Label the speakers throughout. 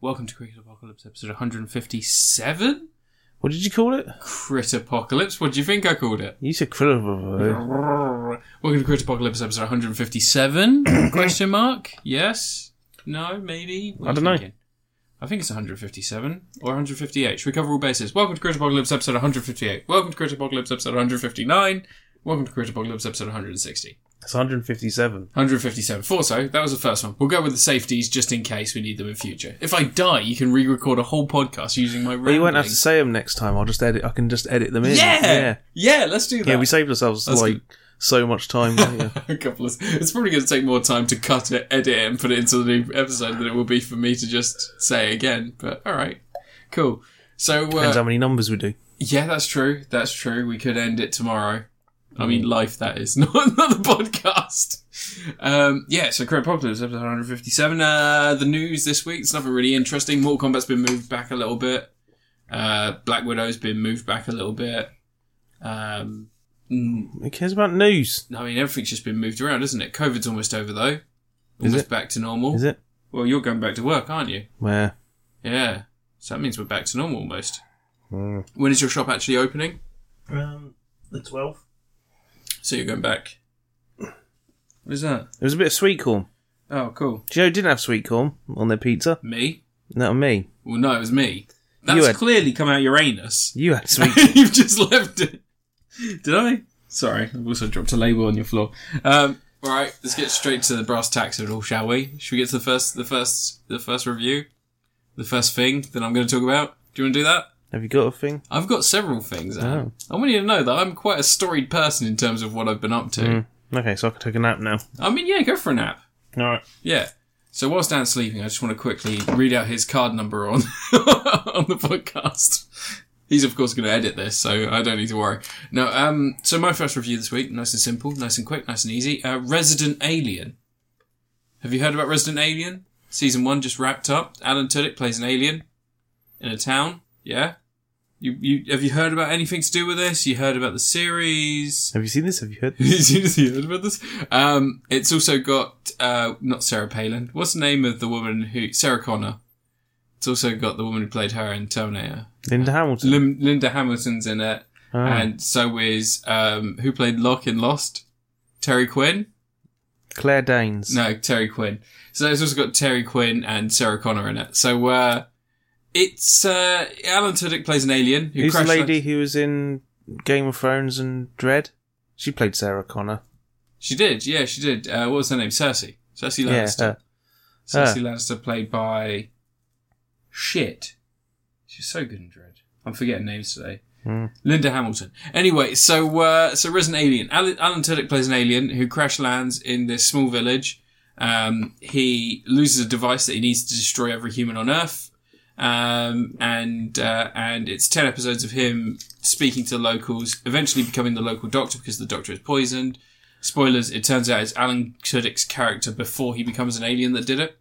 Speaker 1: Welcome to Cricket Apocalypse episode 157?
Speaker 2: What did you call it?
Speaker 1: Crit Apocalypse? What do you think I called it?
Speaker 2: You said critical.
Speaker 1: Welcome to Crit Apocalypse episode 157? Question mark? Yes? No? Maybe? What
Speaker 2: I
Speaker 1: are you
Speaker 2: dunno.
Speaker 1: thinking? I think it's 157 or 158. Should we cover all bases? Welcome to Crit Apocalypse episode 158. Welcome to Crit Apocalypse episode 159. Welcome to Crit Apocalypse episode 160.
Speaker 2: It's 157.
Speaker 1: 157. Thought so. That was the first one. We'll go with the safeties just in case we need them in future. If I die, you can re-record a whole podcast using my.
Speaker 2: Well, you won't have to
Speaker 1: ramblings.
Speaker 2: say them next time. I'll just edit. I can just edit them in.
Speaker 1: Yeah,
Speaker 2: yeah,
Speaker 1: yeah. Let's do that.
Speaker 2: Yeah, We saved ourselves
Speaker 1: That's
Speaker 2: like so much time. later.
Speaker 1: a couple of. It's probably going to take more time to cut it, edit it, and put it into the new episode than it will be for me to just say again. But all right, cool. So
Speaker 2: Depends
Speaker 1: uh,
Speaker 2: how many numbers we do.
Speaker 1: yeah, that's true. That's true. We could end it tomorrow. I
Speaker 2: Mm.
Speaker 1: mean, life that is not another podcast. Um, yeah, so Crit Apocalypse episode 157. Uh, the news this week, it's nothing really interesting. Mortal Kombat's been moved back a little bit. Uh, Black Widow's been moved back a little bit. Um, mm,
Speaker 2: Who cares about news?
Speaker 1: I mean, everything's just been moved around, isn't it? COVID's almost over though.
Speaker 2: Is
Speaker 1: Almost
Speaker 2: it?
Speaker 1: back to normal.
Speaker 2: Is it?
Speaker 1: Well, you're going back to work, aren't you?
Speaker 2: Where?
Speaker 1: Yeah. So that means we're back to normal almost.
Speaker 2: Mm.
Speaker 1: When is your shop actually opening?
Speaker 2: Um, the 12th.
Speaker 1: So you're going back. What is that?
Speaker 2: It was a bit of sweet corn.
Speaker 1: Oh, cool.
Speaker 2: Joe didn't have sweet corn on their pizza.
Speaker 1: Me?
Speaker 2: Not me.
Speaker 1: Well, no, it was me.
Speaker 2: You
Speaker 1: That's
Speaker 2: had-
Speaker 1: clearly come out your anus.
Speaker 2: You had sweet.
Speaker 1: You've just left it. Did I? Sorry, I've also dropped a label on your floor. Um, all right, let's get straight to the brass tacks of it all, shall we? Should we get to the first, the first, the first review, the first thing that I'm going to talk about? Do you want to do that?
Speaker 2: have you got a thing?
Speaker 1: I've got several things. Anne.
Speaker 2: Oh.
Speaker 1: I want you to know that I'm quite a storied person in terms of what I've been up to.
Speaker 2: Mm. Okay, so I can take a nap now.
Speaker 1: I mean, yeah, go for a nap.
Speaker 2: All right.
Speaker 1: Yeah. So whilst Dan's sleeping, I just want to quickly read out his card number on on the podcast. He's of course going to edit this, so I don't need to worry. No, um, so my first review this week, nice and simple, nice and quick, nice and easy. Uh, Resident Alien. Have you heard about Resident Alien? Season one just wrapped up. Alan Tudyk plays an alien in a town. Yeah. You, you have you heard about anything to do with this? You heard about the series?
Speaker 2: Have you seen this? Have you heard?
Speaker 1: as soon as you heard about this. Um, it's also got uh, not Sarah Palin. What's the name of the woman who Sarah Connor? It's also got the woman who played her in Terminator.
Speaker 2: Linda Hamilton.
Speaker 1: Lim- Linda Hamilton's in it,
Speaker 2: Oh.
Speaker 1: and so is um, who played Locke in Lost. Terry Quinn?
Speaker 2: Claire Danes.
Speaker 1: No, Terry Quinn. So it's also got Terry Quinn and Sarah Connor in it. So uh, it's uh, Alan Tudyk plays an alien who
Speaker 2: Who's the
Speaker 1: crashed
Speaker 2: lady who was in Game of Thrones and Dread? She played Sarah Connor.
Speaker 1: She did, yeah, she did. Uh, what was her name? Cersei. Cersei
Speaker 2: Yeah, uh,
Speaker 1: Lannister.
Speaker 2: her.
Speaker 1: Cersei
Speaker 2: Ah.
Speaker 1: Lannister played by shit. She's so good in Dread. I'm forgetting names today.
Speaker 2: Hmm.
Speaker 1: Linda Hamilton. Anyway, so uh, so Resident Alien. Alan, Alan Tudyk plays an alien who crash lands in this small village. Um, he loses a device that he needs to destroy every human on Earth. Um, and uh, and it's ten episodes of him speaking to locals, eventually becoming the local doctor because the doctor is poisoned. Spoilers: It turns out it's Alan Tudyk's character before he becomes an alien that did it.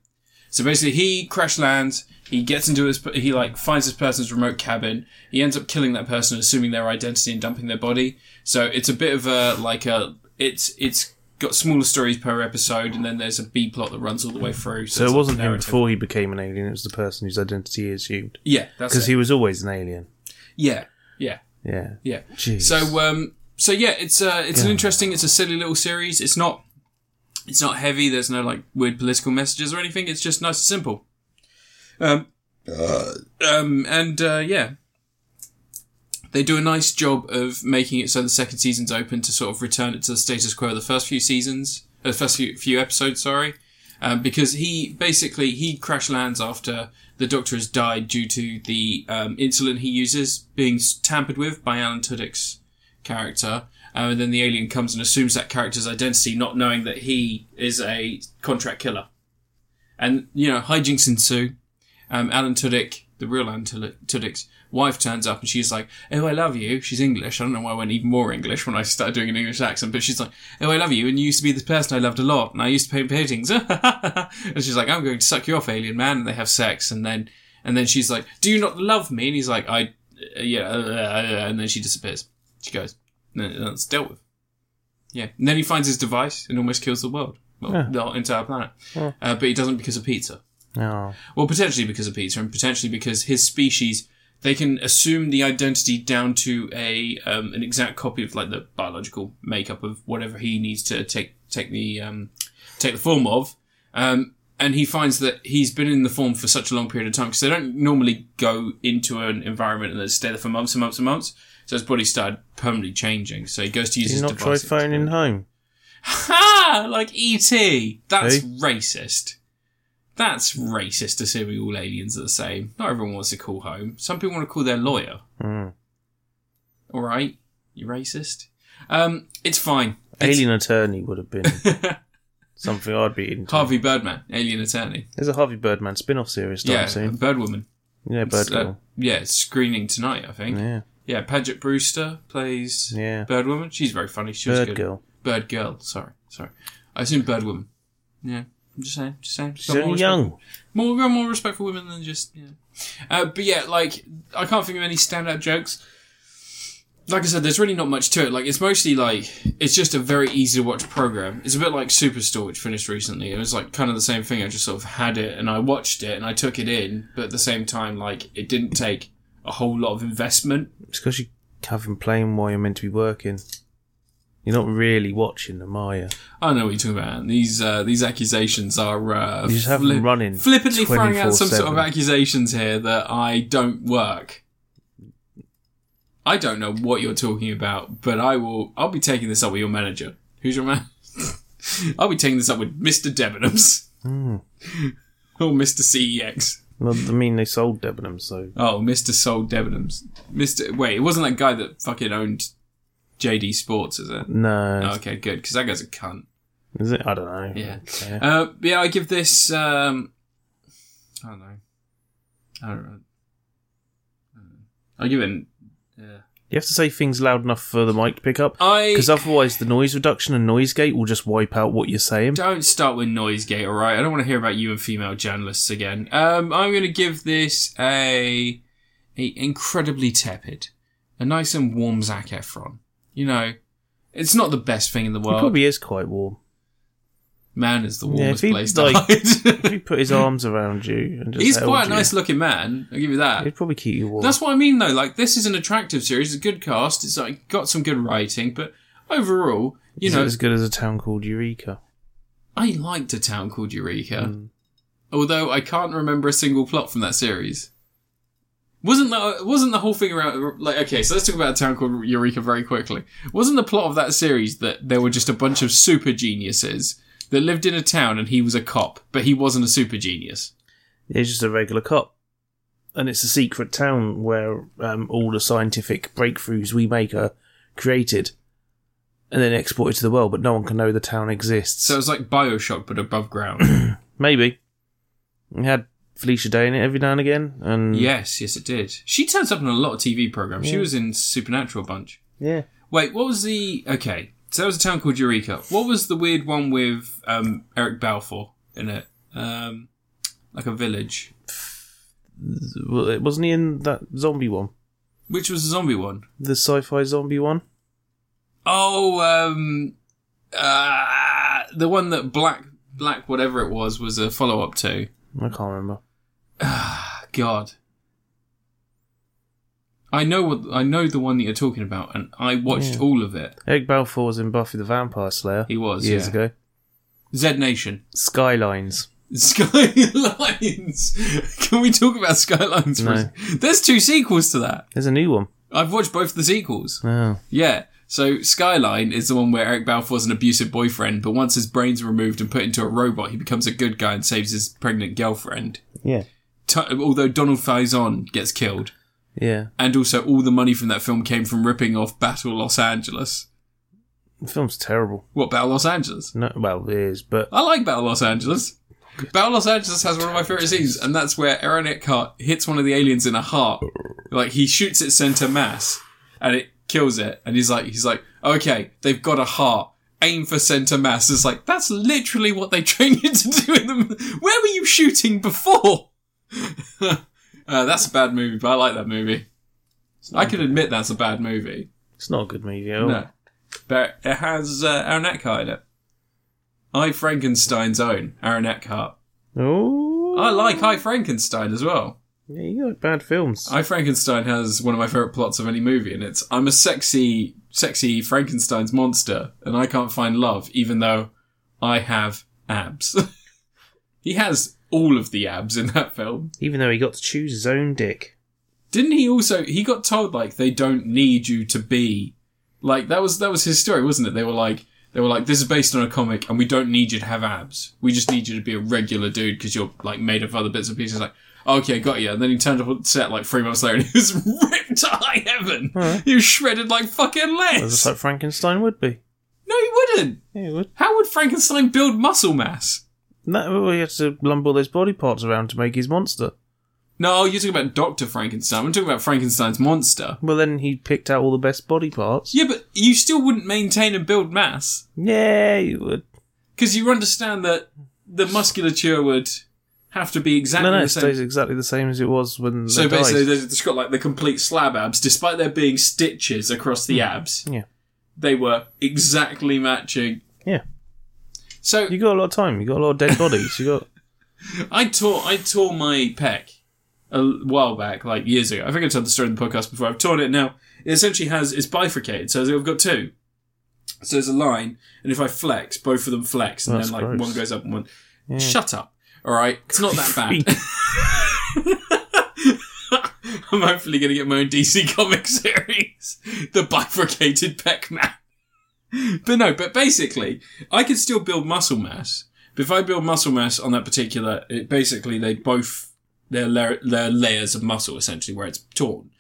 Speaker 1: So basically, he crash lands. He gets into his. He like finds this person's remote cabin. He ends up killing that person, assuming their identity and dumping their body. So it's a bit of a like a. It's it's got smaller stories per episode, and then there's a B plot that runs all the way through.
Speaker 2: So
Speaker 1: it's
Speaker 2: it
Speaker 1: a
Speaker 2: wasn't him
Speaker 1: narrative.
Speaker 2: before he became an alien, it was the person whose identity he assumed.
Speaker 1: Yeah, that's
Speaker 2: Because
Speaker 1: it.
Speaker 2: he was always an alien.
Speaker 1: Yeah, yeah,
Speaker 2: Yeah.
Speaker 1: yeah.
Speaker 2: Jeez.
Speaker 1: So um so yeah, it's uh it's an interesting it's a silly little series. It's not it's not heavy, there's no like weird political messages or anything, it's just nice and simple. Um um and uh yeah. They do a nice job of making it so the second season's open to sort of return it to the status quo of the first few seasons, uh, the first few, few episodes, sorry. Um, because he basically he crash lands after the Doctor has died due to the um, insulin he uses being s- tampered with by Alan Tudyk's character, Um, and then the alien comes and assumes that character's identity, not knowing that he is a contract killer. And you know, hijinks ensue. Um, Alan Tudyk, the real Alan Tudyk- Tudyk's wife, turns up and she's like, "Oh, I love you." She's English. I don't know why I went even more English when I started doing an English accent, but she's like, "Oh, I love you," and you used to be the person I loved a lot, and I used to paint paintings. and she's like, "I'm going to suck you off, alien man," and they have sex, and then and then she's like, "Do you not love me?" And he's like, "I, uh, yeah," uh, uh, uh," and then she disappears. She goes, "No, "That's dealt with." Yeah, and then he finds his device and almost kills the world, well,
Speaker 2: Yeah.
Speaker 1: the whole entire planet.
Speaker 2: Yeah.
Speaker 1: Uh, but he doesn't because of pizza.
Speaker 2: Oh.
Speaker 1: Well, potentially because of Peter, and potentially because his species, they can assume the identity down to a um, an exact copy of like the biological makeup of whatever he needs to take take the um, take the form of. Um, and he finds that he's been in the form for such a long period of time because they don't normally go into an environment and they stay there for months and months and months. So his body started permanently changing. So he goes to use
Speaker 2: Did
Speaker 1: his
Speaker 2: you not try
Speaker 1: device
Speaker 2: phoning home?
Speaker 1: Ha! Like E.T. That's
Speaker 2: Eh?
Speaker 1: racist. That's racist to say we all aliens are the same. Not everyone wants to call home. Some people want to call their lawyer.
Speaker 2: Mm.
Speaker 1: All right, you racist. Um, it's fine. It's
Speaker 2: Alien Attorney would have been something I'd be into.
Speaker 1: Harvey Birdman, alien attorney.
Speaker 2: There's a Harvey Birdman spin off series starting
Speaker 1: Yeah,
Speaker 2: soon.
Speaker 1: Birdwoman.
Speaker 2: Yeah,
Speaker 1: It's, uh,
Speaker 2: Birdman.
Speaker 1: yeah, it's screening tonight, I think. Yeah,
Speaker 2: yeah.
Speaker 1: Paget Brewster plays
Speaker 2: Yeah.
Speaker 1: Birdwoman. She's very funny. She was
Speaker 2: Bird
Speaker 1: good.
Speaker 2: Girl.
Speaker 1: Bird girl. Sorry, sorry. I assume Birdwoman. Yeah, I'm just saying. Just saying.
Speaker 2: She's
Speaker 1: Got more
Speaker 2: only
Speaker 1: respect-
Speaker 2: young.
Speaker 1: More, got more respect for women than just yeah. Uh, but yeah, like I can't think of any standout jokes. Like I said, there's really not much to it. Like it's mostly like it's just a very easy to watch program. It's a bit like Superstore, which finished recently. It was like kind of the same thing. I just sort of had it and I watched it and I took it in, but at the same time, like it didn't take a whole lot of investment.
Speaker 2: It's because you haven't playing while you're meant to be working. You're not really watching them, are you?
Speaker 1: I don't know what you're talking about. These uh, these accusations are uh,
Speaker 2: You just have them running
Speaker 1: flippantly throwing out some sort of
Speaker 2: 24/7.
Speaker 1: accusations here that I don't work. I don't know what you're talking about, but I will. I'll be taking this up with your manager. Who's your man? I'll be taking this up with Mister Debenhams or Mister CEX.
Speaker 2: Well, I mean, they sold Debenhams, so
Speaker 1: Oh, Mister Sol Debenhams. Mister. Wait, it wasn't that guy that fucking owned JD Sports, is it?
Speaker 2: no.
Speaker 1: Oh, okay, good, because that guy's a cunt.
Speaker 2: Is it? I don't know.
Speaker 1: Yeah.
Speaker 2: Okay.
Speaker 1: Uh, yeah, I give this. Um, I don't know. I don't know. I give it. An, uh,
Speaker 2: You have to say things loud enough for the mic to pick up,
Speaker 1: I
Speaker 2: because otherwise the noise reduction and noise gate will just wipe out what you're saying.
Speaker 1: don't start with noise gate. All right, I don't want to hear about you and female journalists again. Um, I'm going to give this a, a incredibly tepid, a nice and warm Zac Efron. You know, it's not the best thing in the
Speaker 2: It
Speaker 1: world.
Speaker 2: probably is quite warm.
Speaker 1: Man is the
Speaker 2: Yeah,
Speaker 1: warmest
Speaker 2: if he,
Speaker 1: place to
Speaker 2: like-
Speaker 1: hide.
Speaker 2: If he put his arms around you and just
Speaker 1: He's
Speaker 2: held
Speaker 1: quite a
Speaker 2: you,
Speaker 1: nice looking man. I'll give you that.
Speaker 2: He'd probably keep you warm.
Speaker 1: That's what I mean, though. Like, this is an attractive series. It's a good cast. It's like got some good writing, but overall, you
Speaker 2: Is it
Speaker 1: know,
Speaker 2: as good as a town called Eureka.
Speaker 1: I liked a town called Eureka.
Speaker 2: Hmm.
Speaker 1: Although I can't remember a single plot from that series. Wasn't that wasn't the whole thing around like okay? So let's talk about a town called Eureka very quickly. Wasn't the plot of that series that there were just a bunch of super geniuses that lived in a town and he was a cop, but he wasn't a super genius.
Speaker 2: It's just a regular cop. And it's a secret town where um, all the scientific breakthroughs we make are created and then exported to the world, but no one can know the town exists.
Speaker 1: So it was like Bioshock but above ground.
Speaker 2: Maybe. We had Felicia Day in it every now and again, and
Speaker 1: yes, yes, it did. She turns up in a lot of TV programs. She was in Supernatural a bunch.
Speaker 2: yeah.
Speaker 1: Wait, what was the okay? So that was a town called Eureka. What was the weird one with um, Eric Balfour in it? Um, like a village,
Speaker 2: Well, it- wasn't he in that zombie one,
Speaker 1: which was a zombie one.
Speaker 2: the sci-fi zombie one?
Speaker 1: Oh, um, uh, the one that Black Black whatever it was was a follow up to.
Speaker 2: I can't remember.
Speaker 1: God, I know what I know the one that you're talking about, and I watched
Speaker 2: Yeah.
Speaker 1: all of it.
Speaker 2: Eric Balfour was in Buffy the Vampire Slayer.
Speaker 1: He was,
Speaker 2: years
Speaker 1: yeah.
Speaker 2: ago.
Speaker 1: Z Nation.
Speaker 2: Skylines.
Speaker 1: Skylines. Can we talk about Skylines? for a
Speaker 2: No.
Speaker 1: sec? There's two sequels to that.
Speaker 2: There's a new one.
Speaker 1: I've watched both the sequels.
Speaker 2: Oh,
Speaker 1: Yeah. So Skyline is the one where Eric Balfour's an abusive boyfriend, but once his brain's removed and put into a robot, he becomes a good guy and saves his pregnant girlfriend.
Speaker 2: yeah,
Speaker 1: T- although Donald Faison gets killed,
Speaker 2: yeah.
Speaker 1: and also all the money from that film came from ripping off Battle Los Angeles.
Speaker 2: The film's terrible.
Speaker 1: What Battle Los Angeles?
Speaker 2: No, well, it is, but
Speaker 1: I like Battle Los Angeles. Battle Los Angeles has one of my favorite scenes, and that's where Aaron Eckhart hits one of the aliens in a heart. Like he shoots it center mass, and it kills it. And he's like, he's like, okay, they've got a heart. Aim for center mass. It's like that's literally what they train you to do. In the where were you shooting before? uh, that's a bad movie, but I like that movie. I can admit that's a bad movie.
Speaker 2: it's not a good movie at all.
Speaker 1: No, but it has uh, Aaron Eckhart in it. I Frankenstein's own Aaron Eckhart.
Speaker 2: Oh,
Speaker 1: I like I Frankenstein as well.
Speaker 2: Yeah, you like bad films.
Speaker 1: I Frankenstein has one of my favorite plots of any movie, and it's I'm a sexy, sexy Frankenstein's monster, and I can't find love, even though I have abs. he has all of the abs in that film.
Speaker 2: Even though he got to choose his own dick.
Speaker 1: Didn't he also? He got told like they don't need you to be like that was that was his story, wasn't it? They were like they were like this is based on a comic, and we don't need you to have abs. We just need you to be a regular dude because you're like made of other bits and pieces. Like okay, got you. And then he turned up on set like three months later, and he was ripped to high heaven.
Speaker 2: Alright.
Speaker 1: He was shredded like fucking
Speaker 2: Well, Just
Speaker 1: less.
Speaker 2: like Frankenstein would be.
Speaker 1: no, he wouldn't.
Speaker 2: Yeah, he would.
Speaker 1: How would Frankenstein build muscle mass?
Speaker 2: No, well, he had to lump all those body parts around to make his monster.
Speaker 1: No, oh, you're talking about Doctor Frankenstein. I'm talking about Frankenstein's monster.
Speaker 2: Well, then he picked out all the best body parts.
Speaker 1: Yeah, but you still wouldn't maintain and build mass.
Speaker 2: Yeah, he would.
Speaker 1: Because you understand that the musculature would have to be exactly
Speaker 2: no, no,
Speaker 1: the
Speaker 2: it
Speaker 1: same.
Speaker 2: stays exactly the same as it was when
Speaker 1: so
Speaker 2: they
Speaker 1: basically,
Speaker 2: died.
Speaker 1: they've just got like the complete slab abs, despite there being stitches across the
Speaker 2: Hmm.
Speaker 1: abs.
Speaker 2: Yeah.
Speaker 1: They were exactly matching.
Speaker 2: Yeah.
Speaker 1: So
Speaker 2: You got a lot of time. You got a lot of dead bodies. You got
Speaker 1: I tore I tore my pec a l- while back, like years ago. I think I told the story in the podcast before. I've torn it now. It essentially has it's bifurcated, so I've got two. So there's a line, and if I flex, both of them flex, and
Speaker 2: That's
Speaker 1: then like
Speaker 2: gross.
Speaker 1: one goes up and one. Shut up! All right, it's not that bad.
Speaker 2: Freak.
Speaker 1: I'm hopefully going to get my own DC comic series, the bifurcated pec man. But no, but basically, I could still build muscle mass. But if I build muscle mass on that particular, it basically they both their la- their layers of muscle essentially where it's torn,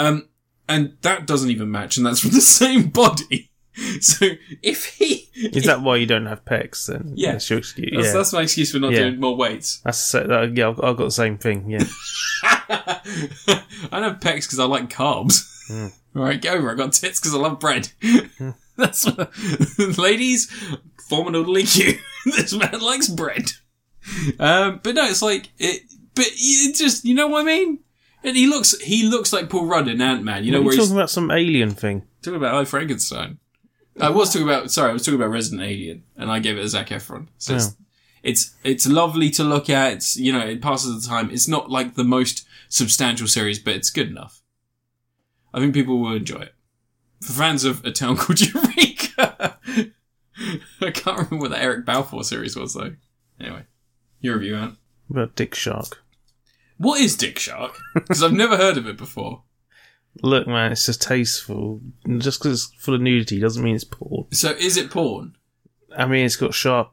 Speaker 1: um, and that doesn't even match, and that's from the same body. So if he,
Speaker 2: Is that why you don't have pecs then?
Speaker 1: Yeah.
Speaker 2: That's your excuse.
Speaker 1: that's,
Speaker 2: yeah. That's,
Speaker 1: that's my excuse for not
Speaker 2: Yeah.
Speaker 1: doing more weights.
Speaker 2: the sa- that- yeah, I've, I've got the same thing. Yeah.
Speaker 1: I don't have pecs because I like carbs. All right, get over. it. I got tits because I love bread. That's what, ladies, form an orderly queue. this man likes bread. Um, but no, it's like it. But it just you know what I mean. And he looks he looks like Paul Rudd in Ant Man. You know
Speaker 2: You're
Speaker 1: where
Speaker 2: talking
Speaker 1: he's
Speaker 2: about some alien thing.
Speaker 1: talking about I Frankenstein. I was talking about sorry, I was talking about Resident Alien, and I gave it to Zac Efron. So it's, it's it's lovely to look at. It's you know it passes the time. It's not like the most substantial series, but it's good enough. I think people will enjoy it. For fans of A Town Called Eureka, I can't remember what the Eric Balfour series was though. Anyway, your review, Ant.
Speaker 2: About Dick Shark.
Speaker 1: What is Dick Shark? Because I've never heard of it before.
Speaker 2: Look, man, it's just tasteful. Just because it's full of nudity doesn't mean it's porn.
Speaker 1: So is it porn?
Speaker 2: I mean, it's got shark.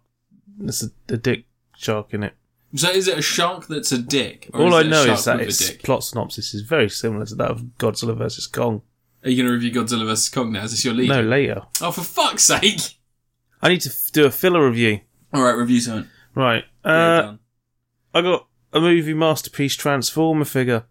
Speaker 2: It's a, a dick shark in it.
Speaker 1: So is it a shark that's a dick? or
Speaker 2: All I
Speaker 1: it a
Speaker 2: know
Speaker 1: shark
Speaker 2: is that
Speaker 1: with a
Speaker 2: its
Speaker 1: dick?
Speaker 2: plot synopsis is very similar to that of Godzilla versus Kong.
Speaker 1: Are you going to review Godzilla vs Kong now? Is this your lead?
Speaker 2: No, later.
Speaker 1: Oh, for fuck's sake!
Speaker 2: I need to f- do a filler review.
Speaker 1: All right, review something.
Speaker 2: Right.
Speaker 1: Yeah,
Speaker 2: Uh,
Speaker 1: done.
Speaker 2: I got a movie masterpiece Transformer figure.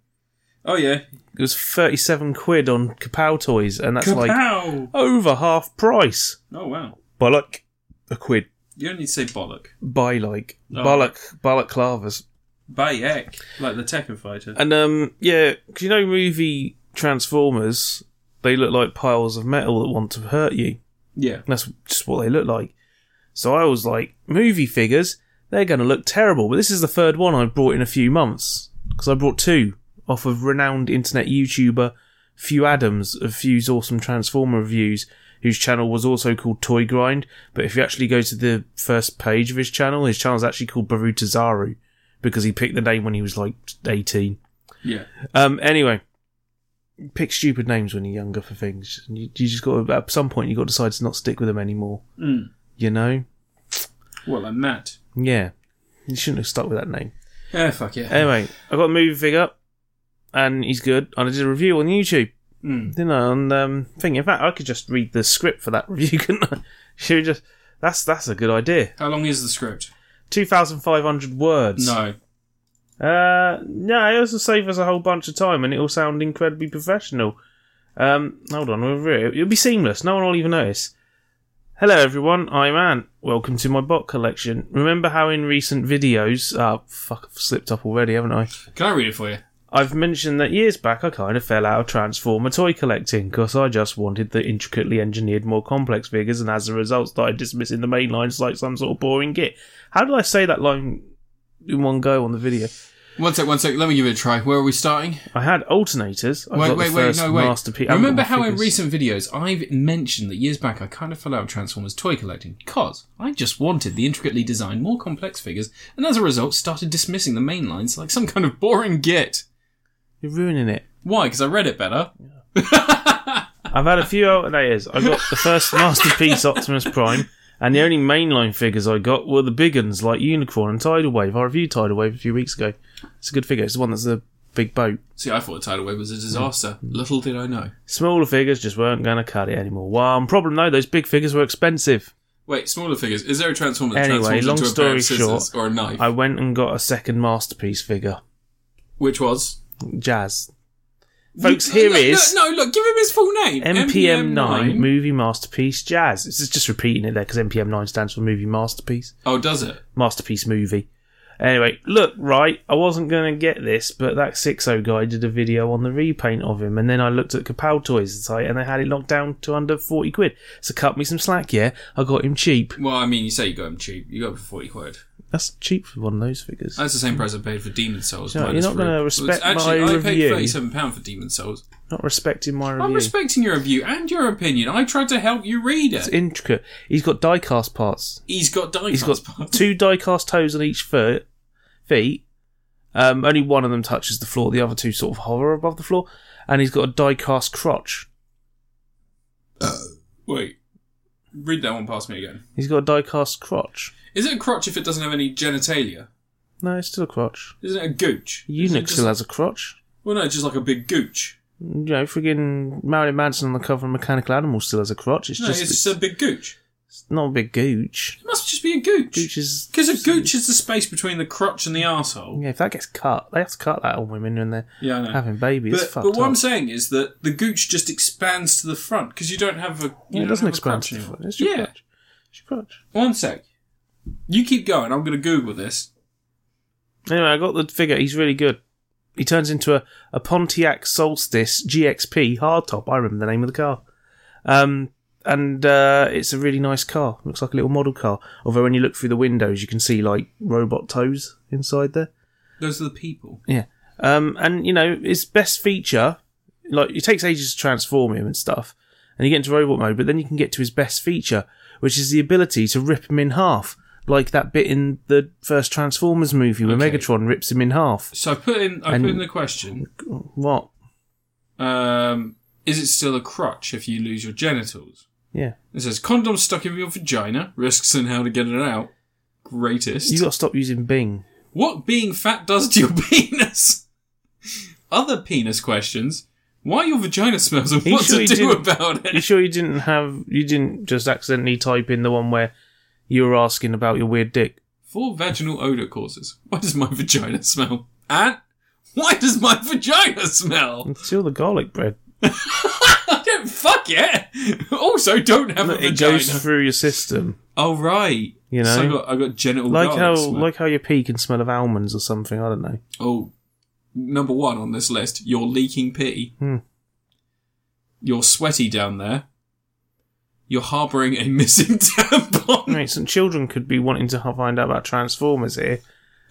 Speaker 1: oh yeah.
Speaker 2: It was 37 quid on Kapow Toys, and that's like
Speaker 1: Kapow!
Speaker 2: over half price.
Speaker 1: oh wow.
Speaker 2: By like a quid.
Speaker 1: You don't need to say bollock.
Speaker 2: By like
Speaker 1: No.
Speaker 2: Balak Balak Clavers.
Speaker 1: Bayek, like the Tekken fighter.
Speaker 2: And um yeah, 'cause you know movie Transformers, they look like piles of metal that want to hurt you.
Speaker 1: yeah.
Speaker 2: That's just what they look like. So I was like, movie figures, they're going to look terrible. But this is the third one I've brought in a few months because I brought two off of renowned internet YouTuber Few Adams of Few's Awesome Transformer Reviews, whose channel was also called Toy Grind. But if you actually go to the first page of his channel, his channel's actually called Baruta Zaru because he picked the name when he was like 18.
Speaker 1: Yeah.
Speaker 2: Um. Anyway, pick stupid names when you're younger for things. You, you just got to, at some point you got to decide to not stick with them anymore.
Speaker 1: Mm.
Speaker 2: You know?
Speaker 1: Well, I'm Matt.
Speaker 2: Yeah. You shouldn't have stuck with that name.
Speaker 1: Yeah, fuck yeah.
Speaker 2: Anyway, I got a movie figure, and he's good. And I did a review on YouTube,
Speaker 1: Mm.
Speaker 2: didn't I? On um thing. In fact, I could just read the script for that review, couldn't I? Should we just? That's that's a good idea.
Speaker 1: How long is the script?
Speaker 2: Two thousand five hundred words.
Speaker 1: No.
Speaker 2: Uh, no, it also save us a whole bunch of time, and it'll sound incredibly professional. Um, hold on, we'll re- it'll be seamless. No one will even notice. Hello, everyone. I'm Ant. Welcome to my bot collection. Remember how in recent videos, uh, fuck, I've slipped up already, haven't I?
Speaker 1: Can I read it for you?
Speaker 2: I've mentioned that years back I kind of fell out of Transformer toy collecting because I just wanted the intricately engineered, more complex figures, and as a result, started dismissing the main lines like some sort of boring git. How did I say that line in one go on the video.
Speaker 1: One sec, one sec. Let me give it a try. Where are we starting?
Speaker 2: I had alternators. I
Speaker 1: wait,
Speaker 2: got
Speaker 1: wait,
Speaker 2: the
Speaker 1: wait,
Speaker 2: first
Speaker 1: no, wait.
Speaker 2: masterpiece. I haven't
Speaker 1: Remember
Speaker 2: got my
Speaker 1: how in
Speaker 2: figures.
Speaker 1: recent videos I've mentioned that years back I kind of fell out of Transformers toy collecting because I just wanted the intricately designed, more complex figures, and as a result started dismissing the main lines like some kind of boring git.
Speaker 2: You're ruining it.
Speaker 1: Why? Because I read it better.
Speaker 2: I've had a few alternators. I got the first masterpiece Optimus Prime, and the only mainline figures I got were the big uns like Unicorn and Tidal Wave. I reviewed Tidal Wave a few weeks ago. It's a good figure. It's the one that's the big boat.
Speaker 1: See, I thought the tidal wave was a disaster.
Speaker 2: Mm.
Speaker 1: Little did I know.
Speaker 2: Smaller figures just weren't going to cut it anymore. One problem though, those big figures were expensive.
Speaker 1: Wait, smaller figures. Is there a transformer that
Speaker 2: Anyway,
Speaker 1: transforms
Speaker 2: long
Speaker 1: into a pair of
Speaker 2: story
Speaker 1: scissors
Speaker 2: short,
Speaker 1: or a knife?
Speaker 2: I went and got a second masterpiece figure,
Speaker 1: Which was
Speaker 2: Jazz. Folks, here
Speaker 1: Look,
Speaker 2: is
Speaker 1: look, no, look, give him his full name.
Speaker 2: MPM9
Speaker 1: MPM9.
Speaker 2: movie masterpiece Jazz. This is just repeating it there because MPM9 stands for movie masterpiece.
Speaker 1: Oh, does it?
Speaker 2: masterpiece movie. Anyway, look, right, I wasn't going to get this, but that 6.0 guy did a video on the repaint of him, and then I looked at Kapow Toys site and they had it knocked down to under 40 quid. So cut me some slack, yeah? I got him cheap.
Speaker 1: Well, I mean, you say you got him cheap. You got him for forty quid.
Speaker 2: That's cheap for one of those figures.
Speaker 1: That's the same price I paid for Demon Souls.
Speaker 2: No,
Speaker 1: minus
Speaker 2: you're not gonna
Speaker 1: three.
Speaker 2: respect
Speaker 1: Actually,
Speaker 2: my
Speaker 1: I
Speaker 2: review.
Speaker 1: paid thirty-seven pound for Demon Souls.
Speaker 2: Not respecting my
Speaker 1: I'm
Speaker 2: review.
Speaker 1: respecting your review and your opinion. I tried to help you read
Speaker 2: it's
Speaker 1: it.
Speaker 2: intricate. He's got die cast parts.
Speaker 1: He's got dice.
Speaker 2: He's got two die cast toes on each foot, feet. Um, only one of them touches the floor, the other two sort of hover above the floor, and he's got a die cast crotch.
Speaker 1: Wait, read that one past me again.
Speaker 2: He's got a die cast crotch.
Speaker 1: Is it a crotch if it doesn't have any genitalia?
Speaker 2: No, it's still a crotch.
Speaker 1: Isn't it a gooch? Isn't it
Speaker 2: Eunuch
Speaker 1: just-
Speaker 2: still has a crotch.
Speaker 1: Well, no, it's just like a big gooch.
Speaker 2: You know, friggin' Marilyn Manson on the cover of Mechanical Animal still has a crotch. It's
Speaker 1: no,
Speaker 2: just
Speaker 1: it's
Speaker 2: it's
Speaker 1: just a big gooch.
Speaker 2: not a big gooch.
Speaker 1: It must just be a gooch.
Speaker 2: Gooch is
Speaker 1: Because a gooch is the space between the crotch and the arsehole.
Speaker 2: yeah. If that gets cut, they have to cut that on women when they're
Speaker 1: Yeah, I know.
Speaker 2: having babies.
Speaker 1: but,
Speaker 2: it's fucked
Speaker 1: but what
Speaker 2: up.
Speaker 1: I'm saying is that the gooch just expands to the front because you don't have a. You
Speaker 2: Yeah, it
Speaker 1: don't
Speaker 2: doesn't
Speaker 1: have a
Speaker 2: expand.
Speaker 1: crotch
Speaker 2: to the
Speaker 1: anymore.
Speaker 2: front. It's your
Speaker 1: yeah.
Speaker 2: crotch. It's your crotch.
Speaker 1: One sec. You keep going. I'm going to Google this.
Speaker 2: Anyway, I got the figure. He's really good. He turns into a, a Pontiac Solstice GXP hardtop. I remember the name of the car. Um, and uh, it's a really nice car. Looks like a little model car. Although when you look through the windows, you can see like robot toes inside there.
Speaker 1: Those are the people.
Speaker 2: Yeah. Um, and you know, his best feature, like it takes ages to transform him and stuff, and you get into robot mode, but then you can get to his best feature, which is the ability to rip him in half, like that bit in the first Transformers movie where
Speaker 1: Okay.
Speaker 2: Megatron rips him in half.
Speaker 1: So I put in. I
Speaker 2: And-
Speaker 1: put in the question.
Speaker 2: What?
Speaker 1: Um, is it still a crotch if you lose your genitals?
Speaker 2: Yeah.
Speaker 1: It says condom stuck in your vagina. Risks and how to get it out. Greatest.
Speaker 2: You gotta stop using Bing.
Speaker 1: What being fat does to your penis? Other penis questions. Why your vagina smells and
Speaker 2: Are you
Speaker 1: what
Speaker 2: sure
Speaker 1: to
Speaker 2: you
Speaker 1: do
Speaker 2: didn't-
Speaker 1: about
Speaker 2: You
Speaker 1: it?
Speaker 2: sure you didn't have you didn't just accidentally type in the one where you were asking about your weird dick?
Speaker 1: Four vaginal odor causes. Why does my vagina smell? And why does my vagina smell?
Speaker 2: It's still the garlic bread.
Speaker 1: I don't fuck it. Also, don't have a
Speaker 2: It
Speaker 1: vagina.
Speaker 2: goes through your system.
Speaker 1: oh right.
Speaker 2: You know?
Speaker 1: so I got, I got genital
Speaker 2: Like
Speaker 1: garlic
Speaker 2: how
Speaker 1: smell.
Speaker 2: like how your pee can smell of almonds or something, I don't know.
Speaker 1: Oh, number one on this list, you're leaking pee.
Speaker 2: Hmm.
Speaker 1: You're sweaty down there. You're harbouring a missing tampon.
Speaker 2: Right, some children could be wanting to ho- find out about Transformers here.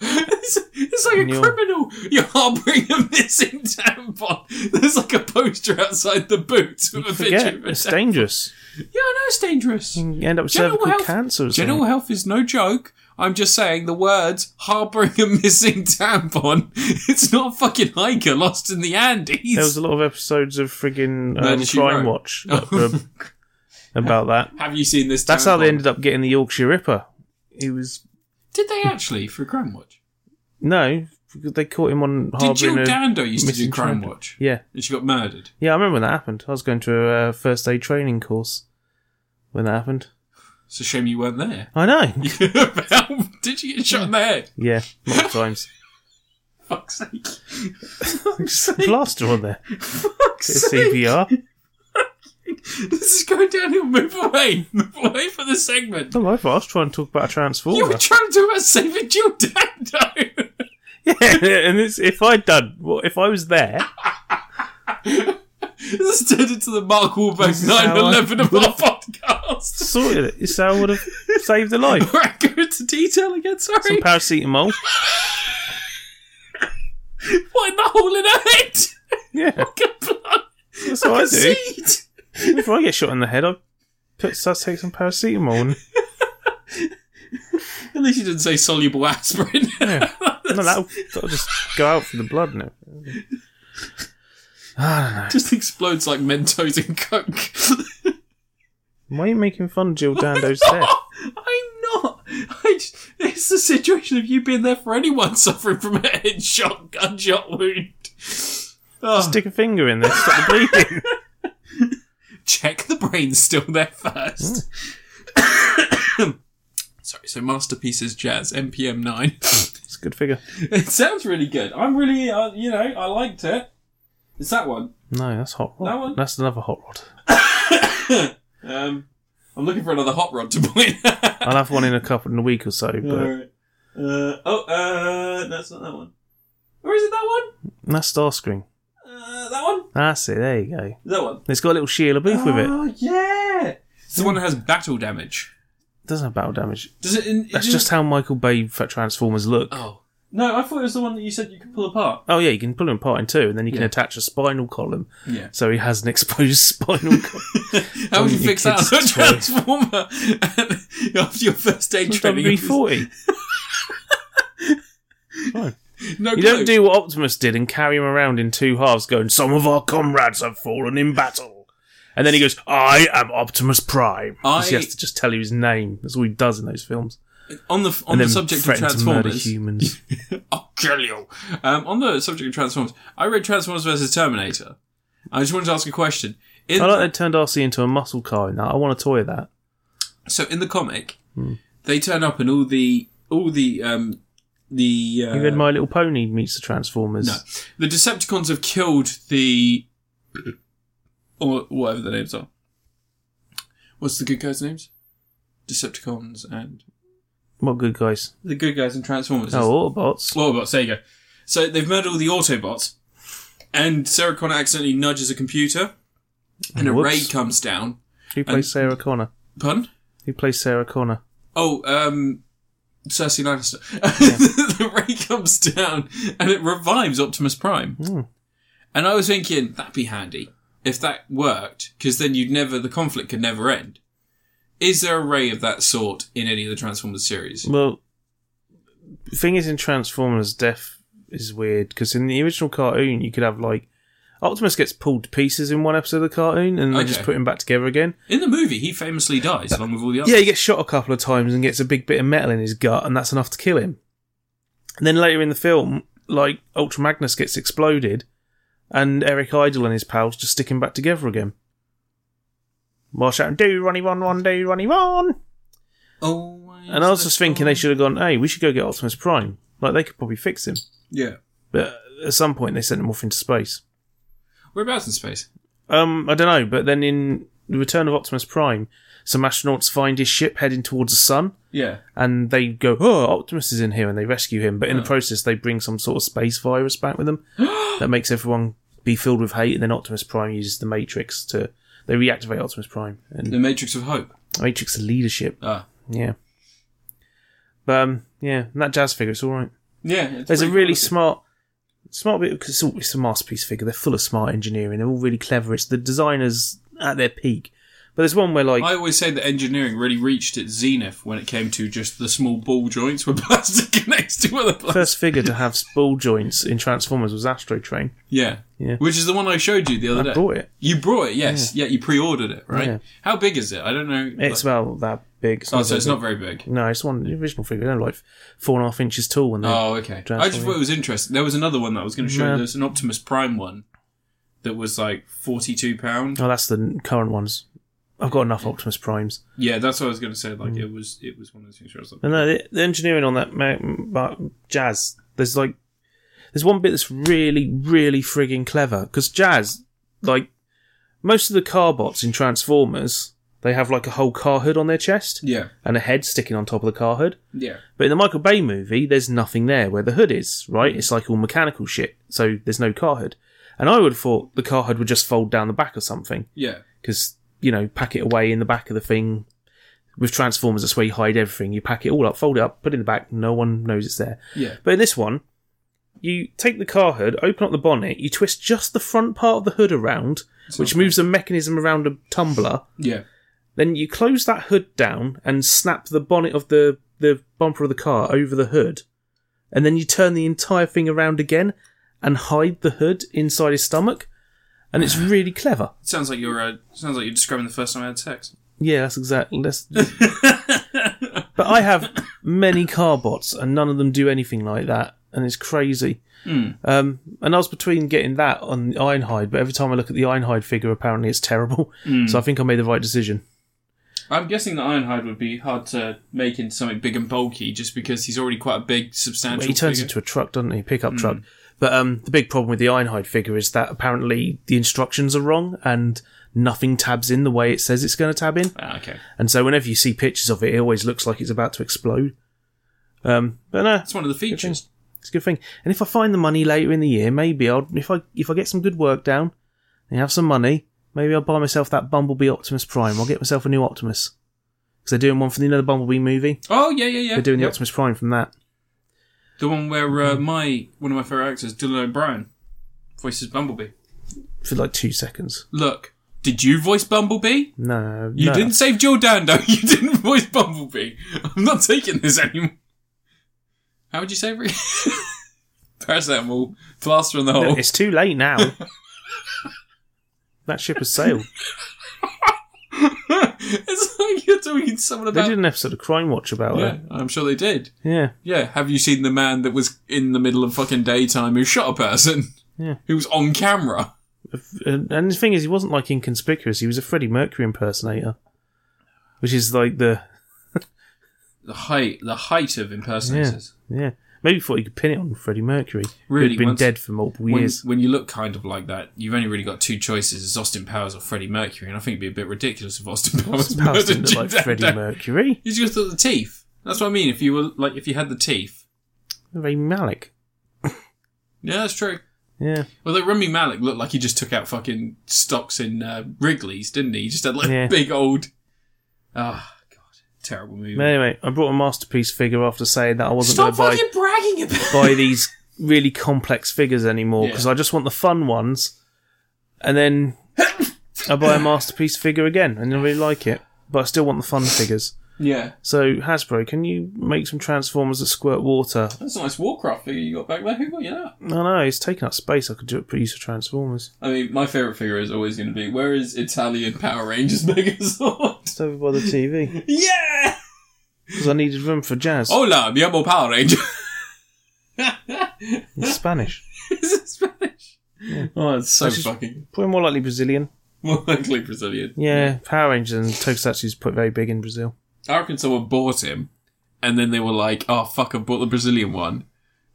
Speaker 1: it's, it's like
Speaker 2: And
Speaker 1: a
Speaker 2: you're-
Speaker 1: criminal. You're harbouring a missing tampon. There's like a poster outside the booth with a
Speaker 2: Forget,
Speaker 1: picture of
Speaker 2: it's
Speaker 1: it.
Speaker 2: dangerous.
Speaker 1: Yeah, I know it's dangerous.
Speaker 2: You can end up with
Speaker 1: General
Speaker 2: cervical
Speaker 1: health-
Speaker 2: cancer. Or
Speaker 1: General
Speaker 2: something.
Speaker 1: health is no joke. I'm just saying the words harbouring a missing tampon. It's not a fucking hiker lost in the Andes.
Speaker 2: There was a lot of episodes of friggin' um,
Speaker 1: Murder, She
Speaker 2: Crime
Speaker 1: Wrote.
Speaker 2: Watch uh, about that.
Speaker 1: Have you seen this?
Speaker 2: That's how they
Speaker 1: tampon?
Speaker 2: ended up getting the Yorkshire Ripper. He was
Speaker 1: Did they actually for Crime Watch?
Speaker 2: no, they caught him on
Speaker 1: Did Jill
Speaker 2: harbouring a
Speaker 1: Dando used to do
Speaker 2: missing
Speaker 1: Crime
Speaker 2: child.
Speaker 1: Watch?
Speaker 2: yeah,
Speaker 1: And she got murdered.
Speaker 2: yeah. I remember when that happened. I was going to a uh, first aid training course when that happened.
Speaker 1: It's a shame you weren't there.
Speaker 2: I know.
Speaker 1: You could have helped. Did you get shot in the head?
Speaker 2: Yeah, multiple times.
Speaker 1: Fuck's sake. Fuck's sake.
Speaker 2: Plaster on there.
Speaker 1: Fuck's sake.
Speaker 2: CPR.
Speaker 1: This is going downhill. Move away. Move away from the segment.
Speaker 2: Oh, I was trying to talk about a
Speaker 1: You
Speaker 2: transformer.
Speaker 1: were trying to talk about saving Jill Dando.
Speaker 2: Yeah, and it's, if I'd done, well, if I was there,
Speaker 1: this has turned into the Mark Wahlberg
Speaker 2: This is how I
Speaker 1: 9-11 of our podcast.
Speaker 2: sorted it. So I would have saved a life.
Speaker 1: Right, go into detail again, sorry.
Speaker 2: Some paracetamol, That's what I do.
Speaker 1: Concede!
Speaker 2: Before I get shot in the head, I put so I take some paracetamol. And,
Speaker 1: At least you didn't say soluble aspirin.
Speaker 2: yeah. no, that'll, that'll just go out for the blood now. I
Speaker 1: Just explodes like Mentos and Coke.
Speaker 2: don't know. Why are you making fun of Jill Dando's death?
Speaker 1: I'm not. I just, it's the situation of you being there for anyone suffering from a headshot, gunshot wound. Oh,
Speaker 2: Stick a finger in there, stop the bleeding.
Speaker 1: check the brain's still there first. Sorry, so masterpieces jazz npm nine.
Speaker 2: It's a good figure.
Speaker 1: it sounds really good. I'm really, uh, you know, I liked it. It's that one.
Speaker 2: No, that's hot rod.
Speaker 1: That one?
Speaker 2: That's another hot rod.
Speaker 1: Um, I'm looking for another hot rod to point.
Speaker 2: I'll have one in a couple in a week or so, but
Speaker 1: Alright. Uh, oh, uh, that's not that one. Or is it that one?
Speaker 2: that's Starscream.
Speaker 1: Uh, that one?
Speaker 2: That's it. There you go.
Speaker 1: That one.
Speaker 2: It's got a little Sheila Booth with it.
Speaker 1: Oh, yeah! It's the one that has battle damage.
Speaker 2: Doesn't have battle damage.
Speaker 1: Does it? In, it
Speaker 2: That's
Speaker 1: in-
Speaker 2: just how Michael Bay fa- Transformers look. Oh.
Speaker 1: Oh. No, I thought it was the one that you said you could pull apart.
Speaker 2: yeah, you can pull him apart in two, and then you can
Speaker 1: Yeah.
Speaker 2: attach a spinal column,
Speaker 1: Yeah.
Speaker 2: so he has an exposed spinal column.
Speaker 1: How would you
Speaker 2: Your
Speaker 1: fix that
Speaker 2: kid's
Speaker 1: on a
Speaker 2: toy.
Speaker 1: transformer? After your first aid training.
Speaker 2: W forty.
Speaker 1: No
Speaker 2: You
Speaker 1: clue.
Speaker 2: don't do what Optimus did and carry him around in two halves, going, "Some of our comrades have fallen in battle," and then he goes, "I am Optimus Prime." 'Cause He
Speaker 1: I-
Speaker 2: has to just tell you his name. That's all he does in those films.
Speaker 1: On the, on
Speaker 2: And
Speaker 1: the
Speaker 2: then
Speaker 1: subject of
Speaker 2: threaten to murder
Speaker 1: Transformers.
Speaker 2: humans.
Speaker 1: I'll kill you. Um, on the subject of Transformers, I read Transformers versus Terminator. I just wanted to ask a question. In
Speaker 2: I like they turned RC into a muscle car in that. I want a toy of that.
Speaker 1: so in the comic,
Speaker 2: Hmm.
Speaker 1: they turn up and all the all the um, the uh,
Speaker 2: You read My Little Pony meets the Transformers.
Speaker 1: No. The Decepticons have killed the. or whatever the names are. What's the good guys' names? Decepticons and.
Speaker 2: What good guys?
Speaker 1: The good guys in Transformers.
Speaker 2: Oh, Autobots.
Speaker 1: Autobots, there you go. So they've murdered all the Autobots, and Sarah Connor accidentally nudges a computer, and a
Speaker 2: Whoops.
Speaker 1: raid comes down.
Speaker 2: Who plays
Speaker 1: and-
Speaker 2: Sarah Connor?
Speaker 1: Pun?
Speaker 2: Who plays Sarah Connor?
Speaker 1: Oh, um, Cersei Lannister. the raid comes down, and it revives Optimus Prime.
Speaker 2: Hmm.
Speaker 1: And I was thinking that'd be handy if that worked, because then you'd never the conflict could never end. Is there a ray of that sort in any of the Transformers series?
Speaker 2: Well, the thing is, in Transformers, death is weird because in the original cartoon, you could have like Optimus gets pulled to pieces in one episode of the cartoon, and they just
Speaker 1: Okay.
Speaker 2: put him back together again.
Speaker 1: In the movie, he famously dies along with all the others.
Speaker 2: Yeah, he gets shot a couple of times and gets a big bit of metal in his gut, and that's enough to kill him. And then later in the film, like Ultra Magnus gets exploded, and Eric Idle and his pals just stick him back together again. While shouting, "Do Ronnie Ron Ron, do Ronnie Ron!"
Speaker 1: Oh,
Speaker 2: And I was just thinking they should have gone, "Hey, we should go get Optimus Prime. Like they could probably fix him."
Speaker 1: Yeah.
Speaker 2: But at some point, they sent him off into space.
Speaker 1: Whereabouts in space?
Speaker 2: Um, I don't know. But then in the Return of Optimus Prime, some astronauts find his ship heading towards the sun,
Speaker 1: Yeah.
Speaker 2: and they go, "Oh, Optimus is in here," and they rescue him. But in the process, they bring some sort of space virus back with them that makes everyone be filled with hate. And then Optimus Prime uses the Matrix to they reactivate Optimus Prime and
Speaker 1: The Matrix of Hope.
Speaker 2: Matrix of leadership.
Speaker 1: Ah.
Speaker 2: Yeah, but um, yeah, and that jazz figure, it's all right.
Speaker 1: Yeah. it's
Speaker 2: There's a
Speaker 1: pretty
Speaker 2: really
Speaker 1: cool.
Speaker 2: smart, smart bit because it's, all- it's a masterpiece figure. They're full of smart engineering. They're all really clever. It's the designers at their peak. But there's one where like
Speaker 1: I always say that engineering really reached its zenith when it came to just the small ball joints where plastic connects to other plastic.
Speaker 2: first figure to have ball joints in Transformers was Astro Train.
Speaker 1: Yeah.
Speaker 2: Yeah.
Speaker 1: Which is the one I showed you the other day.
Speaker 2: I bought it.
Speaker 1: You brought it, yes. Yeah, you pre-ordered it, right?
Speaker 2: Yeah.
Speaker 1: How big is it? I don't know.
Speaker 2: It's
Speaker 1: Like-
Speaker 2: about that big.
Speaker 1: oh, so it's not very big.
Speaker 2: No, it's one the original figure. They're like four and a half inches tall. When they
Speaker 1: Oh, okay. I just
Speaker 2: Transforming.
Speaker 1: thought it was interesting. There was another one that I was going to show. you.
Speaker 2: Yeah.
Speaker 1: There was an Optimus Prime one that was like forty-two pound.
Speaker 2: oh, that's the current ones. I've got enough Optimus Primes.
Speaker 1: Yeah, that's what I was going to say.
Speaker 2: Mm.
Speaker 1: Like it was, it was one of those things where I was like,
Speaker 2: And no, the, the engineering on that ma- ma- jazz, there's like, there's one bit that's really, really frigging clever because jazz, like, most of the car bots in Transformers, they have like a whole car hood on their chest
Speaker 1: yeah,
Speaker 2: and a head sticking on top of the car hood.
Speaker 1: yeah,
Speaker 2: But in the Michael Bay movie, there's nothing there where the hood is, right? It's like all mechanical shit, so there's no car hood. And I would have thought the car hood would just fold down the back or something
Speaker 1: yeah,
Speaker 2: because you know pack it away in the back of the thing with transformers that's where you hide everything you pack it all up fold it up put it in the back no one knows it's there
Speaker 1: yeah.
Speaker 2: but in this one you take the car hood, open up the bonnet, you twist just the front part of the hood around, which moves the mechanism around a tumbler.
Speaker 1: Yeah.
Speaker 2: Then you close that hood down and snap the bonnet of the, the bumper of the car over the hood. And then you turn the entire thing around again and hide the hood inside his stomach. And it's really clever.
Speaker 1: It sounds like you're uh, sounds like you're describing the first time I had sex.
Speaker 2: Yeah, that's exactly. That's... but I have many car bots, and none of them do anything like that, and it's crazy. Um, and I was between getting that on the Ironhide, but every time I look at the Ironhide figure, apparently it's terrible. So I think I made the right decision.
Speaker 1: I'm guessing that Ironhide would be hard to make into something big and bulky, just because he's already quite a big, substantial.
Speaker 2: But he turns
Speaker 1: figure.
Speaker 2: into a truck, doesn't he? Pickup
Speaker 1: Hmm.
Speaker 2: truck. But um, the big problem with the Ironhide figure is that apparently the instructions are wrong, and nothing tabs in the way it says it's going to tab in.
Speaker 1: Ah, okay,
Speaker 2: And so whenever you see pictures of it, it always looks like it's about to explode. Um, but no,
Speaker 1: that's one of the features.
Speaker 2: It's a good thing. And if I find the money later in the year, maybe I'll if I if I get some good work down and have some money, maybe I'll buy myself that Bumblebee Optimus Prime. I'll get myself a new Optimus because they're doing one from the another Bumblebee movie.
Speaker 1: Oh yeah, yeah, yeah.
Speaker 2: They're doing the Mm-hmm.
Speaker 1: Yep.
Speaker 2: Optimus Prime from that.
Speaker 1: The one where uh, my one of my favorite actors, Dylan O'Brien, voices Bumblebee.
Speaker 2: For like two seconds.
Speaker 1: Look, did you voice Bumblebee?
Speaker 2: No,
Speaker 1: You
Speaker 2: no.
Speaker 1: didn't save Joe Dando. You didn't voice Bumblebee. I'm not taking this anymore. How would you say it? Paracetamol, plaster on the
Speaker 2: No,
Speaker 1: hole.
Speaker 2: It's too late now. that ship has sailed.
Speaker 1: it's like you're talking to someone
Speaker 2: They
Speaker 1: about.
Speaker 2: did an episode of Crime Watch about
Speaker 1: Yeah,
Speaker 2: it.
Speaker 1: I'm sure they did.
Speaker 2: Yeah.
Speaker 1: Yeah, have you seen the man that was in the middle of fucking daytime who shot a person?
Speaker 2: Yeah.
Speaker 1: Who was on camera?
Speaker 2: and and the thing is, he wasn't like inconspicuous. He was a Freddie Mercury impersonator, which is like the
Speaker 1: The height, the height of impersonators.
Speaker 2: yeah. Maybe thought you could pin it on Freddie Mercury,
Speaker 1: Really,
Speaker 2: who'd been
Speaker 1: once-
Speaker 2: dead for multiple
Speaker 1: When,
Speaker 2: years.
Speaker 1: when you look kind of like that, you've only really got two choices: it's Austin Powers or Freddie Mercury. And I think it'd be a bit ridiculous if Austin Powers murdered
Speaker 2: Powers didn't look
Speaker 1: Jim
Speaker 2: like
Speaker 1: Dando.
Speaker 2: Freddie Mercury.
Speaker 1: You just got the teeth. That's what I mean. If you were like, if you had the teeth,
Speaker 2: Ray Malik.
Speaker 1: yeah, that's true.
Speaker 2: Yeah,
Speaker 1: Although Remy Malik looked like he just took out fucking stocks in uh, Wrigley's, didn't he? He just had like
Speaker 2: Yeah.
Speaker 1: big old. Ah, god, terrible movie.
Speaker 2: Anyway, I brought a masterpiece figure after saying that I wasn't going
Speaker 1: Stop
Speaker 2: to buy
Speaker 1: fucking bragging about.
Speaker 2: buy these really complex figures anymore
Speaker 1: Yeah.
Speaker 2: because I just want the fun ones. And then I buy a masterpiece figure again, and I really like it, but I still want the fun figures.
Speaker 1: Yeah,
Speaker 2: So Hasbro, can you make some Transformers that squirt water?
Speaker 1: that's a nice Warcraft figure you got back there. Who got you that?
Speaker 2: I know it's taking up space. I could do it pretty use of Transformers.
Speaker 1: I mean, my favorite figure is always going to be where is Italian Power Rangers Megazord?
Speaker 2: It's over by the TV
Speaker 1: yeah.
Speaker 2: because I needed room for jazz.
Speaker 1: Hola, mi amo Power Ranger.
Speaker 2: It's Spanish.
Speaker 1: is it Spanish? Oh, it's so
Speaker 2: That's just-
Speaker 1: fucking
Speaker 2: Probably more likely Brazilian.
Speaker 1: more likely Brazilian.
Speaker 2: Yeah, Power Rangers and Tokusatsu's put very big in Brazil.
Speaker 1: I reckon someone bought him, and then they were like, "Oh fuck, I bought the Brazilian one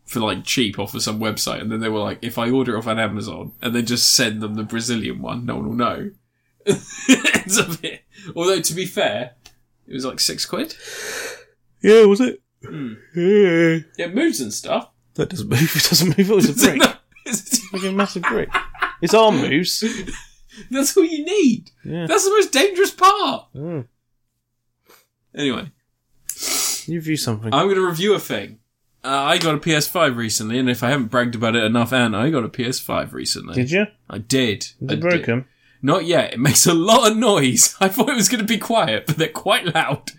Speaker 1: for like cheap off of some website," and then they were like, "If I order it off on Amazon and then just send them the Brazilian one, no one will know." Ends up here. Although to be fair, it was like six quid.
Speaker 2: Yeah, was it? Yeah.
Speaker 1: It moves and stuff.
Speaker 2: That doesn't move. It doesn't move. It was a brick.
Speaker 1: No, it's-
Speaker 2: Like a massive brick. Its arm moves.
Speaker 1: That's all you need.
Speaker 2: Yeah.
Speaker 1: That's the most dangerous part.
Speaker 2: Mm.
Speaker 1: Anyway,
Speaker 2: You view something.
Speaker 1: I'm going to review a thing. Uh, I got a PS5 recently, and if I haven't bragged about it enough, and I got a PS5 recently.
Speaker 2: Did you?
Speaker 1: I did.
Speaker 2: Is
Speaker 1: I
Speaker 2: it
Speaker 1: did.
Speaker 2: broken?
Speaker 1: Not yet. It makes a lot of noise. I thought it was going to be quiet, but they're quite loud.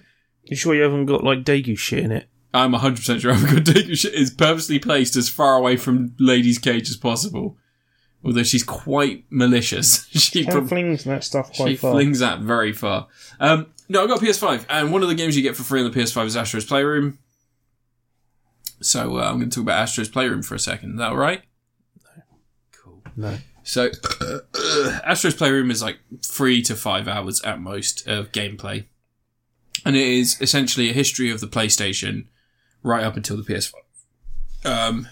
Speaker 2: You sure you haven't got like Daegu shit in it?
Speaker 1: I'm 100% sure Apricot Dago shit is purposely placed as far away from Lady's cage as possible. Although she's quite malicious. she prob-
Speaker 2: flings that stuff
Speaker 1: she flings that very far. Um, no, I got a PS5, and one of the games you get for free on the PS5 is Astro's Playroom. So uh, I'm going to talk about Astro's Playroom for a second. Is that all right? Cool.
Speaker 2: No.
Speaker 1: So, uh, Astro's Playroom is like three to five hours at most of gameplay. And it is essentially a history of the PlayStation right up until the PS5. Um,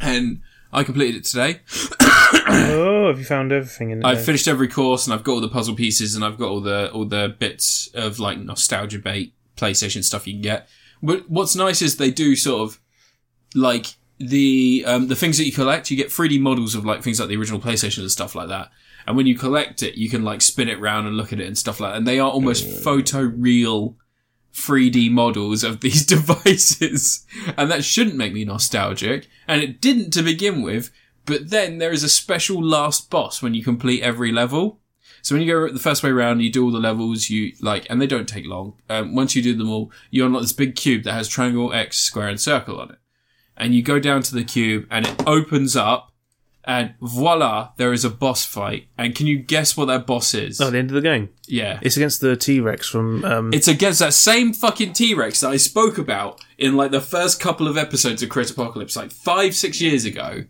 Speaker 1: and I completed it today.
Speaker 2: Oh, have you found everything in it?
Speaker 1: I've
Speaker 2: now?
Speaker 1: finished every course and I've got all the puzzle pieces and I've got all the all the bits of like nostalgia bait PlayStation stuff you can get. But what's nice is they do sort of like the um, the things that you collect, you get 3D models of like things like the original PlayStation and stuff like that. And when you collect it, you can like spin it round and look at it and stuff like that. And they are almost photoreal 3D models of these devices. And that shouldn't make me nostalgic. And it didn't to begin with. But then there is a special last boss when you complete every level. So when you go the first way around, you do all the levels you like, and they don't take long. Um, once you do them all, you unlock this big cube that has triangle, X, square, and circle on it. And you go down to the cube and it opens up and voila, there is a boss fight. And can you guess what that boss is?
Speaker 2: Oh, the end of the game.
Speaker 1: yeah.
Speaker 2: It's against the T Rex from. Um,
Speaker 1: It's against that same fucking T Rex that I spoke about in like the first couple of episodes of Crit Apocalypse, like five, six years ago.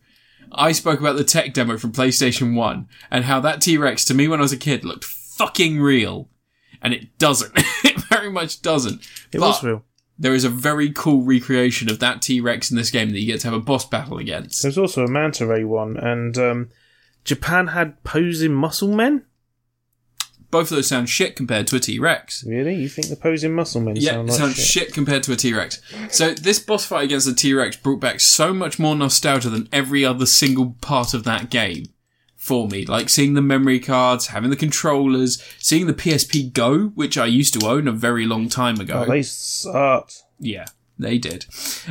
Speaker 1: I spoke about the tech demo from PlayStation 1 and how that T Rex to me when I was a kid looked fucking real. And it doesn't. it very much doesn't.
Speaker 2: it
Speaker 1: But
Speaker 2: was real.
Speaker 1: There is a very cool recreation of that T Rex in this game that you get to have a boss battle against.
Speaker 2: There's also a manta ray one, and um, Japan had posing muscle men.
Speaker 1: Both of those sound shit compared to a T Rex.
Speaker 2: Really, you think the posing muscle men
Speaker 1: Yeah,
Speaker 2: sound
Speaker 1: it
Speaker 2: like
Speaker 1: sounds
Speaker 2: shit?
Speaker 1: shit. compared to a T Rex. So this boss fight against the T Rex brought back so much more nostalgia than every other single part of that game for me. Like seeing the memory cards, having the controllers, seeing the PSP Go, which I used to own a very long time ago.
Speaker 2: Oh, they sucked.
Speaker 1: Yeah, they did.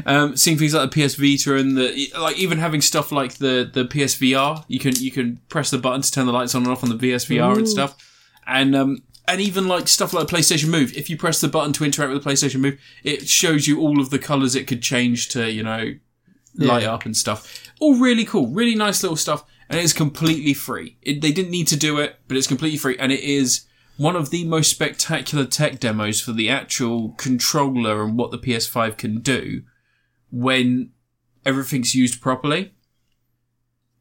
Speaker 1: Um, seeing things like the PS Vita and the like, even having stuff like the the PSVR, you can you can press the button to turn the lights on and off on the PSVR and stuff, and um, and even like stuff like PlayStation Move. If you press the button to interact with the PlayStation Move, it shows you all of the colors it could change to, you know, light up and stuff. All really cool, really nice little stuff, and it's completely free. It, they didn't need to do it, but it's completely free, and it is one of the most spectacular tech demos for the actual controller and what the PS5 can do when everything's used properly.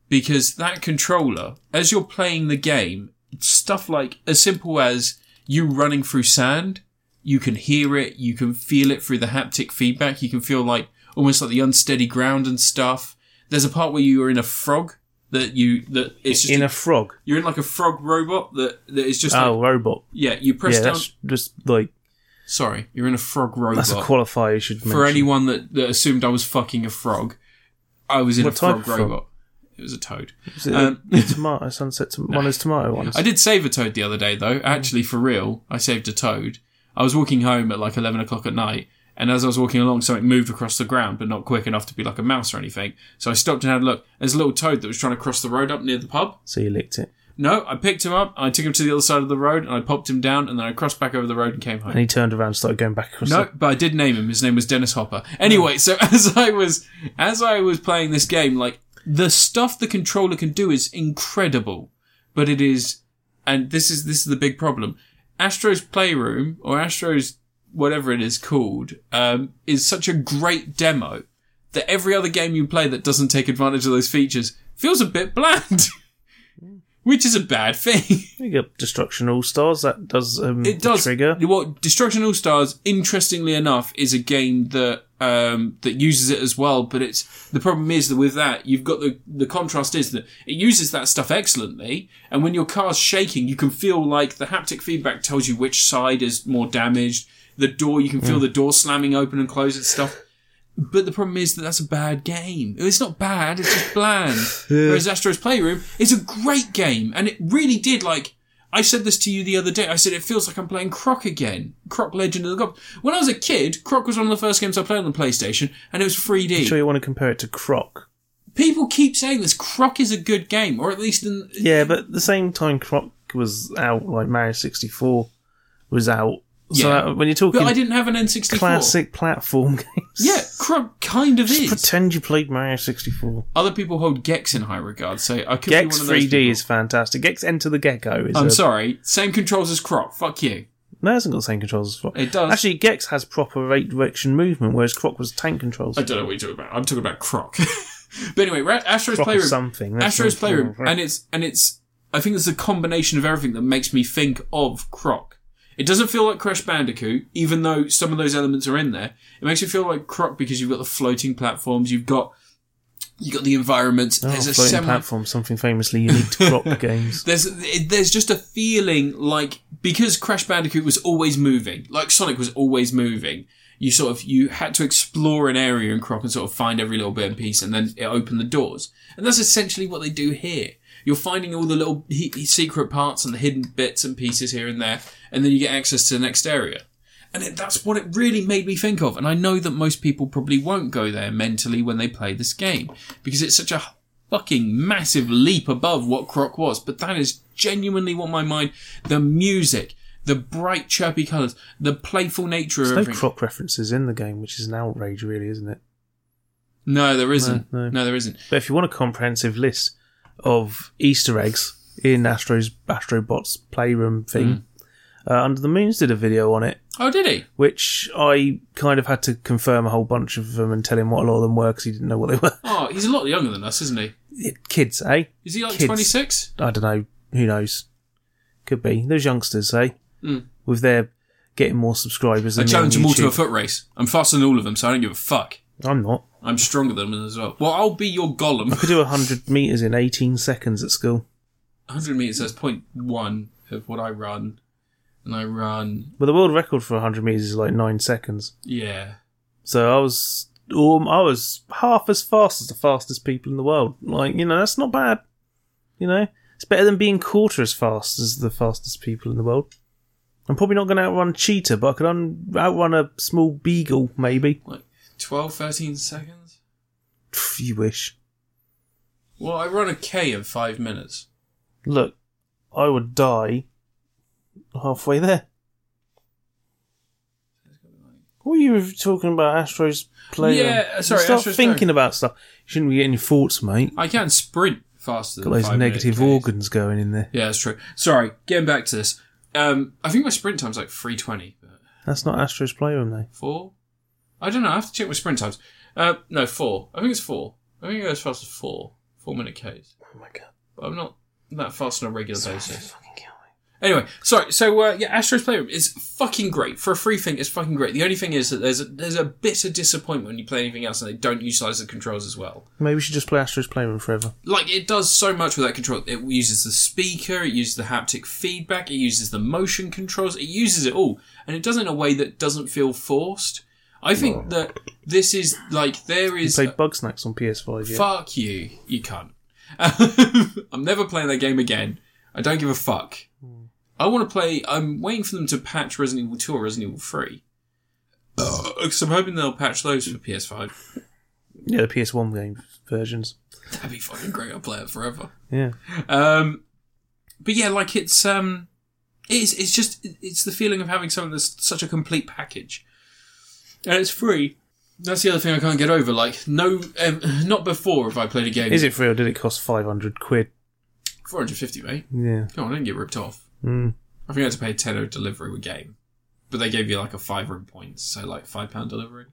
Speaker 1: Because that controller, as you're playing the game, stuff like as simple as you running through sand, you can hear it, you can feel it through the haptic feedback, you can feel like almost like the unsteady ground and stuff. There's a part where you are in a frog that you that it's just
Speaker 2: In a frog.
Speaker 1: you're in like a frog robot that that is just like,
Speaker 2: Oh, robot.
Speaker 1: yeah, you press
Speaker 2: Yeah,
Speaker 1: down.
Speaker 2: that's just like
Speaker 1: Sorry, you're in a frog robot.
Speaker 2: that's a qualifier you should
Speaker 1: For
Speaker 2: mention.
Speaker 1: anyone that, that assumed I was fucking a frog, I was in
Speaker 2: What
Speaker 1: a
Speaker 2: type
Speaker 1: frog
Speaker 2: of frog?
Speaker 1: robot. It was a toad.
Speaker 2: Is it
Speaker 1: um,
Speaker 2: the tomato sunset tom- one is tomato ones.
Speaker 1: I did save a toad the other day, though. Actually, for real, I saved a toad. I was walking home at like 11 o'clock at night, and as I was walking along, something moved across the ground, but not quick enough to be like a mouse or anything. So I stopped and had a look. There's a little toad that was trying to cross the road up near the pub.
Speaker 2: So you licked it,
Speaker 1: No, I picked him up, I took him to the other side of the road, and I popped him down, and then I crossed back over the road and came home.
Speaker 2: and he turned around and started going back across.
Speaker 1: No, but I did name him. His name was Dennis Hopper. Anyway, so as I was as I was playing this game, like the stuff the controller can do is incredible, but it is, and this is this is the big problem. Astro's Playroom or Astro's whatever it is called um, is such a great demo that every other game you play that doesn't take advantage of those features feels a bit bland, which is a bad thing.
Speaker 2: the, you get destruction all stars. That does um,
Speaker 1: It does.
Speaker 2: trigger.
Speaker 1: Well, Destruction All Stars, interestingly enough, is a game that um, that uses it as well. But it's the problem is that with that, you've got the the contrast is that it uses that stuff excellently, and when your car's shaking, you can feel like the haptic feedback tells you which side is more damaged. The door, you can feel the door slamming open and close and stuff. But the problem is that that's a bad game. It's not bad, it's just bland. Whereas Astro's Playroom is a great game, and it really did like. I said this to you the other day. I said it feels like I'm playing Croc again. Croc Legend of the Goblin. When I was a kid, Croc was one of the first games I played on the PlayStation, and it was 3D.
Speaker 2: Sure, you want to compare it to Croc.
Speaker 1: People keep saying this. Croc is a good game, or at least in
Speaker 2: Yeah, but at the same time, Croc was out. Like Mario sixty four was out. So
Speaker 1: Yeah.
Speaker 2: uh, when you're
Speaker 1: but I
Speaker 2: talking
Speaker 1: didn't have an N64.
Speaker 2: classic platform games,
Speaker 1: Yeah, Croc kind of is.
Speaker 2: just pretend you played Mario sixty four.
Speaker 1: Other people hold Gex in high regard, so I could be one
Speaker 2: Gex
Speaker 1: of those.
Speaker 2: 3D
Speaker 1: people.
Speaker 2: is fantastic. Gex Enter the Gecko is.
Speaker 1: I'm
Speaker 2: a-
Speaker 1: sorry. Same controls as Croc. Fuck you.
Speaker 2: No, it hasn't got the same controls as Croc.
Speaker 1: It does.
Speaker 2: Actually, Gex has proper rate direction movement, whereas Croc was tank controls.
Speaker 1: I don't know what you're talking about. I'm talking about Croc. but anyway, Ra- Astro's
Speaker 2: Croc
Speaker 1: Playroom.
Speaker 2: is something. That's
Speaker 1: Astro's
Speaker 2: not-
Speaker 1: Playroom, and it's and it's. I think it's a combination of everything that makes me think of Croc. It doesn't feel like Crash Bandicoot, even though some of those elements are in there. It makes you feel like Croc because you've got the floating platforms, you've got you have got the environments.
Speaker 2: Oh,
Speaker 1: there's a
Speaker 2: floating
Speaker 1: semi.
Speaker 2: platform, something famously unique to Croc games.
Speaker 1: There's it- there's just a feeling like because Crash Bandicoot was always moving, like Sonic was always moving. You sort of you had to explore an area in Croc and sort of find every little bit and piece, and then it opened the doors. And that's essentially what they do here. You're finding all the little he- he- secret parts and the hidden bits and pieces here and there, and then you get access to the next area. And it, that's what it really made me think of. And I know that most people probably won't go there mentally when they play this game because it's such a fucking massive leap above what Croc was. But that is genuinely what my mind, the music, the bright chirpy colours, the playful nature of
Speaker 2: There's no
Speaker 1: everything.
Speaker 2: croc references in the game, which is an outrage, really, isn't it?
Speaker 1: no, there isn't.
Speaker 2: No, no.
Speaker 1: no, there isn't.
Speaker 2: But if you want a comprehensive list of Easter eggs in Astro's Astrobot's playroom thing,
Speaker 1: Mm.
Speaker 2: uh, Under the Moons did a video on it,
Speaker 1: Oh, did he?
Speaker 2: which I kind of had to confirm a whole bunch of them and tell him what a lot of them were because he didn't know what they were.
Speaker 1: Oh, he's a lot younger than us, isn't he?
Speaker 2: Kids, eh?
Speaker 1: Is he like
Speaker 2: Kids.
Speaker 1: twenty six?
Speaker 2: I don't know. Who knows? Could be those youngsters, eh? With their getting more subscribers.
Speaker 1: I
Speaker 2: Than me
Speaker 1: challenge
Speaker 2: on
Speaker 1: them all to Hmm. a
Speaker 2: YouTube.
Speaker 1: foot race. I'm faster than all of them, so I don't give a fuck.
Speaker 2: I'm not.
Speaker 1: I'm stronger than them as well. Well, I'll be your golem.
Speaker 2: I could do hundred meters in 18 seconds at school.
Speaker 1: 100 meters, that's point one of what I run. And I run,
Speaker 2: But the world record for 100 meters is like nine seconds.
Speaker 1: yeah.
Speaker 2: So I was, um, I was half as fast as the fastest people in the world. Like you know, that's not bad. You know, it's better than being quarter as fast as the fastest people in the world. I'm probably not going to outrun a cheetah, but I could un- outrun a small beagle, maybe.
Speaker 1: Like 12, 13 seconds?
Speaker 2: Pff, you wish.
Speaker 1: Well, I run a K in five minutes.
Speaker 2: Look, I would die halfway there. What were you talking about, Astros player?
Speaker 1: Yeah, sorry,
Speaker 2: Start
Speaker 1: Astros
Speaker 2: thinking
Speaker 1: player.
Speaker 2: about stuff. You shouldn't be getting your thoughts, mate.
Speaker 1: I can sprint faster
Speaker 2: Got
Speaker 1: than
Speaker 2: those
Speaker 1: five minute
Speaker 2: negative
Speaker 1: Ks.
Speaker 2: organs going in there.
Speaker 1: Yeah, that's true. Sorry, getting back to this. Um, I think my sprint time's like 320, but
Speaker 2: That's not Astros playroom, though.
Speaker 1: four? I don't know, I have to check my sprint times. Uh, no, four. I think it's four. I think it goes fast as four. Four minute Ks.
Speaker 2: Oh my god,
Speaker 1: But I'm not that fast on a regular basis.
Speaker 2: fucking kill me.
Speaker 1: Anyway, sorry. So uh, yeah, Astro's Playroom is fucking great for a free thing. It's fucking great. The only thing is that there's a, there's a bit of disappointment when you play anything else and they don't utilize the controls as well.
Speaker 2: Maybe we should just play Astros playroom forever.
Speaker 1: Like it does so much with that control. It uses the speaker, it uses the haptic feedback, it uses the motion controls, it uses it all, and it does it in a way that doesn't feel forced. I think that this is like there
Speaker 2: We
Speaker 1: is
Speaker 2: played Bug Snacks on PS5. Yeah.
Speaker 1: fuck you, you cunt. I'm never playing that game again. I don't give a fuck. I want to play. I'm waiting for them to patch Resident Evil 2 or Resident Evil 3. Because I'm hoping they'll patch those for PS5.
Speaker 2: yeah, the PS1 game versions.
Speaker 1: That'd be fucking great. I'll play it forever.
Speaker 2: Yeah,
Speaker 1: Um, but yeah, like it's um, it's it's just it's the feeling of having something that's such a complete package, and it's free. That's the other thing I can't get over. Like no, um, not before have I played a game.
Speaker 2: is it free or did it cost 500 quid?
Speaker 1: 450, mate?
Speaker 2: Yeah.
Speaker 1: Come on, I didn't get ripped off.
Speaker 2: Mm.
Speaker 1: I think I had to pay a tenner delivery with game, but they gave you like a fiver in points, so like five pound delivery.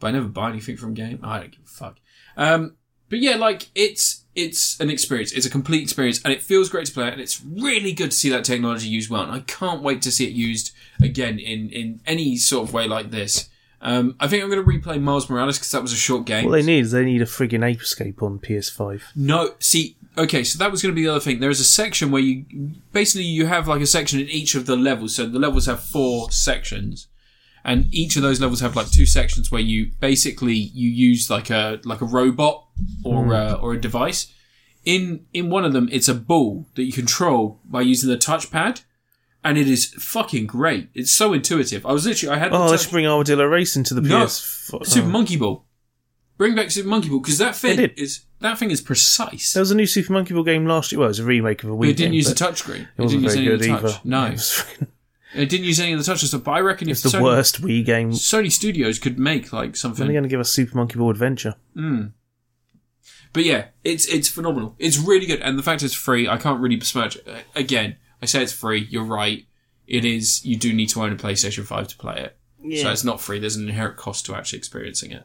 Speaker 1: But I never buy anything from game. I don't give a fuck. Um, but yeah, like it's it's an experience. It's a complete experience, and it feels great to play. And it's really good to see that technology used well. And I can't wait to see it used again in in any sort of way like this. Um, I think I'm going to replay Miles Morales because that was a short game.
Speaker 2: What they need is they need a friggin' Ape Escape on PS5.
Speaker 1: No, see, okay, so that was going to be the other thing. There is a section where you basically you have like a section in each of the levels. So the levels have four sections, and each of those levels have like two sections where you basically you use like a like a robot or
Speaker 2: Hmm.
Speaker 1: a, or a device. In in one of them, it's a ball that you control by using the touchpad, and it is fucking great. It's so intuitive. I was literally I had the
Speaker 2: Oh,
Speaker 1: touch-
Speaker 2: let's bring Armadillo Racing to the
Speaker 1: No.
Speaker 2: PS5.
Speaker 1: Super
Speaker 2: Oh.
Speaker 1: Monkey Ball. Bring back Super Monkey Ball because that thing
Speaker 2: did.
Speaker 1: is that thing is precise.
Speaker 2: There was a new Super Monkey Ball game last year. Well, it was a remake of a Wii
Speaker 1: But it didn't
Speaker 2: game,
Speaker 1: use
Speaker 2: but
Speaker 1: the touchscreen.
Speaker 2: It
Speaker 1: It didn't
Speaker 2: wasn't
Speaker 1: use
Speaker 2: very
Speaker 1: any of
Speaker 2: good
Speaker 1: the
Speaker 2: either.
Speaker 1: touch. No,
Speaker 2: It was friggin-
Speaker 1: it didn't use any of the touch stuff. But I reckon if
Speaker 2: it's the
Speaker 1: Sony,
Speaker 2: worst Wii game. When
Speaker 1: Sony Studios could make like
Speaker 2: are they
Speaker 1: something, Hmm.
Speaker 2: going to give us Super Monkey Ball Adventure?
Speaker 1: but yeah, it's it's phenomenal. It's really good, and the fact it's free, I can't really besmirch. it. Uh, Again, I say it's free. You're right. It is. You do need to own a PlayStation Five to play it. So it's not free. There's an inherent cost to actually experiencing it.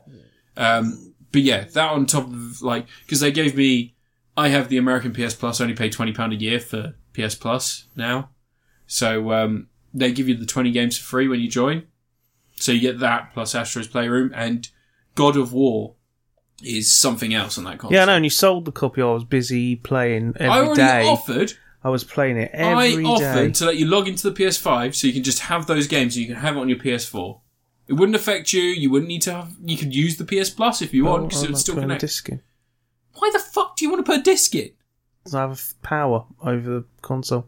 Speaker 1: Um, but yeah, that on top of like because they gave me, I have the American PS Plus. I only pay twenty pound a year for PS Plus now, so um, they give you the twenty games for free when you join. So you get that plus Astro's Playroom and God of War is something else on that console.
Speaker 2: Yeah, I know, and you sold the copy. I was busy playing
Speaker 1: I
Speaker 2: every
Speaker 1: already
Speaker 2: day.
Speaker 1: offered.
Speaker 2: I was playing it every
Speaker 1: I
Speaker 2: day.
Speaker 1: offered to let you log into the PS5 so you can just have those games and you can have it on your PS4. It wouldn't affect you. You wouldn't need to have. You could use the PS Plus if you want because
Speaker 2: Oh, I'm
Speaker 1: it would
Speaker 2: not
Speaker 1: still
Speaker 2: putting a
Speaker 1: connect.
Speaker 2: disc in.
Speaker 1: Why the fuck do you want to put a disc in?
Speaker 2: 'Cause I have f- power over the console.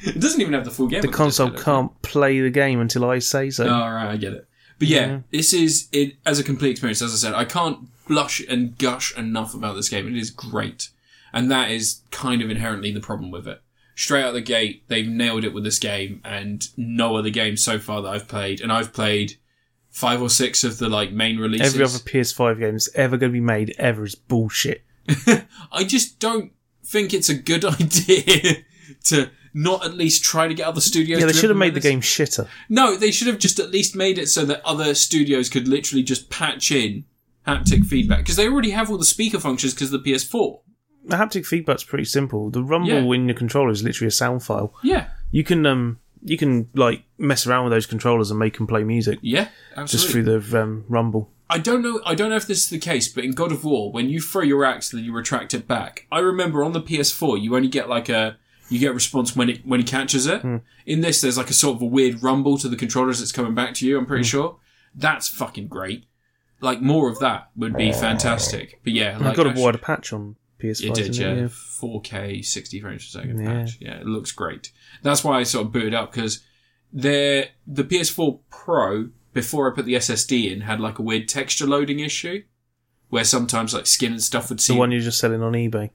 Speaker 1: It doesn't even have the full game.
Speaker 2: The
Speaker 1: on
Speaker 2: console
Speaker 1: disc, I don't
Speaker 2: can't play the game until I say so.
Speaker 1: All Oh, right, I get it. But yeah,
Speaker 2: Yeah.
Speaker 1: this is it as a complete experience. As I said, I can't blush and gush enough about this game. It is great, and that is kind of inherently the problem with it. Straight out the gate, they've nailed it with this game, and no other game so far that I've played, and I've played five or six of the like main releases.
Speaker 2: Every other PS5 game that's ever going to be made ever is bullshit.
Speaker 1: I just don't think it's a good idea to not at least try to get other studios.
Speaker 2: Yeah, they
Speaker 1: to
Speaker 2: should have
Speaker 1: implement
Speaker 2: made the
Speaker 1: this.
Speaker 2: game shitter.
Speaker 1: No, they should have just at least made it so that other studios could literally just patch in haptic feedback because they already have all the speaker functions because the PS4.
Speaker 2: The haptic feedback's pretty simple. The rumble
Speaker 1: Yeah.
Speaker 2: in your controller is literally a sound file.
Speaker 1: Yeah,
Speaker 2: You can um you can like mess around with those controllers and make them play music
Speaker 1: yeah,
Speaker 2: just
Speaker 1: absolutely.
Speaker 2: through the um, rumble.
Speaker 1: I don't know. I don't know if this is the case, but in God of War, when you throw your axe and you retract it back, I remember on the PS4 you only get like a you get a response when it when he catches it.
Speaker 2: Hmm.
Speaker 1: In this, there's like a sort of a weird rumble to the controller as it's coming back to you. I'm
Speaker 2: Hmm.
Speaker 1: pretty sure that's fucking great. Like more of that would
Speaker 2: Oh.
Speaker 1: be fantastic. But yeah, like
Speaker 2: I got a
Speaker 1: actually-
Speaker 2: wider patch on PS5.
Speaker 1: It did,
Speaker 2: didn't
Speaker 1: yeah.
Speaker 2: it?
Speaker 1: 4K, 60 frames per second
Speaker 2: Yeah.
Speaker 1: patch. Yeah, it looks great. That's why I sort of booted up because the the PS4 Pro before I put the SSD in had like a weird texture loading issue where sometimes like skin and stuff would
Speaker 2: The
Speaker 1: seem.
Speaker 2: one you're just selling on eBay.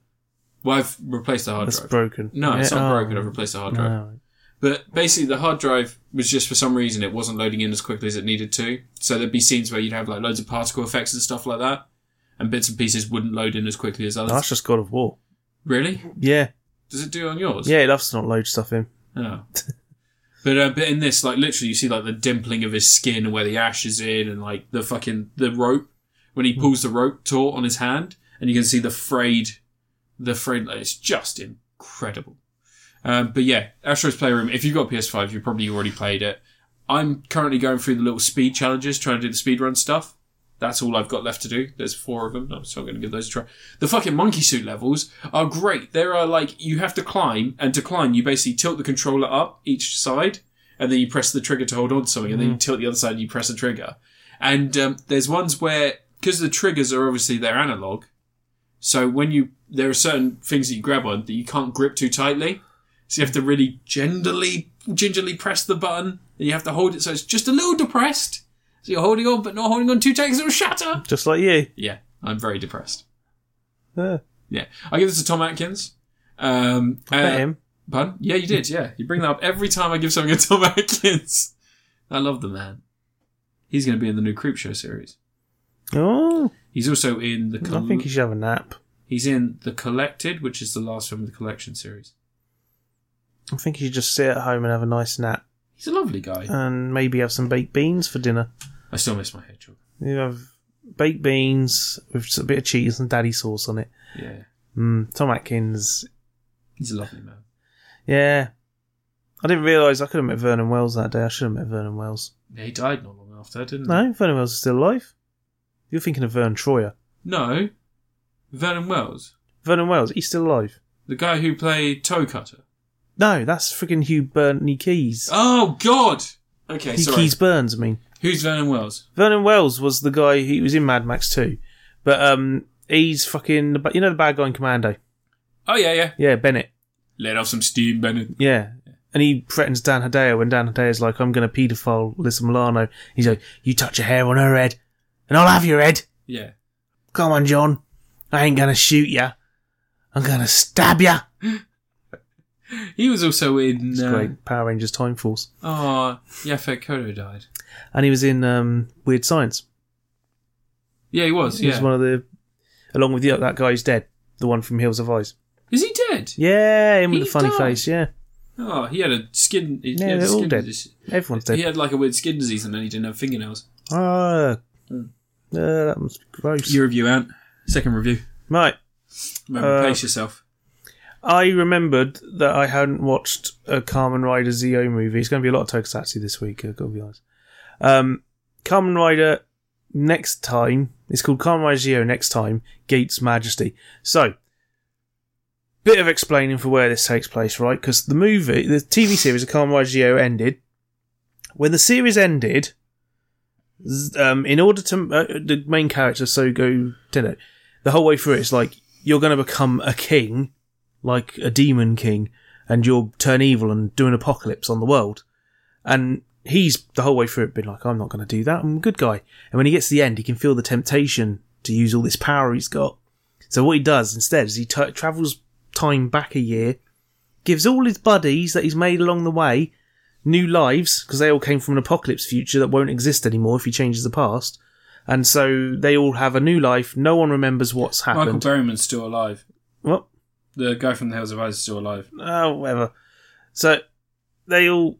Speaker 1: well, I've replaced the hard
Speaker 2: That's
Speaker 1: drive.
Speaker 2: broken.
Speaker 1: no, it's
Speaker 2: Yeah,
Speaker 1: not
Speaker 2: oh,
Speaker 1: broken. I've replaced the hard drive.
Speaker 2: no.
Speaker 1: But basically, the hard drive was just for some reason it wasn't loading in as quickly as it needed to. So there'd be scenes where you'd have like loads of particle effects and stuff like that, and bits and pieces wouldn't load in as quickly as others.
Speaker 2: Oh, That's just God of War.
Speaker 1: Really?
Speaker 2: Yeah,
Speaker 1: Does it do on yours?
Speaker 2: yeah, it loves to not load stuff in.
Speaker 1: Oh. But, uh, but in this, like literally, you see like the dimpling of his skin and where the ash is in, and like the fucking the rope when he pulls the rope taut on his hand, and you can see the frayed, the frayed. Like, it's just incredible. Um, but yeah, Astro's Playroom. If you've got PS5, you've probably already played it. I'm currently going through the little speed challenges, trying to do the speedrun stuff. That's all I've got left to do. There's four of them. I'm still going to give those a try. The fucking monkey suit levels are great. There are like, you have to climb, and to climb, you basically tilt the controller up each side, and then you press the trigger to hold on to something, and then you tilt the other side and you press the trigger. And um, there's ones where, because the triggers are obviously they're analog, so when you, there are certain things that you grab on that you can't grip too tightly. So you have to really gingerly, gingerly press the button, and you have to hold it so it's just a little depressed. So you're holding on, but not holding on too tight because it'll shatter.
Speaker 2: Just like you.
Speaker 1: Yeah, I'm very depressed.
Speaker 2: Yeah,
Speaker 1: Yeah, I give this to Tom Atkins. Um,
Speaker 2: bet
Speaker 1: uh,
Speaker 2: him.
Speaker 1: Pardon? Yeah, you did. Yeah, you bring that up every time I give something a Tom Atkins. I love the man. He's going to be in the new Creep Show series.
Speaker 2: Oh,
Speaker 1: He's also in the. Col-
Speaker 2: I think he should have a nap.
Speaker 1: he's in the Collected, which is the last film of the collection series.
Speaker 2: I think he should just sit at home and have a nice nap,
Speaker 1: He's a lovely guy.
Speaker 2: and maybe have some baked beans for dinner.
Speaker 1: I still miss my hedgehog.
Speaker 2: You have baked beans with just a bit of cheese and daddy sauce on it.
Speaker 1: Yeah,
Speaker 2: Mm, Tom Atkins.
Speaker 1: he's a lovely man.
Speaker 2: Yeah. I didn't realise I could have met Vernon Wells that day. I should have met Vernon Wells.
Speaker 1: Yeah, he died not long after, didn't he?
Speaker 2: No, Vernon Wells is still alive. You're thinking of Vern Troyer.
Speaker 1: No. Vernon Wells,
Speaker 2: Vernon Wells, he's still alive.
Speaker 1: the guy who played Toe Cutter.
Speaker 2: No, that's freaking Hugh Burney Keys.
Speaker 1: Oh God. Okay,
Speaker 2: Hugh
Speaker 1: sorry.
Speaker 2: Keys Burns, I mean.
Speaker 1: Who's Vernon Wells?
Speaker 2: Vernon Wells was the guy who he was in Mad Max 2. But um, he's fucking, the ba- you know the bad guy in Commando?
Speaker 1: Oh yeah, yeah.
Speaker 2: Yeah, Bennett.
Speaker 1: Let off some steam, Bennett.
Speaker 2: Yeah. And he threatens Dan Hideo when Dan Hideo's like, I'm going to paedophile Lisa Milano. He's like, you touch a hair on her head and I'll have your head.
Speaker 1: Yeah.
Speaker 2: Come on, John. I ain't going to shoot ya. I'm going to stab ya.
Speaker 1: He was also in.
Speaker 2: It's
Speaker 1: Uh,
Speaker 2: great. Power Rangers Time Force.
Speaker 1: oh, Yafet Kodo died.
Speaker 2: And he was in um, Weird Science.
Speaker 1: Yeah, he was.
Speaker 2: He
Speaker 1: Yeah.
Speaker 2: was one of the, along with the, that guy who's dead. The one from Hills of Eyes.
Speaker 1: Is he dead?
Speaker 2: Yeah, him with
Speaker 1: He
Speaker 2: the funny
Speaker 1: died.
Speaker 2: face. Yeah.
Speaker 1: Oh, he had a skin. He,
Speaker 2: Yeah,
Speaker 1: he had a
Speaker 2: they're all
Speaker 1: skin
Speaker 2: dead.
Speaker 1: dis-
Speaker 2: Everyone's
Speaker 1: He
Speaker 2: dead.
Speaker 1: had like a weird skin disease, and then he didn't have fingernails.
Speaker 2: Ah,
Speaker 1: Hmm.
Speaker 2: uh, that must be gross.
Speaker 1: Your review, Ant. Second review.
Speaker 2: right.
Speaker 1: Remember,
Speaker 2: Uh,
Speaker 1: pace yourself.
Speaker 2: I remembered that I hadn't watched a Carmen Rider Zio movie. It's going to be a lot of Tokusatsu this week, I've got to be honest. Um, Carmen Rider next time. It's called Carmen Rider Zio next time, Gates Majesty. So, bit of explaining for where this takes place, right? Because the movie, the TV series of Carmen Rider Zio ended. When the series ended, z- um, in order to, uh, the main character, Sogo Tenno, the whole way through, it's like, you're going to become a king like a demon king and you'll turn evil and do an apocalypse on the world. And he's the whole way through it been like, I'm not going to do that. I'm a good guy. And when he gets to the end, he can feel the temptation to use all this power he's got. So what he does instead is he t- travels time back a year, gives all his buddies that he's made along the way new lives because they all came from an apocalypse future that won't exist anymore if he changes the past. And so they all have a new life. No one remembers what's
Speaker 1: Michael
Speaker 2: happened.
Speaker 1: Berryman's still alive.
Speaker 2: What?
Speaker 1: The guy from the Hills of Eyes is still alive.
Speaker 2: oh, whatever. So they all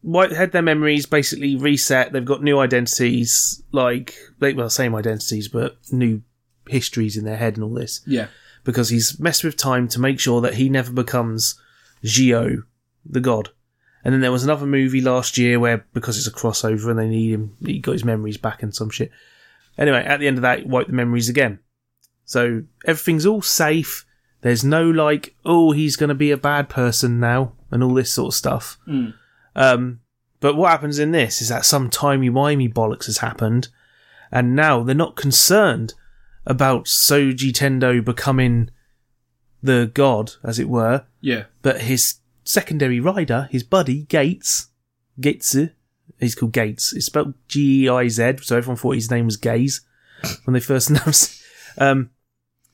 Speaker 2: white had their memories basically reset. They've got new identities, like they well, same identities, but new histories in their head and all this
Speaker 1: Yeah.
Speaker 2: because he's messed with time to make sure that he never becomes Gio, the god. And then there was another movie last year where because it's a crossover and they need him, he got his memories back and some shit. Anyway, at the end of that, he wiped the memories again. So everything's all safe. There's no like, oh, he's going to be a bad person now and all this sort of stuff. Um, but what happens in this is that some timey-wimey bollocks has happened and now they're not concerned about Soji Tendo becoming the god, as it were,
Speaker 1: Yeah.
Speaker 2: but his secondary rider, his buddy Gates, Gates, he's called Gates. It's spelled G E I Z, so everyone thought his name was Gaze when they first announced. it. Um,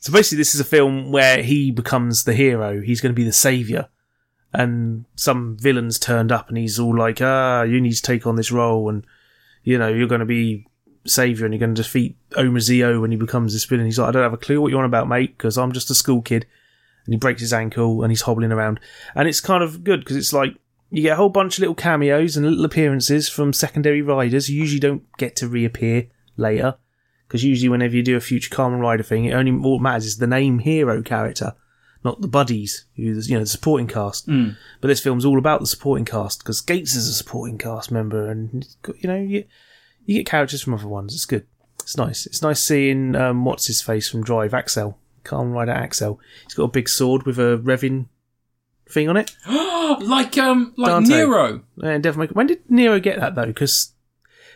Speaker 2: so basically, this is a film where he becomes the hero. He's going to be the savior, and some villains turned up, and he's all like, "Ah, you need to take on this role, and you know you're going to be." Savior, and you're going to defeat Omazeo when he becomes this villain. He's like, I don't have a clue what you're on about, mate, because I'm just a school kid and he breaks his ankle and he's hobbling around. And it's kind of good because it's like you get a whole bunch of little cameos and little appearances from secondary riders who usually don't get to reappear later. Because usually, whenever you do a future Carmen Rider thing, it only all that matters is the name hero character, not the buddies, who you know the supporting cast. But this film's all about the supporting cast because Gates is a supporting cast member, and it's got- you know you, you get characters from other ones. It's good. It's nice. It's nice seeing um, what's his face from Drive, Axel, Carmen Rider Axel. He's got a big sword with a Revin thing on it.
Speaker 1: like um like
Speaker 2: Dante.
Speaker 1: Nero.
Speaker 2: And Devil May Cry- When did Nero get that though? Because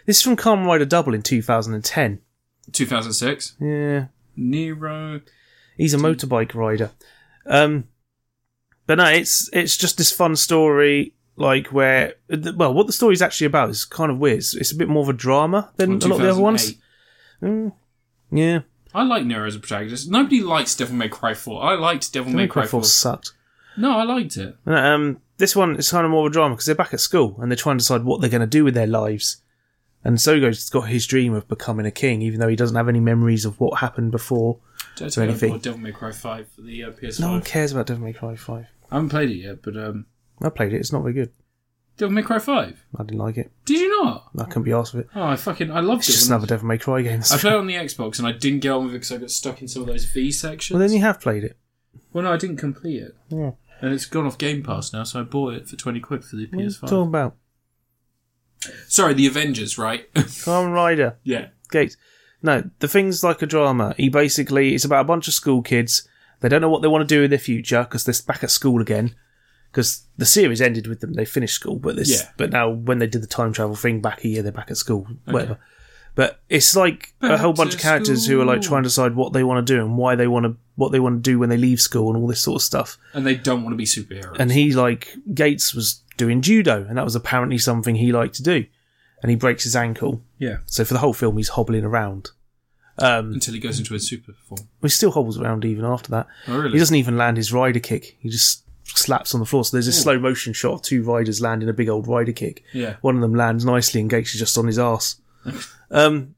Speaker 2: this is from Carmen Rider Double in 2010.
Speaker 1: 2006.
Speaker 2: Yeah,
Speaker 1: Nero.
Speaker 2: He's a motorbike rider. Um, but no, it's it's just this fun story, like where well, what the story's actually about is kind of weird. It's, it's a bit more of a drama than a lot of the other ones.
Speaker 1: 2008.
Speaker 2: Mm, yeah,
Speaker 1: I like Nero as a protagonist. Nobody likes Devil May Cry 4. I liked Devil
Speaker 2: Devil
Speaker 1: May
Speaker 2: May Cry
Speaker 1: Cry 4.
Speaker 2: Four sucked.
Speaker 1: No, I liked it.
Speaker 2: And, Um, this one is kind of more of a drama because they're back at school and they're trying to decide what they're going to do with their lives. And Sogo's got his dream of becoming a king, even though he doesn't have any memories of what happened before.
Speaker 1: Don't
Speaker 2: Or anything.
Speaker 1: Or Devil May Cry 5 for the uh, PS5.
Speaker 2: No one cares about Devil May Cry Five.
Speaker 1: I haven't played it yet, but um,
Speaker 2: I played it; it's not very good.
Speaker 1: Devil May Cry 5.
Speaker 2: I didn't like it.
Speaker 1: Did you not?
Speaker 2: I couldn't be asked with it.
Speaker 1: Oh, I fucking I loved
Speaker 2: It's
Speaker 1: it.
Speaker 2: just
Speaker 1: when I-
Speaker 2: another Devil May Cry game.
Speaker 1: I played it on the Xbox and I didn't get on with it because I got stuck in some of those V sections.
Speaker 2: Well, then you have played it.
Speaker 1: Well, no, I didn't complete it.
Speaker 2: Yeah.
Speaker 1: And it's gone off Game Pass now, so I bought it for 20 quid for the
Speaker 2: What are you
Speaker 1: PS5.
Speaker 2: talking about?
Speaker 1: Sorry, the Avengers, right?
Speaker 2: Carmen Rider,
Speaker 1: yeah.
Speaker 2: Gates. No, the thing's like a drama. He basically, it's about a bunch of school kids. They don't know what they want to do in their future because they're back at school again. Because the series ended with them, they finished school, but this,
Speaker 1: Yeah.
Speaker 2: but now when they did the time travel thing back a year, they're back at school, whatever. But it's like a
Speaker 1: Back
Speaker 2: whole bunch
Speaker 1: to
Speaker 2: of characters who are like
Speaker 1: school.
Speaker 2: trying to decide what they want to do and why they want to, what they want to do when they leave school and all this sort of stuff.
Speaker 1: And they don't want to be superheroes.
Speaker 2: and he like Gates was doing judo, and that was apparently something he liked to do, and he breaks his ankle.
Speaker 1: yeah.
Speaker 2: So for the whole film, he's hobbling around. Um,
Speaker 1: Until he goes into his super form.
Speaker 2: he still hobbles around even after that.
Speaker 1: Oh, really?
Speaker 2: He doesn't even land his rider kick. He just slaps on the floor. So there's this slow motion shot of two riders landing a big old rider kick.
Speaker 1: Yeah.
Speaker 2: One of them lands nicely, and Gates is just on his ass. um,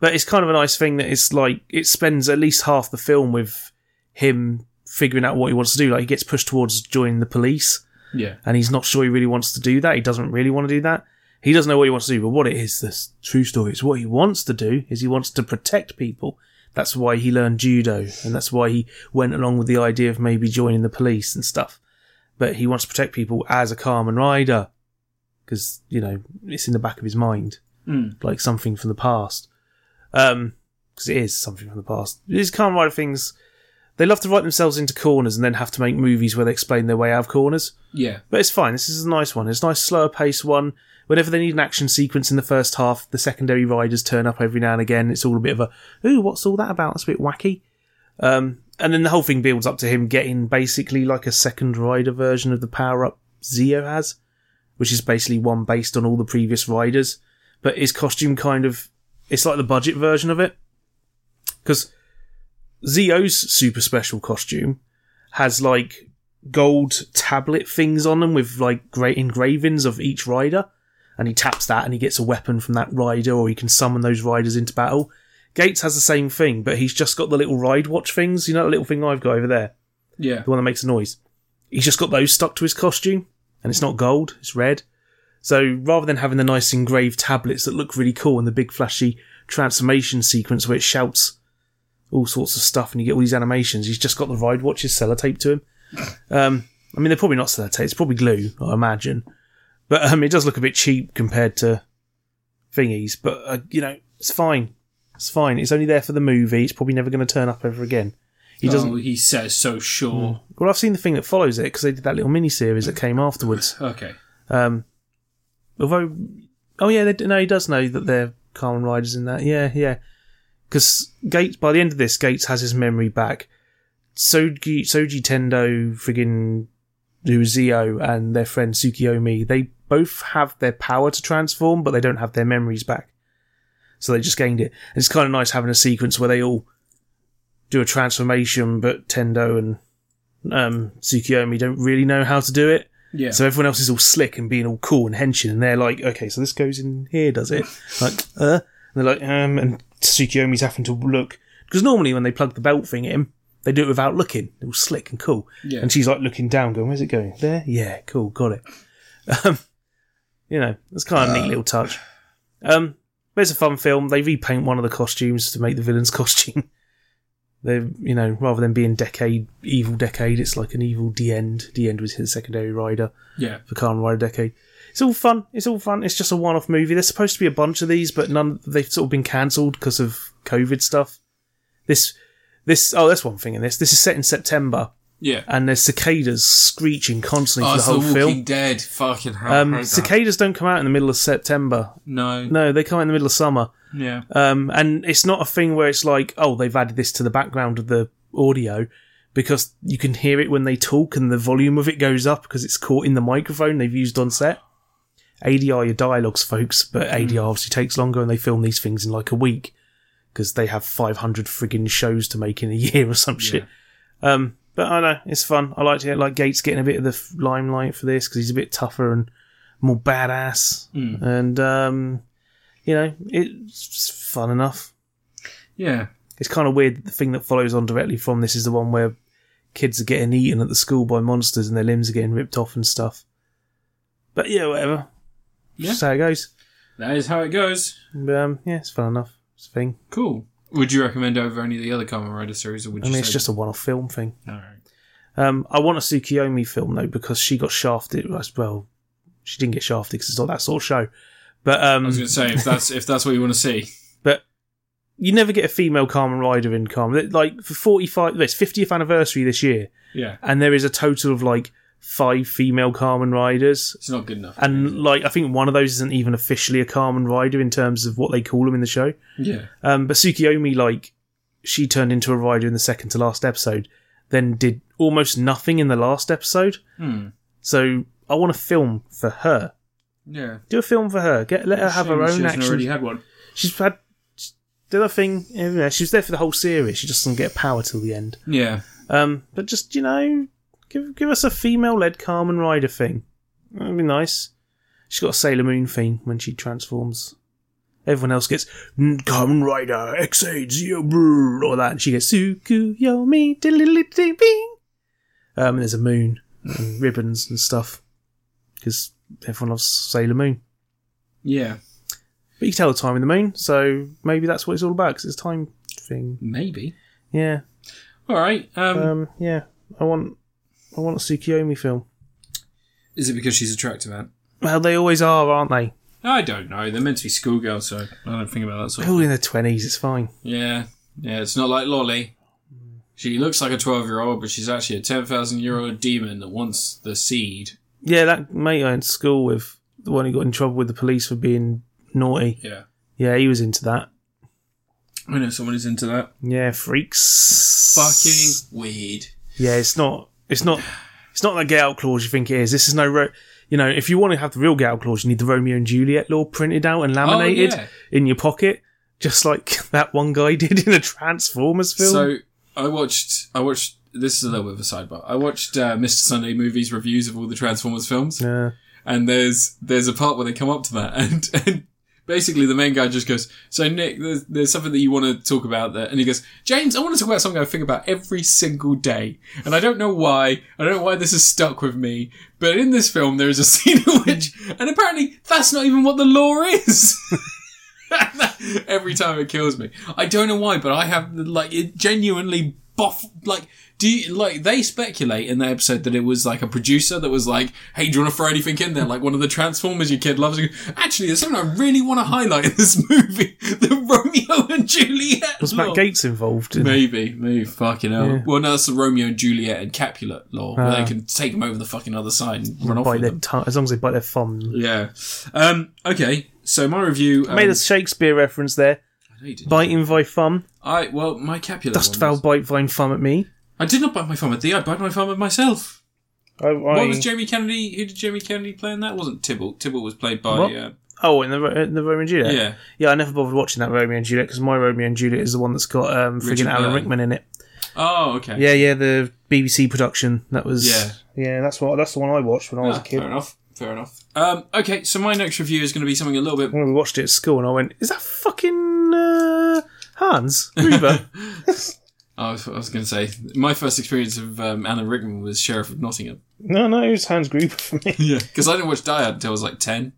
Speaker 2: but it's kind of a nice thing that it's like it spends at least half the film with him figuring out what he wants to do. Like he gets pushed towards joining the police
Speaker 1: Yeah.
Speaker 2: and he's not sure he really wants to do that. He doesn't really want to do that. He doesn't know what he wants to do, but what it is, this true story, is what he wants to do is he wants to protect people. That's why he learned judo, and that's why he went along with the idea of maybe joining the police and stuff. But he wants to protect people as a Carmen Rider, because you know it's in the back of his mind,
Speaker 1: Mm.
Speaker 2: like something from the past. Um, because it is something from the past. These Carmen Rider things, they love to write themselves into corners and then have to make movies where they explain their way out of corners.
Speaker 1: Yeah.
Speaker 2: But it's fine. This is a nice one. It's a nice, slower paced one. Whenever they need an action sequence in the first half, the secondary riders turn up every now and again. It's all a bit of a, ooh, what's all that about? It's a bit wacky. Um, and then the whole thing builds up to him getting basically like a second rider version of the power up Zio has, which is basically one based on all the previous riders. But his costume kind of it's like the budget version of it because Zio's super special costume has like gold tablet things on them with like great engravings of each rider, and he taps that and he gets a weapon from that rider, or he can summon those riders into battle. Gates has the same thing, but he's just got the little ride watch things. You know, the little thing I've got over there,
Speaker 1: Yeah.
Speaker 2: the one that makes a noise. He's just got those stuck to his costume, and it's not gold; it's red. So rather than having the nice engraved tablets that look really cool and the big flashy transformation sequence where it shouts all sorts of stuff and you get all these animations, he's just got the ride watches sellotape to him. Um, I mean, they're probably not sellotape; it's probably glue, I imagine. But um, it does look a bit cheap compared to thingies. But uh, you know, it's fine. It's fine. It's only there for the movie. It's probably never going to turn up ever again. He doesn't.
Speaker 1: Oh, he says so sure.
Speaker 2: Well, I've seen the thing that follows it because they did that little mini series that came afterwards.
Speaker 1: Okay.
Speaker 2: Um, although, oh yeah, they, do- no, he does know that they're Carmen Riders in that. Yeah, yeah. Because Gates, by the end of this, Gates has his memory back. Soji, Soji Tendo, friggin' who is Zio, and their friend Tsukiyomi, they both have their power to transform, but they don't have their memories back. So they just gained it. And it's kind of nice having a sequence where they all do a transformation, but Tendo and um, Tsukiyomi don't really know how to do it.
Speaker 1: Yeah.
Speaker 2: So everyone else is all slick and being all cool and henshin, and they're like, okay, so this goes in here, does it? Like, uh? And they're like, um, and Tsukiyomi's having to look. Because normally when they plug the belt thing in, they do it without looking. They're all slick and cool.
Speaker 1: Yeah.
Speaker 2: And she's like looking down, going, where's it going? There? Yeah, cool, got it. Um, you know, it's kind of
Speaker 1: Uh.
Speaker 2: a neat little touch. Um, but it's a fun film. They repaint one of the costumes to make the villain's costume. They, you know, rather than being decade, evil decade, it's like an evil D end. D end was his secondary rider
Speaker 1: yeah.
Speaker 2: for Kamen Rider Decade. It's all fun. It's all fun. It's just a one-off movie. There's supposed to be a bunch of these, but none. They've sort of been cancelled because of COVID stuff. This, this. Oh, that's one thing in this. This is set in September,
Speaker 1: Yeah.
Speaker 2: and there's cicadas screeching constantly
Speaker 1: Oh,
Speaker 2: for the
Speaker 1: it's The
Speaker 2: whole
Speaker 1: Walking
Speaker 2: film.
Speaker 1: Dead. Fucking hell. I
Speaker 2: Um,
Speaker 1: hate that.
Speaker 2: cicadas don't come out in the middle of September.
Speaker 1: no.
Speaker 2: No, they come out in the middle of summer.
Speaker 1: Yeah.
Speaker 2: Um, and it's not a thing where it's like, oh, they've added this to the background of the audio because you can hear it when they talk and the volume of it goes up because it's caught in the microphone they've used on set. ADR your dialogues, folks, but ADR obviously takes longer and they film these things in like a week because they have 500 friggin' shows to make in a year or some shit. Um, but I know, it's fun. I liked it. Like Gates getting a bit of the f- limelight for this because he's a bit tougher and more badass. And, um, you know, it's fun enough.
Speaker 1: Yeah.
Speaker 2: It's kind of weird that the thing that follows on directly from this is the one where kids are getting eaten at the school by monsters and their limbs are getting ripped off and stuff. But yeah, whatever.
Speaker 1: Yeah.
Speaker 2: Just how it goes.
Speaker 1: That is how it goes.
Speaker 2: But, um, yeah, it's fun enough. It's a thing.
Speaker 1: Cool. Would you recommend over any of the other Kamen Rider series, or would
Speaker 2: I
Speaker 1: you
Speaker 2: mean,
Speaker 1: say
Speaker 2: it's just a one-off film thing.
Speaker 1: all right?
Speaker 2: Um, I want a Tsukiyomi film though because she got shafted. Well, she didn't get shafted because it's not that sort of show. But um,
Speaker 1: I was going to say if that's if that's what you want to see.
Speaker 2: but you never get a female Carmen Rider in Carmen. Like for forty-five, it's fiftieth anniversary this year.
Speaker 1: Yeah.
Speaker 2: and there is a total of like five female Carmen Riders.
Speaker 1: It's not good enough.
Speaker 2: And like, I think one of those isn't even officially a Carmen Rider in terms of what they call them in the show.
Speaker 1: yeah.
Speaker 2: Um, but Tsukiyomi, like, she turned into a rider in the second to last episode, then did almost nothing in the last episode.
Speaker 1: Hmm.
Speaker 2: So I want a film for her.
Speaker 1: Yeah.
Speaker 2: Do a film for her. Get let her have her
Speaker 1: Shame she
Speaker 2: own
Speaker 1: hasn't already
Speaker 2: action.
Speaker 1: had one.
Speaker 2: She's had the other thing. You know, she was there for the whole series. She just doesn't get power till the end.
Speaker 1: Yeah.
Speaker 2: Um, but just you know, give give us a female-led Carmen Rider thing. That'd be nice. She's got a Sailor Moon theme when she transforms. Everyone else gets "Mm, Carmen Rider X eight zero brrr," or that, and she gets Tsukuyomi dililili bing. Um, and there's a moon and ribbons and stuff because everyone loves Sailor Moon.
Speaker 1: Yeah.
Speaker 2: But you can tell the time in the moon, so maybe that's what it's all about because it's a time thing.
Speaker 1: Maybe.
Speaker 2: Yeah.
Speaker 1: All right. Um,
Speaker 2: Um. Yeah. I want. I want a Tsukuyomi film.
Speaker 1: is it because she's attractive, Ant?
Speaker 2: Well, they always are, aren't they?
Speaker 1: I don't know. They're meant to be schoolgirls, so I don't think about that sort.
Speaker 2: They're
Speaker 1: Of.
Speaker 2: all in their twenties. It's fine.
Speaker 1: Yeah. Yeah. It's not like Lolly. She looks like a twelve-year-old, but she's actually a ten thousand-year-old demon that wants the seed.
Speaker 2: Yeah, that mate I went to school with, the one who got in trouble with the police for being naughty.
Speaker 1: Yeah.
Speaker 2: Yeah, he was into that.
Speaker 1: I know someone who's into that.
Speaker 2: Yeah, freaks.
Speaker 1: Fucking weird.
Speaker 2: Yeah, it's not. It's not. It's not that get out clause you think it is. This is no. Ro- You know, if you want to have the real Gal clause, you need the Romeo and Juliet law printed out and laminated
Speaker 1: Oh, yeah.
Speaker 2: in your pocket, just like that one guy did in a Transformers film.
Speaker 1: So I watched. I watched. This is a little bit of a sidebar. I watched uh, Mr. Sunday movies reviews of all the Transformers films,
Speaker 2: Yeah.
Speaker 1: and there's there's a part where they come up to that, and and basically the main guy just goes, "So Nick, there's, there's something that you want to talk about there," and he goes, "James, I want to talk about something I think about every single day, and I don't know why. I don't know why this has stuck with me, but in this film there is a scene in which, and apparently that's not even what the law is." Every time it kills me. I don't know why, but I have like it genuinely boff like do you, like they speculate in the episode that it was like a producer that was like, "Hey, do you want to throw anything in there? Like one of the Transformers your kid loves." Actually, there's something I really want to highlight in this movie: the Romeo and Juliet.
Speaker 2: Was
Speaker 1: law.
Speaker 2: Matt Gates involved? In,
Speaker 1: Maybe, maybe, fucking hell.
Speaker 2: Yeah.
Speaker 1: Well, no, that's the Romeo and Juliet and Capulet law. where
Speaker 2: Ah.
Speaker 1: they can take them over the fucking other side and run off
Speaker 2: by
Speaker 1: with
Speaker 2: their
Speaker 1: them.
Speaker 2: tongue, as long as they bite their thumb.
Speaker 1: Yeah. Um, okay. So my review. Um,
Speaker 2: Made a Shakespeare reference there.
Speaker 1: no, you didn't.
Speaker 2: Biting thy thumb.
Speaker 1: I well, my Capulet.
Speaker 2: Dost
Speaker 1: one
Speaker 2: thou
Speaker 1: was-
Speaker 2: bite thine thumb at me?
Speaker 1: I did not bite my thumb at thee. I bite my thumb at myself.
Speaker 2: I, I,
Speaker 1: What was Jamie Kennedy? Who did Jamie Kennedy play in that? Wasn't Tibble? Tibble was played by.
Speaker 2: What?
Speaker 1: Uh,
Speaker 2: oh, in the, Ro- in the Romeo and Juliet?
Speaker 1: yeah.
Speaker 2: Yeah, I never bothered watching that Romeo and Juliet because my Romeo and Juliet is the one that's got um,
Speaker 1: Richard
Speaker 2: friggin' Alan
Speaker 1: Burton.
Speaker 2: Rickman in it.
Speaker 1: Oh, okay.
Speaker 2: Yeah, yeah, the BBC production. That was
Speaker 1: Yeah.
Speaker 2: yeah. That's what that's the one I watched when I was
Speaker 1: Ah,
Speaker 2: a kid.
Speaker 1: fair enough. Fair enough. Um, okay, so my next review is going to be something a little bit.
Speaker 2: When we watched it at school, and I went, "Is that fucking uh, Hans Gruber?"
Speaker 1: I was, I was going to say my first experience of um, Alan Rickman was Sheriff of Nottingham.
Speaker 2: no, no, it was Hans Gruber for me.
Speaker 1: Yeah, because I didn't watch Die Hard until I was like ten.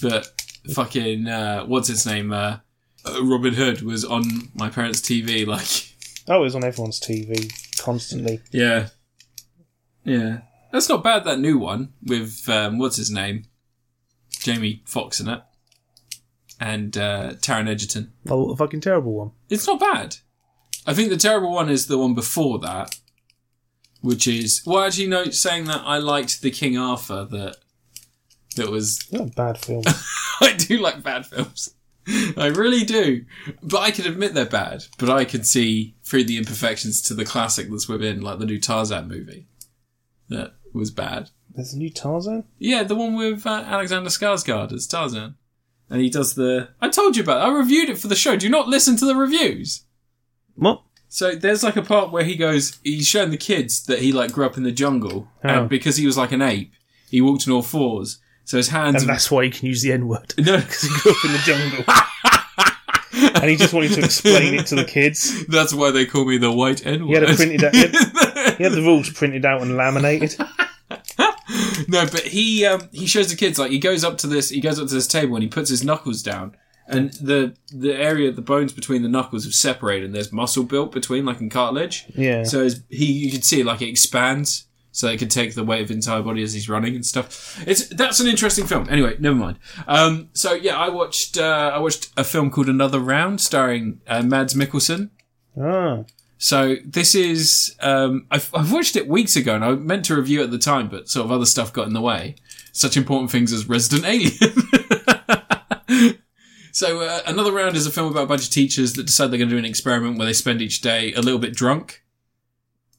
Speaker 1: But fucking uh, what's its name? Uh, uh, Robin Hood was on my parents' TV. Like,
Speaker 2: Oh, it was on everyone's TV constantly.
Speaker 1: yeah, yeah. That's not bad. That new one with um, what's his name, Jamie Foxx in it, and uh, Taron Egerton.
Speaker 2: Oh, a fucking terrible one.
Speaker 1: It's not bad. I think the terrible one is the one before that, which is well, actually, no. Saying that, I liked the King Arthur that that was
Speaker 2: Not a bad film.
Speaker 1: I do like bad films. I really do. But I can admit they're bad, but I can see through the imperfections to the classic that's within, like the new Tarzan movie that was bad.
Speaker 2: There's a new Tarzan.
Speaker 1: Yeah, the one with uh, Alexander Skarsgård as Tarzan. And he does the. I told you about it. I reviewed it for the show. Do not listen to the reviews.
Speaker 2: What?
Speaker 1: So there's like a part where he goes, he's showing the kids that he like grew up in the jungle.
Speaker 2: Oh.
Speaker 1: And because he was like an ape, he walked on all fours. So his hands.
Speaker 2: And that's why you can use the N word.
Speaker 1: no,
Speaker 2: He grew up in the jungle. and he just wanted to explain it to the kids.
Speaker 1: That's why they call me the white N word.
Speaker 2: He had it printed out. He had, he had the rules printed out and laminated.
Speaker 1: no, but he um, he shows the kids like he goes up to this he goes up to this table and he puts his knuckles down and the the area the bones between the knuckles have separated and there's muscle built between like in cartilage.
Speaker 2: Yeah.
Speaker 1: So his, he you can see like it expands so it can take the weight of his entire body as he's running and stuff. It's that's an interesting film. Anyway, never mind. Um, so yeah, I watched uh, I watched a film called Another Round starring uh, Mads Mikkelsen.
Speaker 2: Ah.
Speaker 1: So this is um, I've, I've watched it weeks ago, and I meant to review it at the time, but sort of other stuff got in the way. Such important things as Resident Alien. so uh, another round is a film about a bunch of teachers that decide they're going to do an experiment where they spend each day a little bit drunk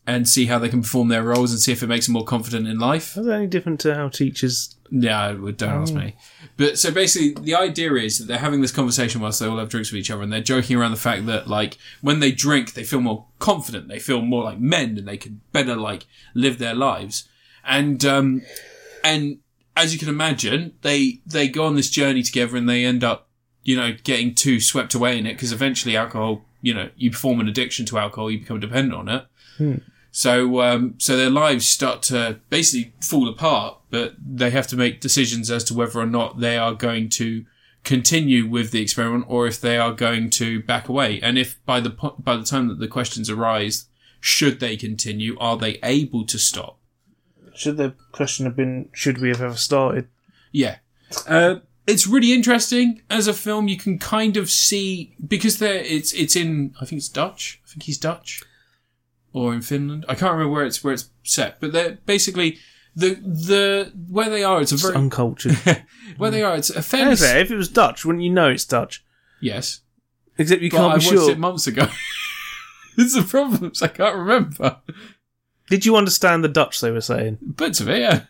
Speaker 1: and see how they can perform their roles and see if it makes them more confident in life.
Speaker 2: Is that any different to how teachers?
Speaker 1: No, it would- don't ask me. But so basically, the idea is that they're having this conversation whilst they all have drinks with each other, and they're joking around the fact that like when they drink, they feel more confident, they feel more like men, and they can better like live their lives. And um, and as you can imagine, they they go on this journey together, and they end up you know getting too swept away in it because eventually alcohol, you know, you form an addiction to alcohol, you become dependent on it. So, um, so their lives start to basically fall apart, but they have to make decisions as to whether or not they are going to continue with the experiment or if they are going to back away. And if by the, po- by the time that the questions arise, should they continue? Are they able to stop?
Speaker 2: Should the question have been, should we have ever started?
Speaker 1: Yeah. Uh, it's really interesting as a film. You can kind of see because there it's it's in I think it's Dutch. I think he's Dutch, or in Finland. I can't remember where it's where it's set. But they're basically the the where they are. It's a very
Speaker 2: Uncultured.
Speaker 1: where they are. It's a fairly
Speaker 2: Fair, fair. if it was Dutch, wouldn't you know it's Dutch?
Speaker 1: yes.
Speaker 2: Except you
Speaker 1: But I
Speaker 2: can't be
Speaker 1: watched
Speaker 2: sure.
Speaker 1: it months ago. it's the problems. I can't remember
Speaker 2: Did you understand the Dutch they were saying?
Speaker 1: bits of it. Yeah.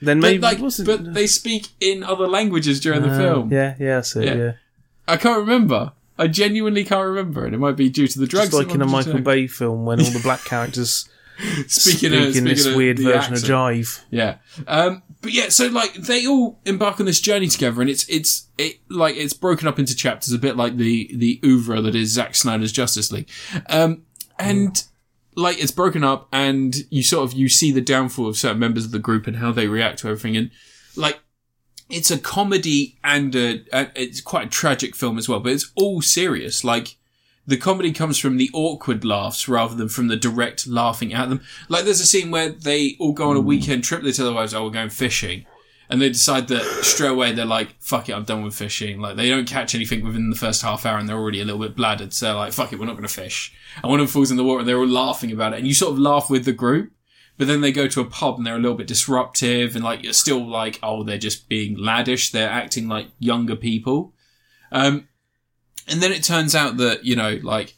Speaker 2: Then
Speaker 1: But,
Speaker 2: maybe
Speaker 1: like,
Speaker 2: wasn't.
Speaker 1: but they speak in other languages during the
Speaker 2: Uh,
Speaker 1: film.
Speaker 2: Yeah, yeah, so yeah.
Speaker 1: Yeah. I can't remember. I genuinely can't remember, and it might be due to the drugs.
Speaker 2: Just like
Speaker 1: that
Speaker 2: in a
Speaker 1: wanted to
Speaker 2: Michael
Speaker 1: take.
Speaker 2: Bay film when all the black characters
Speaker 1: Speaking
Speaker 2: speak
Speaker 1: of-
Speaker 2: in
Speaker 1: speaking
Speaker 2: this
Speaker 1: of
Speaker 2: weird
Speaker 1: the
Speaker 2: version
Speaker 1: accent.
Speaker 2: of jive.
Speaker 1: Yeah. Um, but yeah, so like they all embark on this journey together and it's, it's, it, like it's broken up into chapters a bit like the, the oeuvre that is Zack Snyder's Justice League. Um, and like it's broken up and you sort of, you see the downfall of certain members of the group and how they react to everything. And like, it's a comedy and a, a it's quite a tragic film as well, but it's all serious. Like, the comedy comes from the awkward laughs rather than from the direct laughing at them. Like there's a scene where they all go on a weekend trip. They tell their wives, "Oh, we're going fishing," and they decide that straight away they're like, "Fuck it, I'm done with fishing." Like they don't catch anything within the first half hour, and they're already a little bit bladdered. So they're like, "Fuck it, we're not going to fish." And one of them falls in the water, and they're all laughing about it. And you sort of laugh with the group, but then they go to a pub and they're a little bit disruptive, and like you're still like, "Oh, they're just being laddish. They're acting like younger people." Um, and then it turns out that, you know, like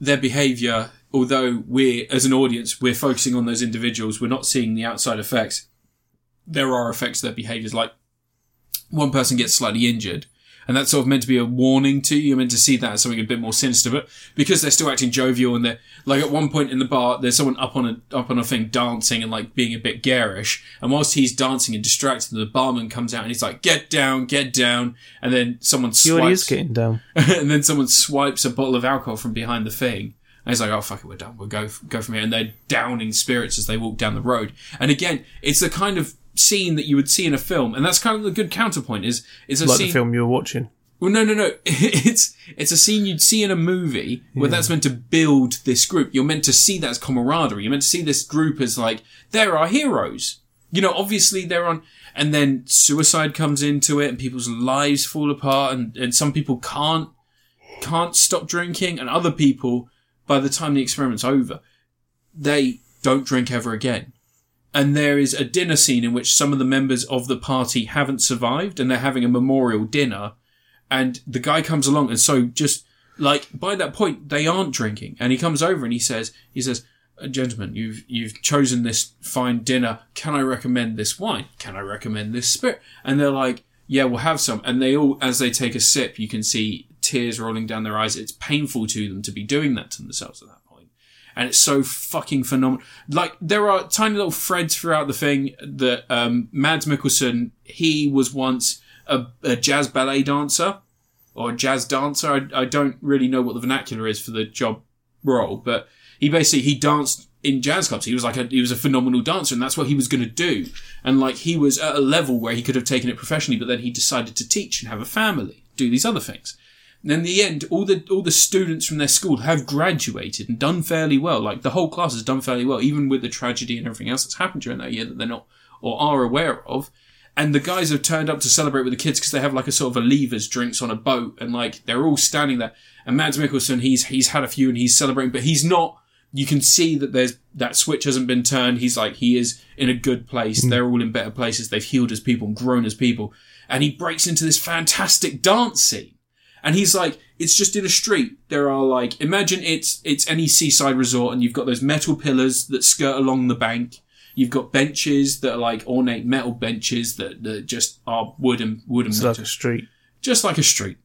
Speaker 1: their behavior, although we're, as an audience, we're focusing on those individuals, we're not seeing the outside effects. There are effects to their behaviors. Like one person gets slightly injured. And that's sort of meant to be a warning to you. You're meant to see that as something a bit more sinister, but because they're still acting jovial and they're like at one point in the bar, there's someone up on a up on a thing dancing and like being a bit garish. And whilst he's dancing and distracted, the barman comes out and he's like, "Get down, get down!" And then someone
Speaker 2: He already
Speaker 1: swipes
Speaker 2: is getting down.
Speaker 1: and then someone swipes a bottle of alcohol from behind the thing. And it's like, oh fuck it, we're done. We'll go go from here. And they're downing spirits as they walk down the road. And again, it's the kind of scene that you would see in a film, and that's kind of the good counterpoint. Is it's a
Speaker 2: Like
Speaker 1: scene?
Speaker 2: the film you were watching.
Speaker 1: Well, no, no, no. It's it's a scene you'd see in a movie where that's meant to build this group. You're meant to see that as camaraderie. You're meant to see this group as like they're our heroes. You know, obviously they're on, and then suicide comes into it, and people's lives fall apart, and and some people can't can't stop drinking, and other people by the time the experiment's over, they don't drink ever again and there is a dinner scene in which some of the members of the party haven't survived and they're having a memorial dinner and the guy comes along and so just like by that point they aren't drinking and he comes over and he says he says "Uh, gentlemen you've you've chosen this fine dinner can i recommend this wine can i recommend this spirit and they're like yeah we'll have some and they all as they take a sip you can see tears rolling down their eyes it's painful to them to be doing that to themselves at that point and it's so fucking phenomenal. Like there are tiny little threads throughout the thing that um, Mads Mikkelsen he was once a, a jazz ballet dancer or a jazz dancer. I, I don't really know what the vernacular is for the job role, but he basically he danced in jazz clubs. He was like a, he was a phenomenal dancer, and that's what he was going to do. And like he was at a level where he could have taken it professionally, but then he decided to teach and have a family, do these other things. And in the end, all the all the students from their school have graduated and done fairly well. Like the whole class has done fairly well, even with the tragedy and everything else that's happened during that year that they're not or are aware of. And the guys have turned up to celebrate with the kids because they have like a sort of a levers drinks on a boat, and like they're all standing there. And Mads Mikkelsen, he's he's had a few and he's celebrating, but he's not. You can see that there's that switch hasn't been turned. He's like he is in a good place. They're all in better places. They've healed as people and grown as people. And he breaks into this fantastic dance scene. And he's like, it's just in a street. There are like, imagine it's it's any seaside resort, and you've got those metal pillars that skirt along the bank. You've got benches that are like ornate metal benches that, that just are wood and wood and
Speaker 2: It's
Speaker 1: metal
Speaker 2: like a street.
Speaker 1: just like a street.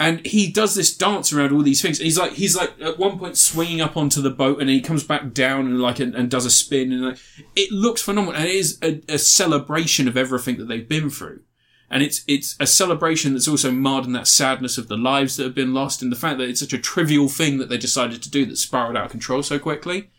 Speaker 1: And he does this dance around all these things. He's like, he's like at one point swinging up onto the boat, and then he comes back down and like and, and does a spin, and like, it looks phenomenal. And it is a, a celebration of everything that they've been through, and it's it's a celebration that's also marred in that sadness of the lives that have been lost, and the fact that it's such a trivial thing that they decided to do that spiraled out of control so quickly.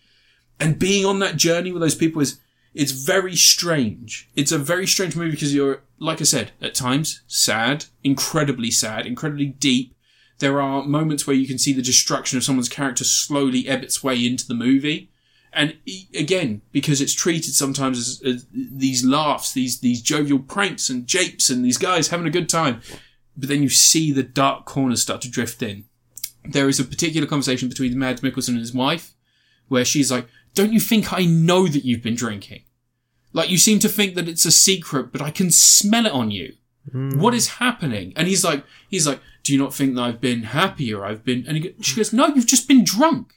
Speaker 1: And being on that journey with those people is it's very strange. It's a very strange movie because you're, like I said, at times sad, incredibly sad, incredibly deep. There are moments where you can see the destruction of someone's character slowly ebb its way into the movie. And e- again, because it's treated sometimes as, as these laughs, these, these jovial pranks and japes and these guys having a good time. But then you see the dark corners start to drift in. There is a particular conversation between Mads Mikkelsen and his wife where she's like, don't you think I know that you've been drinking? Like, you seem to think that it's a secret, but I can smell it on you. What is happening? And he's like, he's like, do you not think that I've been happier? I've been, and he, go- she goes, no, you've just been drunk.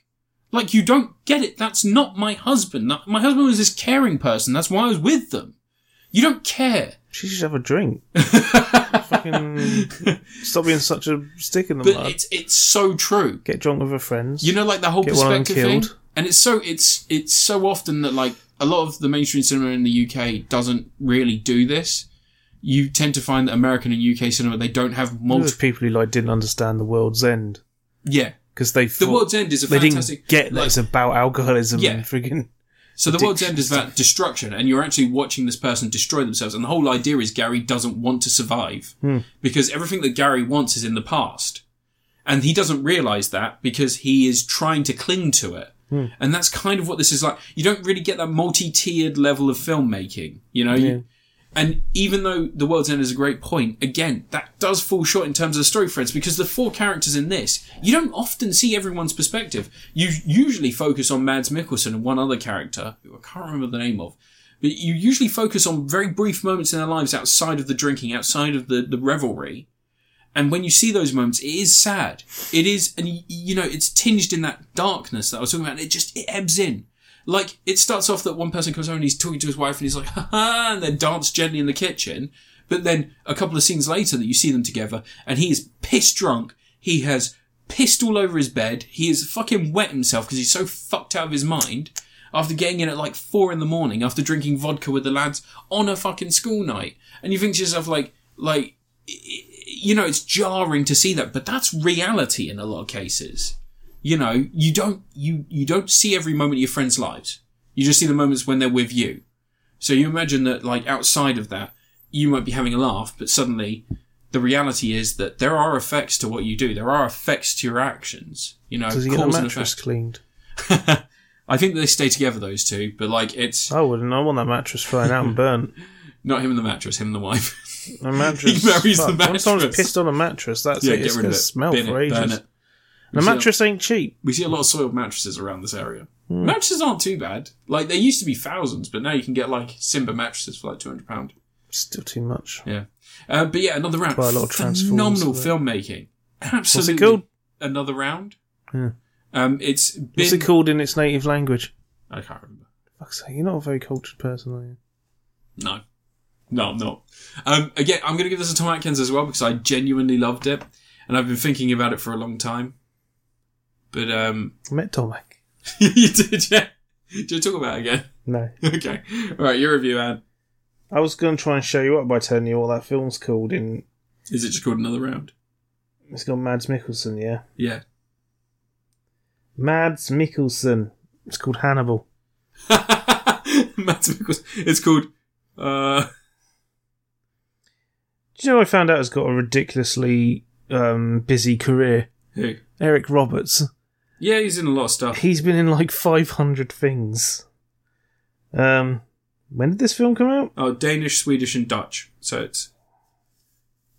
Speaker 1: Like, you don't get it. That's not my husband. That- My husband was this caring person. That's why I was with them. You don't care.
Speaker 2: She should have a drink. Fucking stop being such a stick in the
Speaker 1: But
Speaker 2: mud.
Speaker 1: it's it's so true.
Speaker 2: Get drunk with her friends.
Speaker 1: You know, like the whole
Speaker 2: Get one of them
Speaker 1: perspective thing.
Speaker 2: killed.
Speaker 1: And it's so it's it's so often that like a lot of the mainstream cinema in the UK doesn't really do this. You tend to find that American and UK cinema they don't have
Speaker 2: Those
Speaker 1: multiple.
Speaker 2: people who like didn't understand the world's end
Speaker 1: Yeah,
Speaker 2: because they
Speaker 1: The
Speaker 2: thought-
Speaker 1: World's End is a
Speaker 2: they
Speaker 1: fantastic.
Speaker 2: didn't get that
Speaker 1: like-
Speaker 2: it's about alcoholism
Speaker 1: Yeah.
Speaker 2: and friggin'
Speaker 1: So the world's end is about destruction, and you're actually watching this person destroy themselves. And the whole idea is Gary doesn't want to survive because everything that Gary wants is in the past, and he doesn't realize that because he is trying to cling to it. And that's kind of what this is like. You don't really get that multi-tiered level of filmmaking, you know. You- and even though the world's end is a great point, again, that does fall short in terms of the story threads because the four characters in this, you don't often see everyone's perspective. You usually focus on Mads Mikkelsen and one other character who I can't remember the name of. But you usually focus on very brief moments in their lives outside of the drinking, outside of the, the revelry. And when you see those moments, it is sad. It is, and y- you know, it's tinged in that darkness that I was talking about. And it just, it ebbs in. Like, it starts off that one person comes home and he's talking to his wife and he's like, ha ha, and then dance gently in the kitchen. But then a couple of scenes later that you see them together and he is pissed drunk. He has pissed all over his bed. He is fucking wet himself because he's so fucked out of his mind after getting in at like four in the morning after drinking vodka with the lads on a fucking school night. And you think to yourself, like, like, you know, it's jarring to see that, but that's reality in a lot of cases. You know, you don't you you don't see every moment of your friends' lives. You just see the moments when they're with you. So you imagine that like outside of that, you might be having a laugh, but suddenly the reality is that there are effects to what you do. There are effects to your actions. You know,
Speaker 2: does he get the
Speaker 1: cause and
Speaker 2: mattress
Speaker 1: effect.
Speaker 2: cleaned?
Speaker 1: I think they stay together those two, but like it's
Speaker 2: I wouldn't. I want that mattress thrown out and burnt.
Speaker 1: not him and the mattress, him and the wife.
Speaker 2: A mattress.
Speaker 1: marries
Speaker 2: fuck.
Speaker 1: the
Speaker 2: Once someone's
Speaker 1: mattress.
Speaker 2: pissed on a mattress, that's
Speaker 1: yeah,
Speaker 2: it.
Speaker 1: get
Speaker 2: It's
Speaker 1: rid
Speaker 2: gonna
Speaker 1: of it.
Speaker 2: smell
Speaker 1: Bin
Speaker 2: for
Speaker 1: it, burn
Speaker 2: ages.
Speaker 1: it.
Speaker 2: And a
Speaker 1: See that-
Speaker 2: mattress ain't cheap.
Speaker 1: we see a lot of soiled mattresses around this area.
Speaker 2: Hmm.
Speaker 1: Mattresses aren't too bad. Like they used to be thousands, but now you can get like Simba mattresses for like two hundred pound.
Speaker 2: Still too much.
Speaker 1: Yeah, uh, but yeah, another round.
Speaker 2: Quite a lot of Transformers,
Speaker 1: Phenomenal
Speaker 2: isn't
Speaker 1: filmmaking. Absolutely.
Speaker 2: called?
Speaker 1: Another round.
Speaker 2: Yeah.
Speaker 1: Um, it's been.
Speaker 2: What's it called in its native language?
Speaker 1: I can't remember.
Speaker 2: Fuck's sake, you're not a very cultured person, are you?
Speaker 1: No, no, I'm not. Um, again, I'm going to give this a Tom Atkins as well because I genuinely loved it, and I've been thinking about it for a long time. But um,
Speaker 2: I met Tomac.
Speaker 1: you did, yeah. Did you talk about it again?
Speaker 2: No.
Speaker 1: okay, all right. Your review, Anne.
Speaker 2: I was going to try and show you up by telling you what that film's called in.
Speaker 1: Is it just called another round?
Speaker 2: It's got Mads Mikkelsen, yeah?
Speaker 1: Yeah.
Speaker 2: Mads Mikkelsen. It's called Hannibal.
Speaker 1: Mads Mikkelsen. It's called. Uh,
Speaker 2: Do you know I found out has got a ridiculously um, busy career?
Speaker 1: who?
Speaker 2: Eric Roberts.
Speaker 1: Yeah, he's in a lot of stuff.
Speaker 2: He's been in like 500 things. Um, when did this film come out?
Speaker 1: Oh, Danish, Swedish, and Dutch. So it's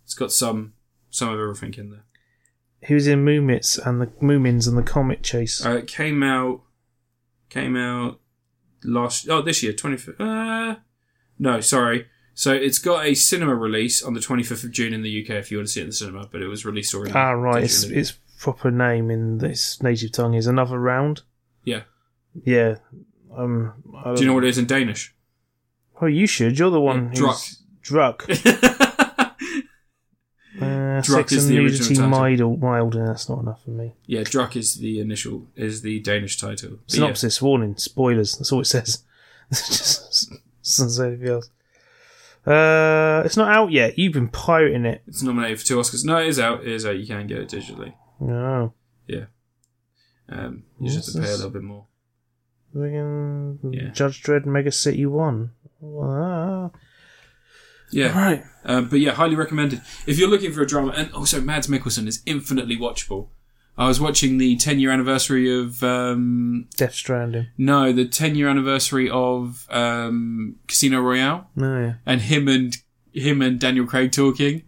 Speaker 1: it's got some some of everything in there.
Speaker 2: He was in Moomits and the Moomins and the Comet Chase.
Speaker 1: Uh, it came out came out last oh this year twenty fifth. Uh, no, sorry. So it's got a cinema release on the twenty fifth of June in the UK if you want to see it in the cinema, but it was released already.
Speaker 2: ah, right. It's,
Speaker 1: digitally.
Speaker 2: its proper name in this native tongue is Another Round.
Speaker 1: yeah.
Speaker 2: Yeah. Um, I don't
Speaker 1: Do you know what it is in Danish?
Speaker 2: Oh, you should. You're the one
Speaker 1: Yeah,
Speaker 2: who's Druck. Uh, sex
Speaker 1: is
Speaker 2: and
Speaker 1: the original
Speaker 2: nudity
Speaker 1: title.
Speaker 2: mild, mild, and that's not enough for me.
Speaker 1: Yeah, Druk is the initial is the Danish title. But yeah.
Speaker 2: Synopsis warning, spoilers. That's all it says. Just doesn't say anything else. Uh, it's not out yet. You've been pirating it.
Speaker 1: It's nominated for two Oscars. No, it is out. It is out. You can get it digitally.
Speaker 2: No.
Speaker 1: Yeah. Um, you just have to
Speaker 2: What's
Speaker 1: pay a
Speaker 2: this?
Speaker 1: little bit more.
Speaker 2: Friggin'
Speaker 1: Yeah.
Speaker 2: Judge Dredd Mega City 1. Ah.
Speaker 1: Yeah.
Speaker 2: Right.
Speaker 1: Um, but yeah, highly recommended. If you're looking for a drama, and also Mads Mikkelsen is infinitely watchable. I was watching the 10 year anniversary of, um,
Speaker 2: Death Stranding.
Speaker 1: no, the 10 year anniversary of, um, Casino Royale
Speaker 2: No, Oh, yeah.
Speaker 1: and him and, him and Daniel Craig talking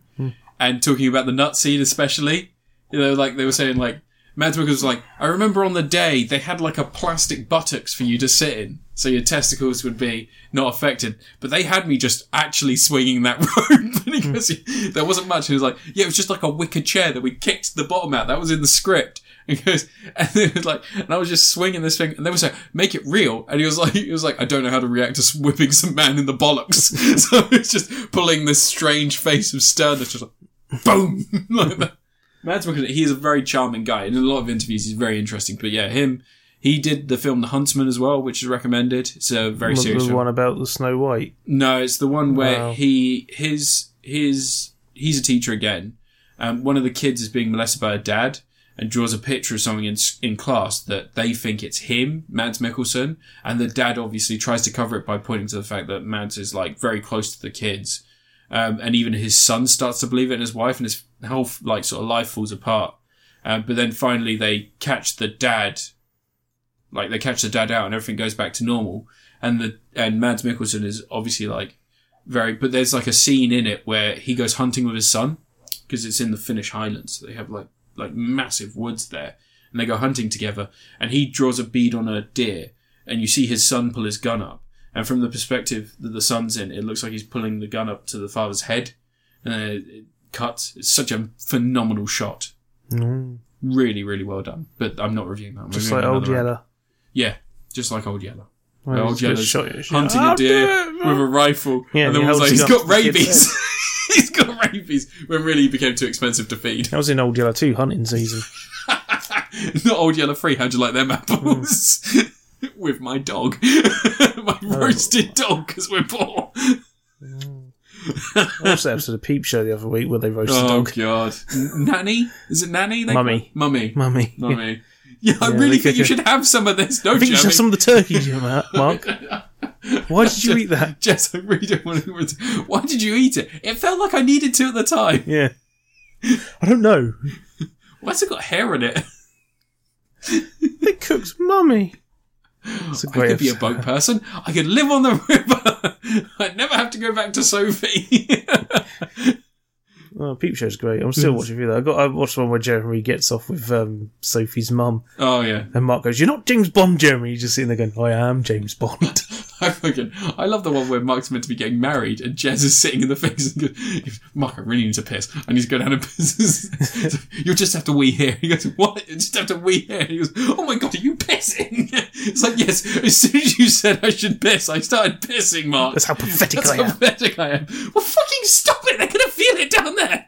Speaker 1: and talking about the nut scene especially. You know, like they were saying like, Mads Mikkelsen was like, I remember on the day they had like a plastic buttocks for you to sit in. So your testicles would be not affected. But they had me just actually swinging that rope. and he goes, there wasn't much. And he was like, yeah, it was just like a wicker chair that we kicked the bottom out. That was in the script. and goes, and it was like, and I was just swinging this thing, and they were saying, "Make it real," and he was like, he was like, "I don't know how to react to whipping some man in the bollocks," so it's just pulling this strange face of sternness, just like, boom, like that. Mads Mikkelsen, he's a very charming guy, and in a lot of interviews, he's very interesting. But yeah, him, he did the film The Huntsman as well, which is recommended. It's a very
Speaker 2: the
Speaker 1: serious film.
Speaker 2: one about the Snow White.
Speaker 1: No, it's the one where
Speaker 2: Wow.
Speaker 1: he his his he's a teacher again. Um, one of the kids is being molested by a dad and draws a picture of something in s- in class that they think it's him, Mads Mikkelsen, and the dad obviously tries to cover it by pointing to the fact that Mads is like very close to the kids, um, and even his son starts to believe it, and his wife and his whole like sort of life falls apart. Um, but then finally they catch the dad, like they catch the dad out, and everything goes back to normal. And the and Mads Mikkelsen is obviously like very, but there's like a scene in it where he goes hunting with his son because it's in the Finnish Highlands. They have like like massive woods there, and they go hunting together. And he draws a bead on a deer, and you see his son pull his gun up. And from the perspective that the son's in, it looks like he's pulling the gun up to the father's head, and then it, it cuts. It's such a phenomenal shot.
Speaker 2: Mm.
Speaker 1: Really, really well done. But I'm not reviewing that. I'm
Speaker 2: Just
Speaker 1: reviewing
Speaker 2: like old
Speaker 1: another one.
Speaker 2: Yeller.
Speaker 1: Yeah, just like old Yeller.
Speaker 2: Well,
Speaker 1: old
Speaker 2: he's
Speaker 1: Yeller
Speaker 2: just shot it.
Speaker 1: hunting
Speaker 2: I'll
Speaker 1: a deer
Speaker 2: do it, man.
Speaker 1: with a rifle,
Speaker 2: Yeah,
Speaker 1: and
Speaker 2: and he
Speaker 1: then was
Speaker 2: holds
Speaker 1: like,
Speaker 2: it
Speaker 1: "He's
Speaker 2: up
Speaker 1: got
Speaker 2: to the kid's
Speaker 1: rabies. he's got rabies." When really he became too expensive to feed.
Speaker 2: That was in Old Yeller too, hunting season.
Speaker 1: Not old yellow free. How'd you like them apples? With my dog, my
Speaker 2: Oh.
Speaker 1: roasted dog, because we're poor.
Speaker 2: I watched that episode of Peep Show the other week where they roasted
Speaker 1: Oh
Speaker 2: dog.
Speaker 1: god, N- nanny? Is it nanny? they-
Speaker 2: Mummy.
Speaker 1: mummy,
Speaker 2: Mummy. Yeah.
Speaker 1: mummy. Yeah, I
Speaker 2: Yeah,
Speaker 1: really
Speaker 2: they
Speaker 1: think
Speaker 2: cook
Speaker 1: you
Speaker 2: it.
Speaker 1: should have some of this, don't
Speaker 2: I think
Speaker 1: you?
Speaker 2: you should have some of the turkey, you know, Mark. Why did you eat that?
Speaker 1: Jess, I really don't want to. Why did you eat it? It felt like I needed to at the time.
Speaker 2: Yeah. I don't know.
Speaker 1: Why's it got hair on it?
Speaker 2: It cooks mummy. It's a
Speaker 1: I
Speaker 2: great
Speaker 1: could be a
Speaker 2: episode.
Speaker 1: boat person. I could live on the river. I'd never have to go back to Sophie.
Speaker 2: Oh, Peep Show's great. I'm still watching that. I got I watched one where Jeremy gets off with um, Sophie's mum,
Speaker 1: oh yeah,
Speaker 2: and Mark goes, "You're not James Bond, Jeremy." You're just sitting there going, "I am James Bond."
Speaker 1: I fucking I love the one where Mark's meant to be getting married and Jez is sitting in the face and goes, "Mark, I really need to piss. I need to go down and piss. So, You'll just have to wee here." He goes, "What? You just have to wee here?" He goes, "Oh my god, are you pissing?" It's like, yes. As soon as you said I should piss, I started pissing, Mark.
Speaker 2: That's how pathetic
Speaker 1: That's
Speaker 2: I am.
Speaker 1: how pathetic I am. Well, fucking stop it! They're gonna feel it down there.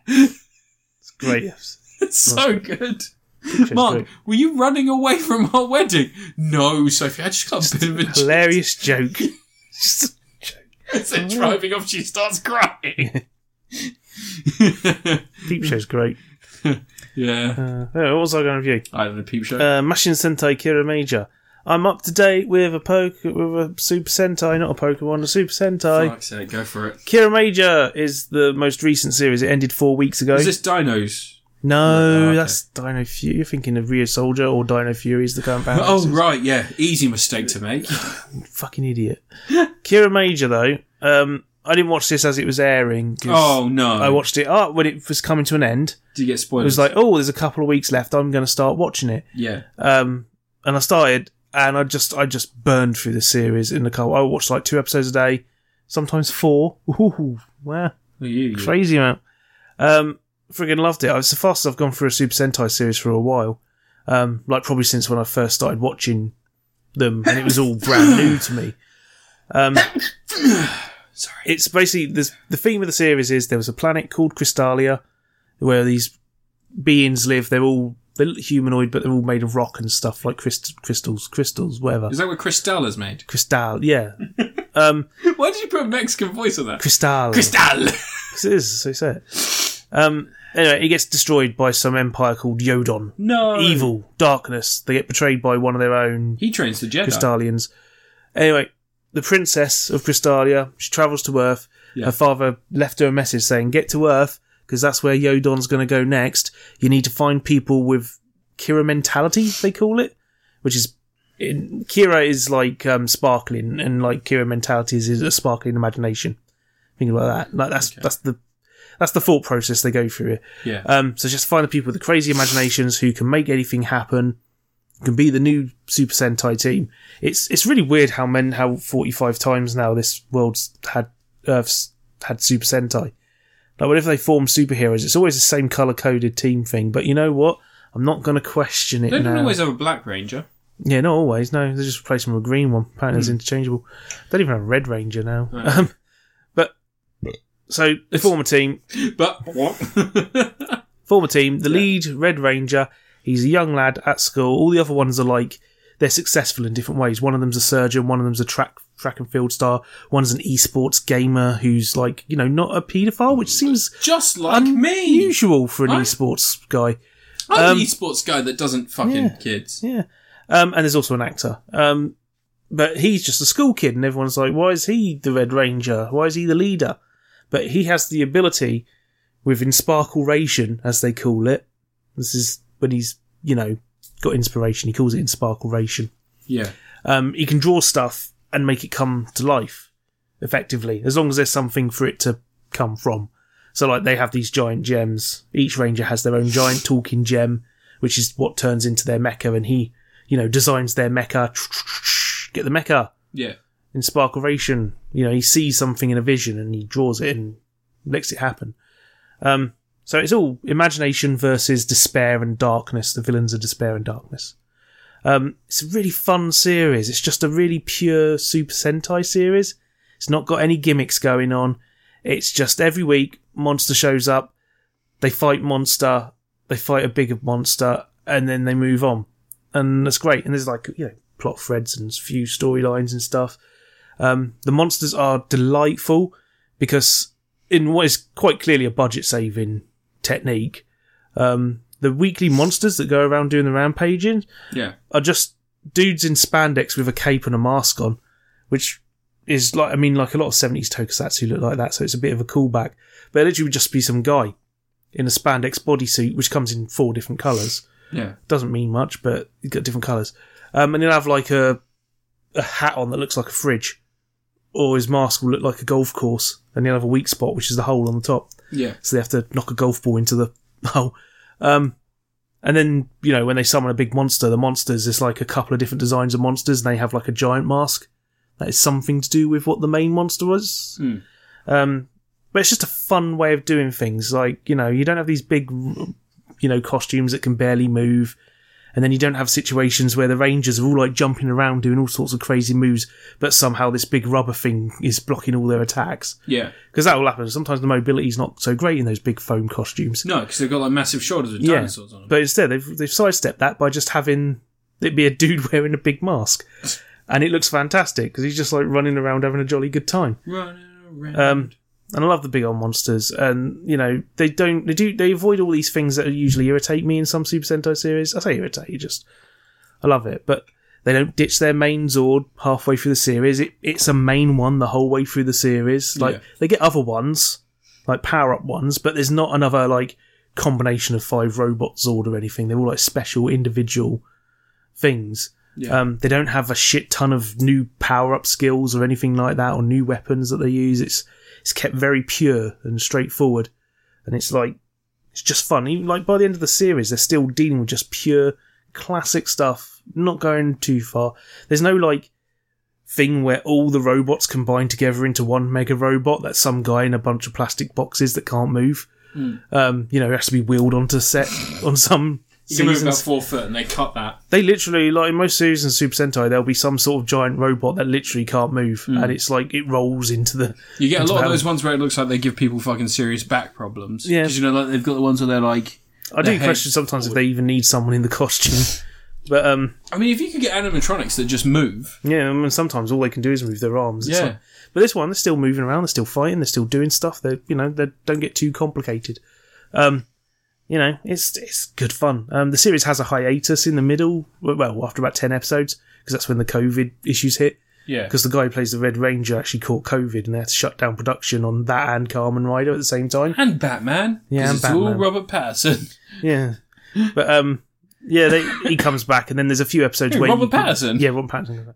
Speaker 2: great.
Speaker 1: It's so good.
Speaker 2: Peep Show's
Speaker 1: Mark,
Speaker 2: great.
Speaker 1: were you running away from our wedding? No, Sophie, I just got a bit of a
Speaker 2: hilarious joke. Just-
Speaker 1: As they're driving off, she starts crying.
Speaker 2: Peep Show's great.
Speaker 1: yeah.
Speaker 2: Uh, yeah, what was I going to review?
Speaker 1: I don't know, peep show.
Speaker 2: Uh, Mashin Sentai Kira Major. I'm up to date with a poke with a Super Sentai, not a Pokemon, a Super Sentai.
Speaker 1: Fuck's sake, go for it.
Speaker 2: Kira Major is the most recent series. It ended four weeks ago.
Speaker 1: Is this Dinos?
Speaker 2: no,
Speaker 1: Oh, okay.
Speaker 2: that's Dino Fury. You're thinking of Rio Soldier or Dino Fury is the current band.
Speaker 1: Oh, right, yeah. Easy mistake to make.
Speaker 2: Fucking idiot. Kira Major, though, um, I didn't watch this as it was airing. 'cause
Speaker 1: Oh, no.
Speaker 2: I watched it up when it was coming to an end.
Speaker 1: Did you get
Speaker 2: It
Speaker 1: spoilers?
Speaker 2: was like, oh, there's a couple of weeks left. I'm going to start watching it.
Speaker 1: yeah.
Speaker 2: um, and I started, and I just I just burned through the series in the car. I watched like two episodes a day, sometimes four. Ooh, wow,
Speaker 1: Look at you, you.
Speaker 2: crazy amount. Um, friggin' loved it. It's the fastest I've gone through a Super Sentai series for a while. Um, like probably since when I first started watching them, and it was all brand new to me. Um,
Speaker 1: Sorry.
Speaker 2: it's basically this, the theme of the series is there was a planet called Crystallia where these beings live. They're all they look humanoid, but they're all made of rock and stuff like crystal, crystals, crystals, whatever.
Speaker 1: Is that what Cristal is made?
Speaker 2: Crystal, yeah. um,
Speaker 1: Why did you put a Mexican voice on that?
Speaker 2: Crystal.
Speaker 1: Cristal!
Speaker 2: It is, so you say it. Um, anyway, it gets destroyed by some empire called Yodon.
Speaker 1: No.
Speaker 2: Evil, darkness. They get betrayed by one of their own
Speaker 1: He trains the Jedi.
Speaker 2: Crystallians. Anyway, the princess of Crystallia, she travels to Earth.
Speaker 1: Yeah.
Speaker 2: Her father left her a message saying, "Get to Earth because that's where Yodon's going to go next. You need to find people with Kira mentality, they call it, which is in, Kira is like um, sparkling, and like Kira mentality is, is a sparkling imagination. Think about that. Like that's that's the that's the thought process they go through. Here.
Speaker 1: Yeah.
Speaker 2: Um, so just find the people with the crazy imaginations who can make anything happen, can be the new Super Sentai team. It's it's really weird how men how forty five times now this world's had Earth's had Super Sentai. Like whenever they form superheroes, it's always the same color coded team thing. But you know what? I'm not going to question it
Speaker 1: They don't
Speaker 2: now.
Speaker 1: always have a Black Ranger.
Speaker 2: Yeah, not always. No, they just replace them with a green one. Apparently, it's interchangeable. They don't even have a Red Ranger now.
Speaker 1: Right.
Speaker 2: Um, but so former team,
Speaker 1: But what?
Speaker 2: former team, the lead Red Ranger. He's a young lad at school. All the other ones are like they're successful in different ways. One of them's a surgeon. One of them's a track track and field star. One's an esports gamer who's like you know not a paedophile, which seems
Speaker 1: Just like me.
Speaker 2: unusual for an
Speaker 1: I-
Speaker 2: esports guy.
Speaker 1: I'm
Speaker 2: Um,
Speaker 1: the esports guy that doesn't fucking
Speaker 2: Yeah.
Speaker 1: kids.
Speaker 2: Yeah. Um, and there's also an actor. Um, but he's just a school kid, and everyone's like, why is he the Red Ranger? Why is he the leader? But he has the ability within Sparkleration, as they call it. This is when he's, you know, got inspiration. He calls it in Sparkleration.
Speaker 1: Yeah.
Speaker 2: Um, he can draw stuff and make it come to life effectively, as long as there's something for it to come from. So, like, they have these giant gems. Each ranger has their own giant talking gem, which is what turns into their mecha, and he, you know, designs their mecha. Get the mecha
Speaker 1: Yeah.
Speaker 2: in Sparkleration. You know, he sees something in a vision and he draws it and makes it happen. Um, so it's all imagination versus despair and darkness. The villains are despair and darkness. Um, it's a really fun series. It's just a really pure Super Sentai series. It's not got any gimmicks going on. It's just every week, monster shows up, they fight monster, they fight a bigger monster, and then they move on. And that's great. And there's like, you know, plot threads and few storylines and stuff. Um, the monsters are delightful because in what is quite clearly a budget saving technique, um, the weekly monsters that go around doing the rampaging
Speaker 1: Yeah.
Speaker 2: are just dudes in spandex with a cape and a mask on, which is like I mean, like a lot of seventies tokusatsu look like that, so it's a bit of a callback. But it literally would just be some guy in a spandex bodysuit, which comes in four different colours.
Speaker 1: Yeah.
Speaker 2: Doesn't mean much, but it's got different colours. Um, and he'll have like a a hat on that looks like a fridge. Or his mask will look like a golf course, and he'll have a weak spot, which is the hole on the top
Speaker 1: Yeah.
Speaker 2: so they have to knock a golf ball into the hole. Um, and then you know when they summon a big monster, the monsters it's like a couple of different designs of monsters, and they have like a giant mask that is something to do with what the main monster was.
Speaker 1: Hmm.
Speaker 2: Um, but it's just a fun way of doing things. Like you know you don't have these big you know costumes that can barely move. And then you don't have situations where the rangers are all like jumping around doing all sorts of crazy moves, but somehow this big rubber thing is blocking all their attacks
Speaker 1: Yeah.
Speaker 2: because that will happen. Sometimes the mobility's not so great in those big foam costumes.
Speaker 1: No, because they've got like massive shoulders with
Speaker 2: Yeah,
Speaker 1: dinosaurs on them.
Speaker 2: But instead, they've, they've sidestepped that by just having it be a dude wearing a big mask, and it looks fantastic because he's just like running around having a jolly good time.
Speaker 1: Running around.
Speaker 2: Um, and I love the big old monsters, and you know they don't they do they avoid all these things that usually irritate me in some Super Sentai series. I say irritate, you just I love it, but they don't ditch their main Zord halfway through the series. It, it's a main one the whole way through the series. Like
Speaker 1: Yeah.
Speaker 2: they get other ones, like power up ones, but there's not another like combination of five robot Zord or anything. They're all like special individual things.
Speaker 1: Yeah.
Speaker 2: Um, they don't have a shit ton of new power up skills or anything like that, or new weapons that they use. It's it's kept very pure and straightforward, and it's like it's just fun. Even like by the end of the series, they're still dealing with just pure classic stuff, not going too far. There's no like thing where all the robots combine together into one mega robot. That's some guy in a bunch of plastic boxes that can't move.
Speaker 1: Hmm.
Speaker 2: Um, you know, has to be wheeled onto set on some.
Speaker 1: you can move about
Speaker 2: seasons.
Speaker 1: four foot and they cut that.
Speaker 2: They literally, like in most series in Super Sentai, there'll be some sort of giant robot that literally can't move,
Speaker 1: Hmm.
Speaker 2: and it's like it rolls into the.
Speaker 1: You get a lot of
Speaker 2: battle.
Speaker 1: those ones where it looks like they give people fucking serious back problems.
Speaker 2: Yeah.
Speaker 1: Because, you know, like, they've got the ones where they're like.
Speaker 2: I do
Speaker 1: Their head
Speaker 2: question sometimes if they even need someone in the costume, but um,
Speaker 1: I mean, if you could get animatronics that just move.
Speaker 2: yeah, I mean sometimes all they can do is move their arms. It's
Speaker 1: Yeah.
Speaker 2: like- but this one, they're still moving around, they're still fighting, they're still doing stuff. They, you know, they don't get too complicated. Um, you know, it's it's good fun. Um, the series has a hiatus in the middle, well, after about ten episodes, because that's when the COVID issues hit.
Speaker 1: Yeah.
Speaker 2: because the guy who plays the Red Ranger actually caught COVID and they had to shut down production on that and Carmen Rider at the same time.
Speaker 1: And Batman. 'Cause
Speaker 2: Yeah, and
Speaker 1: it's all
Speaker 2: Batman.
Speaker 1: Robert Patterson.
Speaker 2: Yeah, but um, yeah, they, he comes back and then there's a few episodes
Speaker 1: Hey,
Speaker 2: where
Speaker 1: Robert
Speaker 2: you can-
Speaker 1: Pattinson?
Speaker 2: yeah, Robert Pattinson.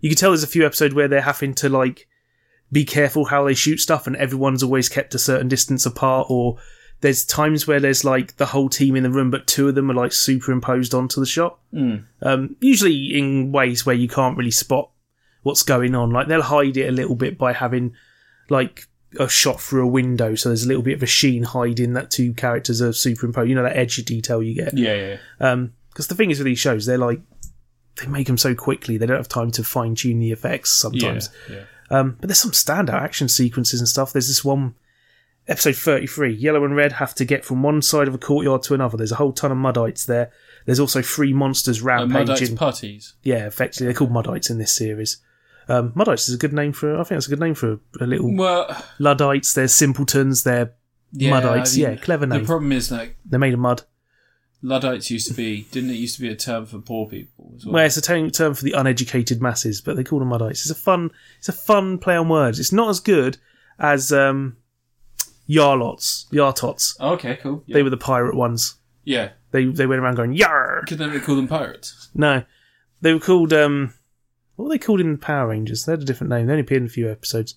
Speaker 2: You can tell there's a few episodes where they're having to like be careful how they shoot stuff, and everyone's always kept a certain distance apart. Or there's times where there's like the whole team in the room, but two of them are like superimposed onto the shot.
Speaker 1: Hmm.
Speaker 2: Um, usually in ways where you can't really spot what's going on. Like they'll hide it a little bit by having like are shot through a window, so there's a little bit of a sheen hiding that two characters are superimposed. You know that edgy detail you get.
Speaker 1: Yeah, yeah.
Speaker 2: Because the thing is with these shows, they're like they make them so quickly they don't have time to fine tune the effects sometimes.
Speaker 1: Yeah.
Speaker 2: Um, but there's some standout action sequences and stuff. There's this one, episode 33, Yellow and Red have to get from one side of a courtyard to another. There's a whole ton of Muddites there. There's also three monsters
Speaker 1: Uh, Mudite's
Speaker 2: rampaging.
Speaker 1: putties.
Speaker 2: yeah, effectively, they're called Muddites in this series. Um, Muddites is a good name for, I think that's a good name for a, a
Speaker 1: Mm.
Speaker 2: little.
Speaker 1: Well,
Speaker 2: Luddites, they're simpletons, they're,
Speaker 1: yeah,
Speaker 2: Muddites,
Speaker 1: I mean,
Speaker 2: yeah, clever name.
Speaker 1: The problem is like
Speaker 2: they're made of mud.
Speaker 1: Luddites used to be, didn't it? Used to be a term for poor people as well.
Speaker 2: Well, it's a term term for the uneducated masses, but they call them Luddites. It's a fun, it's a fun play on words. It's not as good as um, Yarlots, Yartots.
Speaker 1: Oh, okay, cool. Yeah.
Speaker 2: They were the pirate ones.
Speaker 1: yeah.
Speaker 2: They they went around going yar.
Speaker 1: Could they really call them pirates?
Speaker 2: No, they were called um, what were they called in Power Rangers? They had a different name. They only appeared in a few episodes,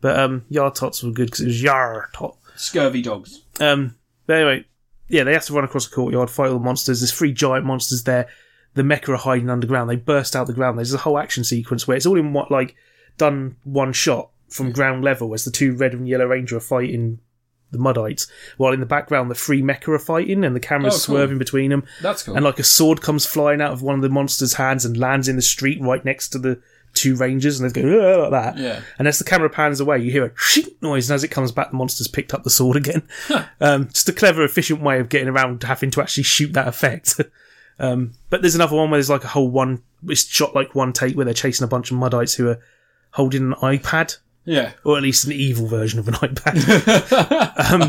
Speaker 2: but um, Yartots were good because it was Yartot.
Speaker 1: Scurvy dogs.
Speaker 2: Um, but anyway, yeah, they have to run across the courtyard, fight all the monsters. There's three giant monsters there. The mecha are hiding underground. They burst out the ground. There's a whole action sequence where it's all in what like done one shot from ground level as the two red and yellow ranger are fighting the muddites, while in the background the three mecha are fighting and the camera's
Speaker 1: Oh, cool.
Speaker 2: swerving between them.
Speaker 1: That's cool.
Speaker 2: And like a sword comes flying out of one of the monsters' hands and lands in the street right next to the two rangers, and they go "Ugh," like that.
Speaker 1: yeah.
Speaker 2: And as the camera pans away, you hear a shink noise, and as it comes back, the monster's picked up the sword again. um, just a clever, efficient way of getting around having to actually shoot that effect. um, but there's another one where there's like a whole one, it's shot like one take where they're chasing a bunch of Muddites who are holding an iPad,
Speaker 1: Yeah.
Speaker 2: or at least an evil version of an iPad.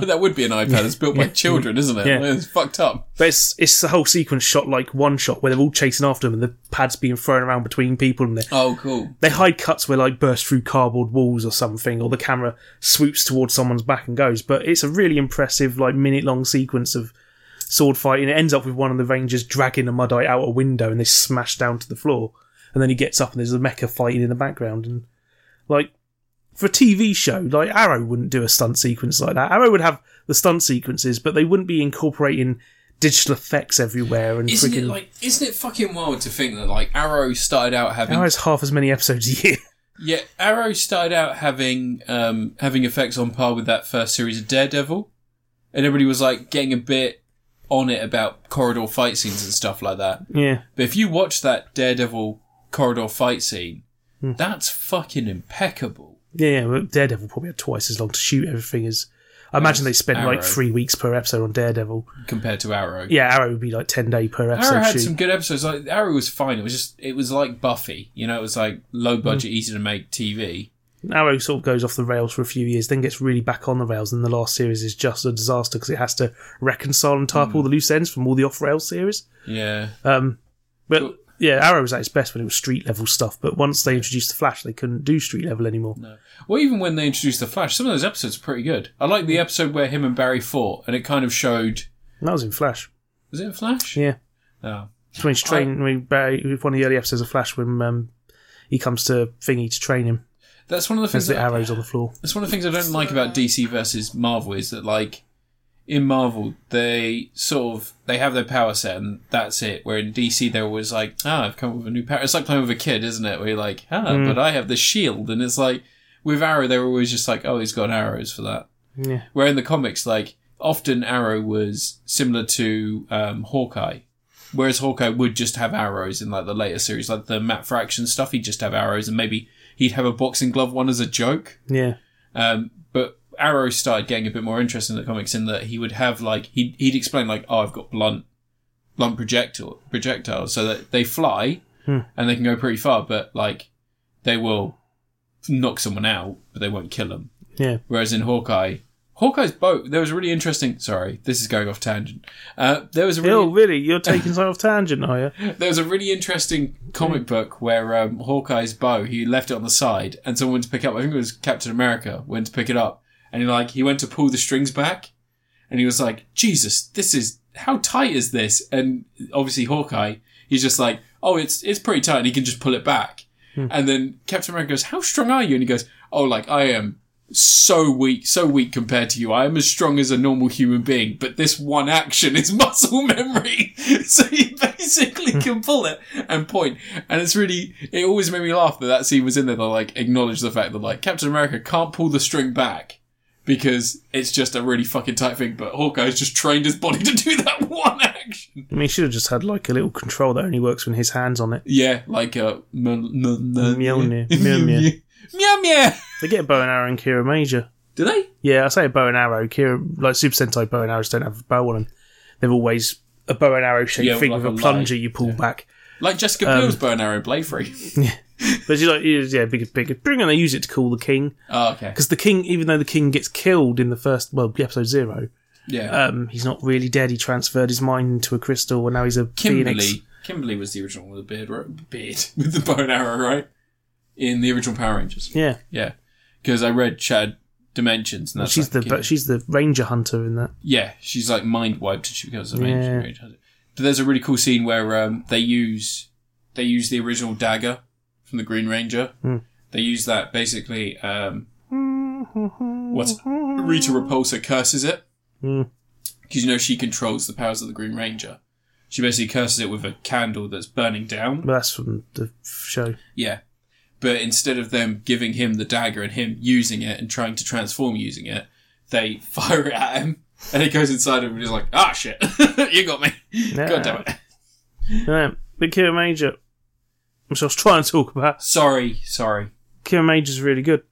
Speaker 1: that would be an iPad. It's built by children, isn't it?
Speaker 2: um, Yeah.
Speaker 1: It's fucked up.
Speaker 2: but it's, it's the whole sequence shot like one shot where they're all chasing after them and the pad's being thrown around between people and they're
Speaker 1: Oh, cool.
Speaker 2: they hide cuts where like burst through cardboard walls or something or the camera swoops towards someone's back and goes but it's a really impressive like minute long sequence of sword fighting it ends up with one of the rangers dragging a mudite out a window and they smash down to the floor and then he gets up and there's a mecha fighting in the background and like for a TV show, like Arrow wouldn't do a stunt sequence like that. Arrow would have the stunt sequences, but they wouldn't be incorporating digital effects everywhere and
Speaker 1: Isn't it
Speaker 2: freaking.
Speaker 1: like? Isn't it fucking wild to think that like Arrow started out having
Speaker 2: Arrow's half as many episodes a year.
Speaker 1: yeah Arrow started out having um having effects on par with that first series of Daredevil, and everybody was like getting a bit on it about corridor fight scenes and stuff like that.
Speaker 2: yeah.
Speaker 1: But if you watch that Daredevil corridor fight scene,
Speaker 2: Hmm.
Speaker 1: that's fucking impeccable.
Speaker 2: Yeah, yeah, but Daredevil probably had twice as long to shoot everything as. I imagine they spent
Speaker 1: Arrow.
Speaker 2: like three weeks per episode on Daredevil.
Speaker 1: compared to Arrow.
Speaker 2: Yeah, Arrow would be like ten day per episode
Speaker 1: Arrow had
Speaker 2: shoot.
Speaker 1: some good episodes. Like Arrow was fine. It was just it was like Buffy. You know, it was like low
Speaker 2: Hmm.
Speaker 1: budget, easy to make TV.
Speaker 2: Arrow sort of goes off the rails for a few years, then gets really back on the rails, and the last series is just a disaster because it has to reconcile and tie up
Speaker 1: Hmm.
Speaker 2: all the loose ends from all the off rail series.
Speaker 1: Yeah,
Speaker 2: Um, but
Speaker 1: Cool.
Speaker 2: yeah, Arrow was at its best when it was street level stuff. But once they introduced the Flash, they couldn't do street level anymore.
Speaker 1: no. Well, even when they introduced the Flash, some of those episodes are pretty good. I like the
Speaker 2: Hmm.
Speaker 1: episode where him and Barry fought, and it kind of showed.
Speaker 2: And that was in Flash.
Speaker 1: Was it Flash?
Speaker 2: Yeah,
Speaker 1: Oh.
Speaker 2: it's when he's training. when Barry, one of the early episodes of Flash when um, he comes to Thingy to train him.
Speaker 1: That's one of the
Speaker 2: There's
Speaker 1: things.
Speaker 2: the
Speaker 1: That,
Speaker 2: arrows on the floor.
Speaker 1: that's one of the things I don't like about DC versus Marvel is that like. In Marvel, they sort of they have their power set and that's it. Where in DC, they're always like, "Ah, I've come up with a new power." It's like playing with a kid, isn't it? Where you're like, "Ah, but I have the shield," and it's like with Arrow, they're always just like, "Oh, he's got arrows for that."
Speaker 2: Yeah.
Speaker 1: Where in the comics, like often Arrow was similar to um, Hawkeye, whereas Hawkeye would just have arrows in like the later series, like the Matt Fraction stuff. He'd just have arrows, and maybe he'd have a boxing glove one as a joke.
Speaker 2: Yeah.
Speaker 1: Um, but Arrow started getting a bit more interesting in the comics in that he would have like he'd he'd explain like, oh, I've got blunt blunt projectile projectiles, so that they fly and they can go pretty far, but like they will knock someone out, but they won't kill them.
Speaker 2: Yeah.
Speaker 1: Whereas in Hawkeye, Hawkeye's boat, there was a really interesting. Sorry, this is going off tangent. Uh, there was a
Speaker 2: Bill,
Speaker 1: really,
Speaker 2: really, you're taking some off tangent, are you?
Speaker 1: there was a really interesting comic book where um, Hawkeye's bow, he left it on the side, and someone went to pick it up. I think it was Captain America went to pick it up, and he like he went to pull the strings back, and he was like, Jesus, this is how tight is this? And obviously Hawkeye, he's just like, oh, it's it's pretty tight, and he can just pull it back. And then Captain America goes, how strong are you? And he goes, oh, like I am so weak, so weak compared to you. I am as strong as a normal human being, but this one action is muscle memory. so you
Speaker 2: Hmm.
Speaker 1: basically can pull it and point. And it's really, it always made me laugh that that scene was in there. They like acknowledge the fact that like Captain America can't pull the string back because it's just a really fucking tight thing. But Hawkeye's just trained his body to do that one action.
Speaker 2: I mean, he should have just had like a little control that only works when his hand's on it.
Speaker 1: Yeah, like uh, m- m- m-
Speaker 2: Mjolnir. Mjolnir.
Speaker 1: meow meow.
Speaker 2: They get bow and arrow and Kira Major.
Speaker 1: Do they?
Speaker 2: Yeah, I say bow and arrow. Kira, like Super Sentai bow and arrows don't have a bow on them. They've always a bow and arrow shaped
Speaker 1: Yeah,
Speaker 2: thing
Speaker 1: like
Speaker 2: with
Speaker 1: a
Speaker 2: a plunger
Speaker 1: line.
Speaker 2: you pull back.
Speaker 1: Like Jessica
Speaker 2: Um,
Speaker 1: Biel's bow and arrow, Blade Free.
Speaker 2: But she's like, yeah, bigger, bigger. Bring and they use it to call the king.
Speaker 1: Oh, okay.
Speaker 2: Because the king, even though the king gets killed in the first, well, episode zero,
Speaker 1: Yeah.
Speaker 2: um, he's not really dead. He transferred his mind into a crystal and now he's a
Speaker 1: Kimberly.
Speaker 2: phoenix.
Speaker 1: Kimberly was the original with the beard, right? beard with the bow and arrow, right? In the original Power Rangers.
Speaker 2: Yeah.
Speaker 1: Yeah, because I read Chad Dimensions, and that's
Speaker 2: she's
Speaker 1: like,
Speaker 2: the she's the ranger hunter in that.
Speaker 1: yeah, she's like mind wiped and she becomes a Ranger.
Speaker 2: Yeah.
Speaker 1: Ranger Hunter. But there's a really cool scene where um, they use they use the original dagger from the Green Ranger.
Speaker 2: Hmm.
Speaker 1: They use that basically. Um, what Rita Repulsa curses it
Speaker 2: Hmm.
Speaker 1: because you know she controls the powers of the Green Ranger. She basically curses it with a candle that's burning down.
Speaker 2: But that's from the show.
Speaker 1: Yeah. But instead of them giving him the dagger and him using it and trying to transform using it, they fire it at him and it goes inside him and he's like, ah, shit, you got me. God damn it.
Speaker 2: Yeah. But Kira Major, which I was trying to talk about,
Speaker 1: Sorry, sorry.
Speaker 2: Kira Major's really good.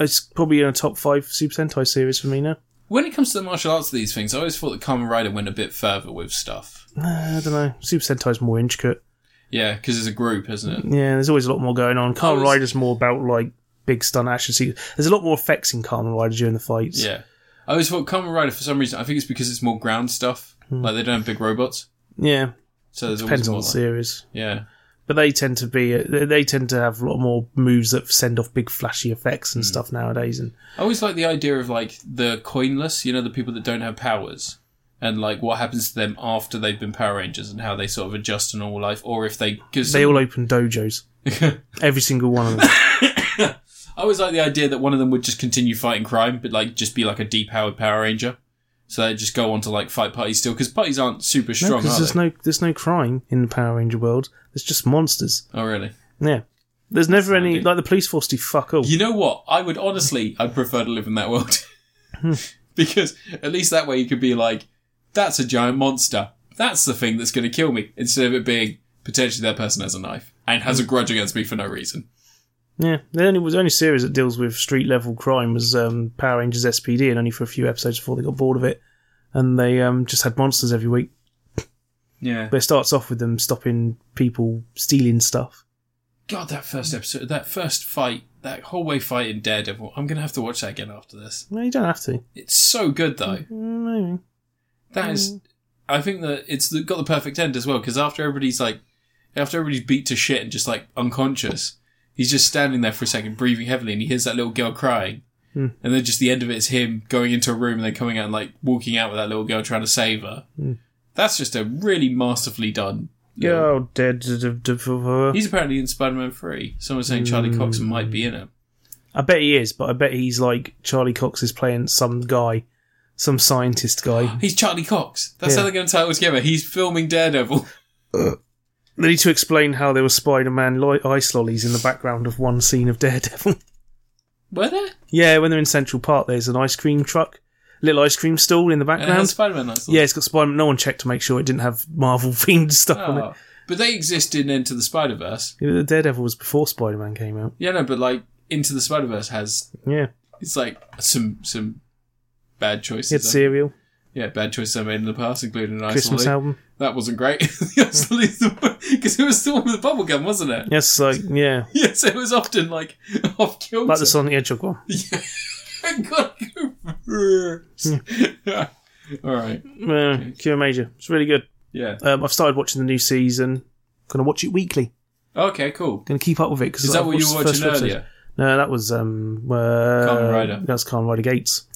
Speaker 2: It's probably in a top five Super Sentai series for me now.
Speaker 1: When it comes to the martial arts of these things, I always thought that Kamen Rider went a bit further with stuff.
Speaker 2: Uh, I don't know. Super Sentai's more intricate.
Speaker 1: Yeah, because it's a group, isn't it?
Speaker 2: Yeah, there's always a lot more going on. Carmen
Speaker 1: was-
Speaker 2: Rider's more about like big stunt action scenes. There's a lot more effects in Carmen Rider during the fights.
Speaker 1: Yeah. I always thought Kamen Rider, for some reason, I think it's because it's more ground stuff. Like, they don't have big robots.
Speaker 2: yeah.
Speaker 1: So there's always
Speaker 2: Hmm. Depends on
Speaker 1: more.
Speaker 2: the
Speaker 1: like-
Speaker 2: series,
Speaker 1: yeah.
Speaker 2: but they tend to be uh, they they tend to have a lot more moves that send off big flashy effects and
Speaker 1: Hmm.
Speaker 2: stuff nowadays. And
Speaker 1: I always like the idea of like the coinless, you know, the people that don't have powers, and like what happens to them after they've been Power Rangers and how they sort of adjust to normal life, or if they because
Speaker 2: they all open dojos. Every single one of them.
Speaker 1: I always like the idea that one of them would just continue fighting crime, but like just be like a depowered Power Ranger, so they just go on to like fight parties still because parties aren't super strong.
Speaker 2: because
Speaker 1: are
Speaker 2: there's
Speaker 1: they?
Speaker 2: no there's no crime in the Power Ranger world. There's just monsters.
Speaker 1: oh really?
Speaker 2: Yeah. There's never any
Speaker 1: handy.
Speaker 2: like the police force do fuck all.
Speaker 1: You know what? I would honestly, I'd prefer to live in that world because at least that way you could be like, that's a giant monster. That's the thing that's going to kill me. Instead of it being potentially that person has a knife and has a grudge against me for no reason.
Speaker 2: Yeah, the only was the only series that deals with street level crime was um, Power Rangers SPD, and only for a few episodes before they got bored of it, and they um, just had monsters every week.
Speaker 1: Yeah.
Speaker 2: But it starts off with them stopping people stealing stuff.
Speaker 1: God, that first episode, that first fight, that whole way fight in Daredevil. I'm going to have to watch that again after this.
Speaker 2: No, you don't have to.
Speaker 1: It's so good though.
Speaker 2: Mm, Maybe.
Speaker 1: That is, I think that it's the- got the perfect end as well because after everybody's like, after everybody's beat to shit and just like unconscious, he's just standing there for a second, breathing heavily, and he hears that little girl crying,
Speaker 2: Hmm.
Speaker 1: and then just the end of it is him going into a room and then coming out and like walking out with that little girl trying to save her. That's just a really masterfully done.
Speaker 2: Hmm. Yeah,
Speaker 1: little-
Speaker 2: oh, dead. d- d- d- f- f-
Speaker 1: He's apparently in Spider-Man Three. Someone's saying Charlie Cox
Speaker 2: Hmm.
Speaker 1: might be in it.
Speaker 2: I bet he is, but I bet he's like Charlie Cox is playing some guy, some scientist guy.
Speaker 1: He's Charlie Cox. That's
Speaker 2: Yeah.
Speaker 1: how they're going to tie it all together. He's filming Daredevil.
Speaker 2: They need to explain how there were Spider-Man lo- ice lollies in the background of one scene of Daredevil.
Speaker 1: Were there?
Speaker 2: Yeah, when they're in Central Park, there's an ice cream truck, little ice cream stall in the
Speaker 1: And it has
Speaker 2: background.
Speaker 1: Spider-Man. that's the
Speaker 2: Yeah, it's got Spider. No one checked to make sure it didn't have Marvel themed stuff on it.
Speaker 1: Oh. But they exist in Into the Spider Verse.
Speaker 2: Yeah, The Daredevil was before Spider Man came out.
Speaker 1: Yeah, no, but like Into the Spider Verse has
Speaker 2: Yeah,
Speaker 1: it's like some some bad choices.
Speaker 2: it's
Speaker 1: I-
Speaker 2: serial
Speaker 1: yeah, bad choices I made in the past, including an
Speaker 2: Christmas
Speaker 1: isolate.
Speaker 2: album.
Speaker 1: That wasn't great. Because it was the one with the bubblegum, wasn't it?
Speaker 2: Yes, like yeah,
Speaker 1: Yes, it was often like off kilter.
Speaker 2: like the Sonic the Hedgehog one.
Speaker 1: All right.
Speaker 2: Uh, Cure Major. It's really good.
Speaker 1: Yeah.
Speaker 2: Um, I've started watching the new season. Going to watch it weekly.
Speaker 1: Okay. Cool.
Speaker 2: Going to keep up with it because
Speaker 1: Is that what you were watching earlier?
Speaker 2: No, that was um, uh,
Speaker 1: Kamen Rider.
Speaker 2: That's Kamen Rider Gates.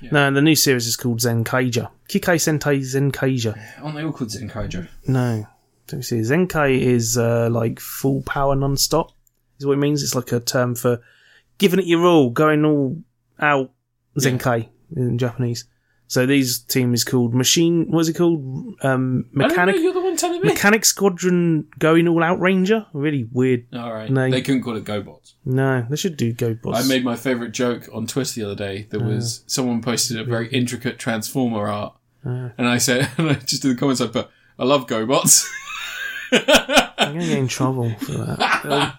Speaker 2: No, and the new series is called Zenkaija. Kikai Sentai Zenkaija.
Speaker 1: Aren't they all called Zenkaiju?
Speaker 2: No. Don't see. Zenkai is uh, like full power non stop, is what it means. It's like a term for giving it your all, going all Ao Zenkai in Japanese. So these team is called Machine. What's it called? Um,
Speaker 1: I don't know,
Speaker 2: mechanic
Speaker 1: you're the one telling me.
Speaker 2: Mechanic Squadron Going All Out Ranger. Really weird.
Speaker 1: All right.
Speaker 2: No.
Speaker 1: They couldn't call it GoBots.
Speaker 2: No, they should do Go Boss.
Speaker 1: I made my favourite joke on Twitter the other day. There was someone posted a very intricate Transformer art, and I said, and I just in the comments I put, "I love GoBots."
Speaker 2: I'm gonna get in trouble for that.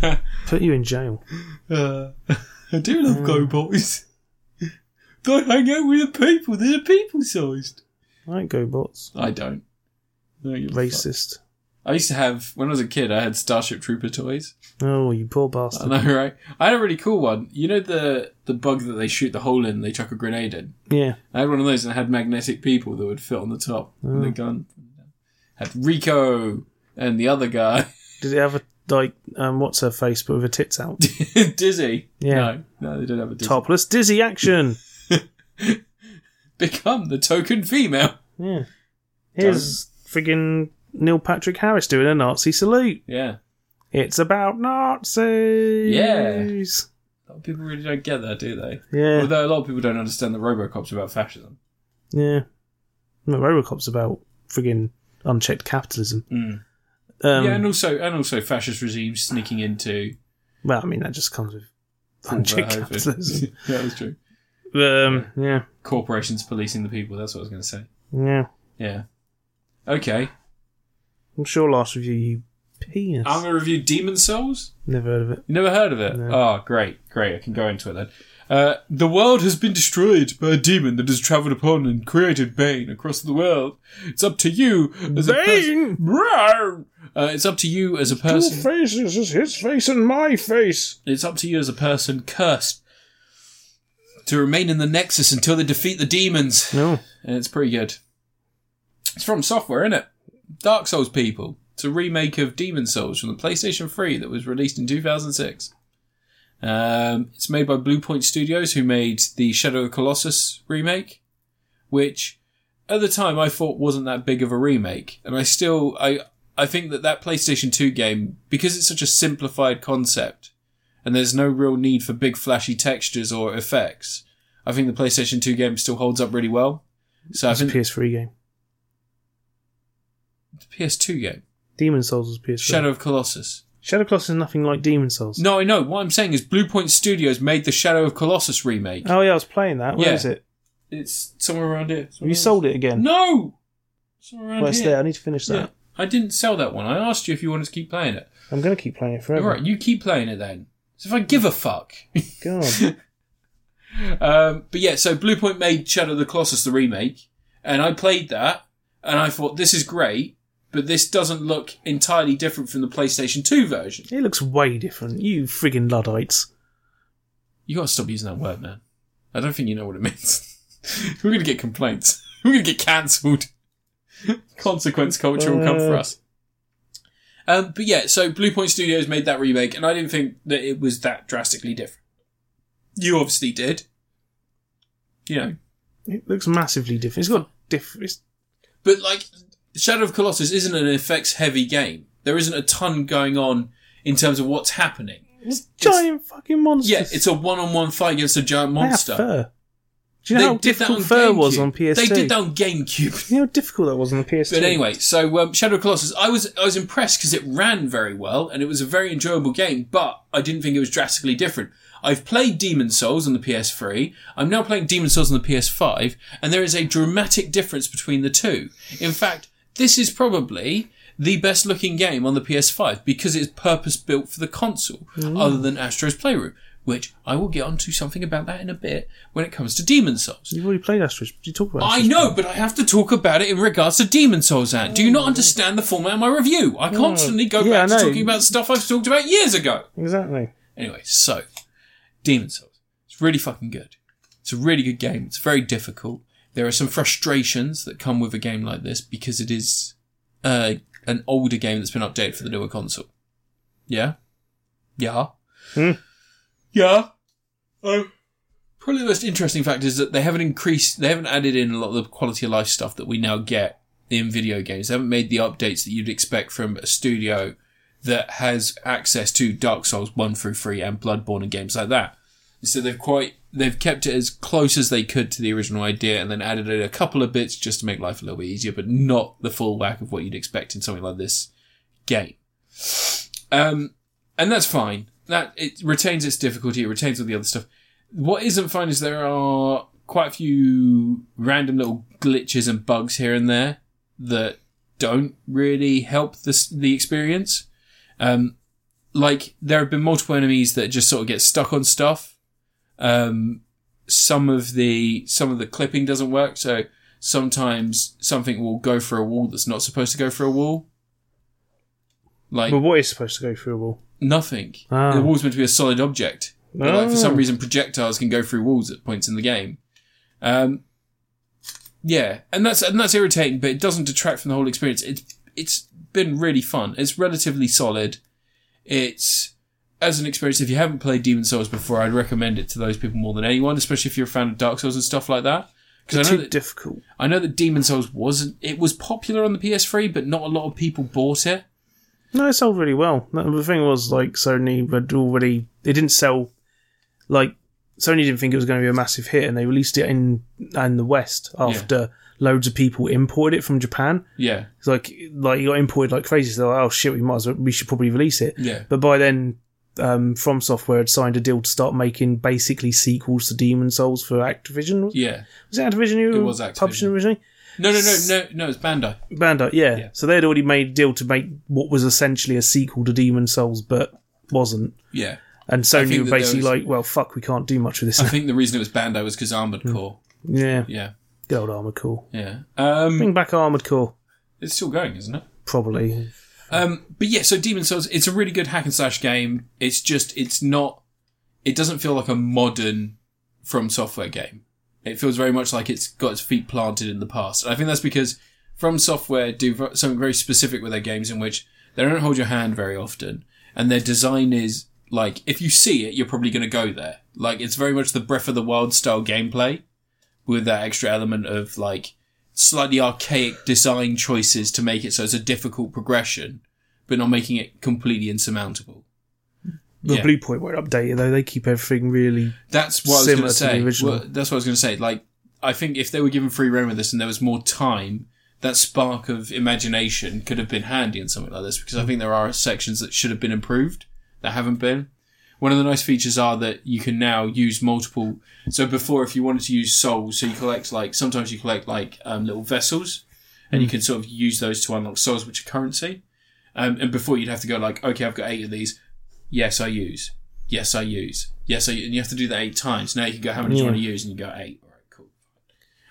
Speaker 2: They'll put you in jail.
Speaker 1: Uh, I do love GoBots. They hang out with the people. They're people sized.
Speaker 2: I like Go Bots.
Speaker 1: I don't. I don't give a fuck.
Speaker 2: Racist.
Speaker 1: I used to have when I was a kid. I had Starship Trooper toys.
Speaker 2: Oh, you poor
Speaker 1: I
Speaker 2: bastard.
Speaker 1: know, right? I had a really cool one. You know the the bug that they shoot the hole in, they chuck a grenade in.
Speaker 2: Yeah.
Speaker 1: I had one of those and it had magnetic people that would fit on the top of
Speaker 2: Oh.
Speaker 1: the gun. Had Rico and the other guy,
Speaker 2: Did it have a like um what's her face but with her tits out?
Speaker 1: Dizzy.
Speaker 2: Yeah.
Speaker 1: No, no, they didn't have a Dizzy.
Speaker 2: Topless dizzy action.
Speaker 1: Become the token female.
Speaker 2: Yeah. Here's friggin' Neil Patrick Harris doing a Nazi salute.
Speaker 1: Yeah.
Speaker 2: It's about Nazis.
Speaker 1: A lot of people really don't get that, do they?
Speaker 2: Yeah.
Speaker 1: Although a lot of people don't understand the Robocop's about fascism.
Speaker 2: yeah. No, Robocop's about friggin' unchecked capitalism.
Speaker 1: Mm.
Speaker 2: Um,
Speaker 1: yeah, and also and also fascist regimes sneaking into
Speaker 2: Well, I mean that just comes with unchecked
Speaker 1: Verhoeven.
Speaker 2: capitalism.
Speaker 1: yeah, that's true.
Speaker 2: um, yeah,
Speaker 1: Corporations policing the people, that's what I was gonna say.
Speaker 2: yeah.
Speaker 1: Yeah. Okay.
Speaker 2: I'm sure last review you penis.
Speaker 1: I'm going to review Demon Souls.
Speaker 2: Never heard of it.
Speaker 1: You never heard of it? Oh, great. Great. I can go into it then. Uh, the world has been destroyed by a demon that has travelled upon and created Bane across the world. It's up to you as a
Speaker 2: Bane?
Speaker 1: person. Uh, it's up to you as a person.
Speaker 2: faces is his face and my face.
Speaker 1: It's up to you as a person cursed to remain in the Nexus until they defeat the demons.
Speaker 2: No.
Speaker 1: And it's pretty good. It's from software, isn't it? Dark Souls people. It's a remake of Demon Souls from the PlayStation 3 that was released in 2006. Um, it's made by Blue Point Studios, who made the Shadow of the Colossus remake, which at the time I thought wasn't that big of a remake, and I still I I think that that PlayStation 2 game because it's such a simplified concept, and there's no real need for big flashy textures or effects. I think the PlayStation 2 game still holds up really well. So I
Speaker 2: It's a
Speaker 1: think
Speaker 2: PS3 game.
Speaker 1: the PS2 game,
Speaker 2: Demon Souls was PS3.
Speaker 1: Shadow of Colossus.
Speaker 2: Shadow Colossus is nothing like Demon Souls.
Speaker 1: No, I know. What I'm saying is Blue Point Studios made the Shadow of Colossus remake.
Speaker 2: Oh yeah, I was playing that. Where
Speaker 1: Yeah.
Speaker 2: is it?
Speaker 1: It's somewhere around here.
Speaker 2: Have you sold it again?
Speaker 1: No! Somewhere around
Speaker 2: Well, it's
Speaker 1: here.
Speaker 2: there. I need to finish that.
Speaker 1: Yeah. I didn't sell that one. I asked you if you wanted to keep playing it.
Speaker 2: I'm gonna keep playing it
Speaker 1: All
Speaker 2: forever.
Speaker 1: right, you keep playing it then. So if I give a fuck.
Speaker 2: God.
Speaker 1: um, but yeah, so Blue Point made Shadow of the Colossus the remake, and I played that, and I thought this is great, but this doesn't look entirely different from the PlayStation 2 version.
Speaker 2: it looks way different. You friggin' luddites.
Speaker 1: You gotta stop using that word, man. I don't think you know what it means. We're gonna get complaints. We're gonna get cancelled. Consequence culture will come for
Speaker 2: Uh.
Speaker 1: us. Um, but yeah, so Blue Point Studios made that remake, and I didn't think that it was that drastically different. You obviously did. You know.
Speaker 2: It looks massively different. It's got diff. It's,
Speaker 1: But like, Shadow of Colossus isn't an effects heavy game. There isn't a ton going on in terms of what's happening.
Speaker 2: it's giant fucking monsters.
Speaker 1: Yeah, it's a one on one fight against a giant
Speaker 2: They have
Speaker 1: monster.
Speaker 2: fur. Do you know how difficult fur was on
Speaker 1: GameCube.
Speaker 2: PS2?
Speaker 1: They did that on GameCube.
Speaker 2: You know how difficult that was on the PS2.
Speaker 1: But anyway, so um, Shadow of Colossus, I was I was impressed because it ran very well and it was a very enjoyable game, but I didn't think it was drastically different. I've played Demon Souls on the PS3. I'm now playing Demon Souls on the PS5, and there is a dramatic difference between the two. In fact, this is probably the best looking game on the PS5 because it's purpose built for the console, other than Astro's Playroom, which I will get onto something about that in a bit when it comes to Demon Souls.
Speaker 2: You've already played Astro's. You talk about
Speaker 1: I
Speaker 2: Astro's.
Speaker 1: know, but I have to talk about it in regards to Demon Souls, Ant. Do you not understand the format of my review? I constantly go
Speaker 2: Hmm. Yeah, I
Speaker 1: back to
Speaker 2: know.
Speaker 1: talking about stuff I've talked about years ago.
Speaker 2: Exactly.
Speaker 1: Anyway, so Demon Souls. It's really fucking good. It's a really good game. It's very difficult. There are some frustrations that come with a game like this because it is uh, an older game that's been updated for the newer console. Yeah? Yeah?
Speaker 2: Hmm.
Speaker 1: Yeah? Um, probably the most interesting fact is that they haven't increased, they haven't added in a lot of the quality of life stuff that we now get in video games. They haven't made the updates that you'd expect from a studio that has access to Dark Souls 1 through 3 and Bloodborne and games like that. So they've quite they've kept it as close as they could to the original idea and then added in a couple of bits just to make life a little bit easier, but not the full whack of what you'd expect in something like this game. Um, and that's fine. That it retains its difficulty, it retains all the other stuff. What isn't fun is there are quite a few random little glitches and bugs here and there that don't really help the the experience. Um, like there have been multiple enemies that just sort of get stuck on stuff. Um, some of the some of the clipping doesn't work, so sometimes something will go for a wall that's not supposed to go for a wall. Like
Speaker 2: But what is supposed to go through a wall?
Speaker 1: nothing.
Speaker 2: Ah.
Speaker 1: The wall's meant to be a solid object. But like, for
Speaker 2: Ah.
Speaker 1: some reason, projectiles can go through walls at points in the game. Um, yeah, and that's and that's irritating, but it doesn't detract from the whole experience. It's it's been really fun. It's relatively solid. It's as an experience. If you haven't played Demon Souls before, I'd recommend it to those people more than anyone, especially if you're a fan of Dark Souls and stuff like that. Because I know
Speaker 2: Too
Speaker 1: that
Speaker 2: difficult.
Speaker 1: I know that Demon Souls wasn't. It was popular on the PS3, but not a lot of people bought it.
Speaker 2: No, it sold really well. No, The thing was, like, Sony had already. It didn't sell. Like, Sony didn't think it was going to be a massive hit, and they released it in in the West after loads of people imported it from Japan.
Speaker 1: Yeah,
Speaker 2: It's like, like it got imported like crazy. So, they're like, oh shit, we might as well, we should probably release it.
Speaker 1: yeah,
Speaker 2: But by then, um, From Software had signed a deal to start making basically sequels to Demon Souls for Activision. Was,
Speaker 1: yeah.
Speaker 2: was it Activision who
Speaker 1: It was Activision.
Speaker 2: publishing originally?
Speaker 1: No, no, no, no, no. It's Bandai.
Speaker 2: Bandai, yeah.
Speaker 1: Yeah.
Speaker 2: So they had already made a deal to make what was essentially a sequel to Demon Souls, but wasn't.
Speaker 1: Yeah.
Speaker 2: And
Speaker 1: think
Speaker 2: Sony were
Speaker 1: that there
Speaker 2: basically
Speaker 1: was-
Speaker 2: like, well, fuck, we can't do much with this.
Speaker 1: I think the reason it was Bandai was because Armored Core.
Speaker 2: yeah.
Speaker 1: Yeah,
Speaker 2: Good old Armored Core.
Speaker 1: yeah. Um,
Speaker 2: Bring back Armored Core,
Speaker 1: it's still going, isn't it?
Speaker 2: probably.
Speaker 1: Um, but yeah, so Demon Souls, it's a really good hack and slash game. It's just, it's not, it doesn't feel like a modern From Software game. It feels very much like it's got its feet planted in the past. And I think that's because From Software do v- something very specific with their games in which they don't hold your hand very often. And their design is like, if you see it, you're probably going to go there. Like, it's very much the Breath of the Wild style gameplay with that extra element of like slightly archaic design choices to make it so it's a difficult progression but not making it completely insurmountable.
Speaker 2: The
Speaker 1: Yeah.
Speaker 2: Blue Point won't update it though. They keep everything really.
Speaker 1: That's what I
Speaker 2: Similar
Speaker 1: was
Speaker 2: to the
Speaker 1: going to say.
Speaker 2: original.
Speaker 1: Well, that's what I was going to say. Like, I think if they were given free reign with this and there was more time, that spark of imagination could have been handy in something like this because I think there are sections that should have been improved that haven't been. One of the nice features are that you can now use multiple. So before, if you wanted to use souls, so you collect like sometimes you collect like um, little vessels, and
Speaker 2: Hmm.
Speaker 1: you can sort of use those to unlock souls, which are currency. Um, and before you'd have to go like, okay, I've got eight of these. Yes, I use. Yes, I use. Yes, I use. And you have to do that eight times. Now you can go, how many do you
Speaker 2: Yeah.
Speaker 1: want to use? And you go, eight. All right, cool.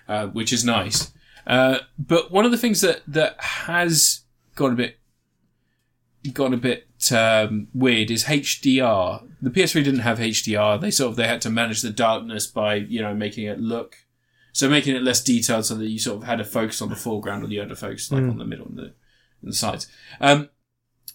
Speaker 1: Uh, which is nice. Uh, but one of the things that, that has gone a bit, gone a bit, um, weird is HDR. The PS3 didn't have HDR. They sort of, they had to manage the darkness by, you know, making it look, so making it less detailed so that you sort of had a focus on the foreground or you had a focus like on the middle and the, and the sides. Um,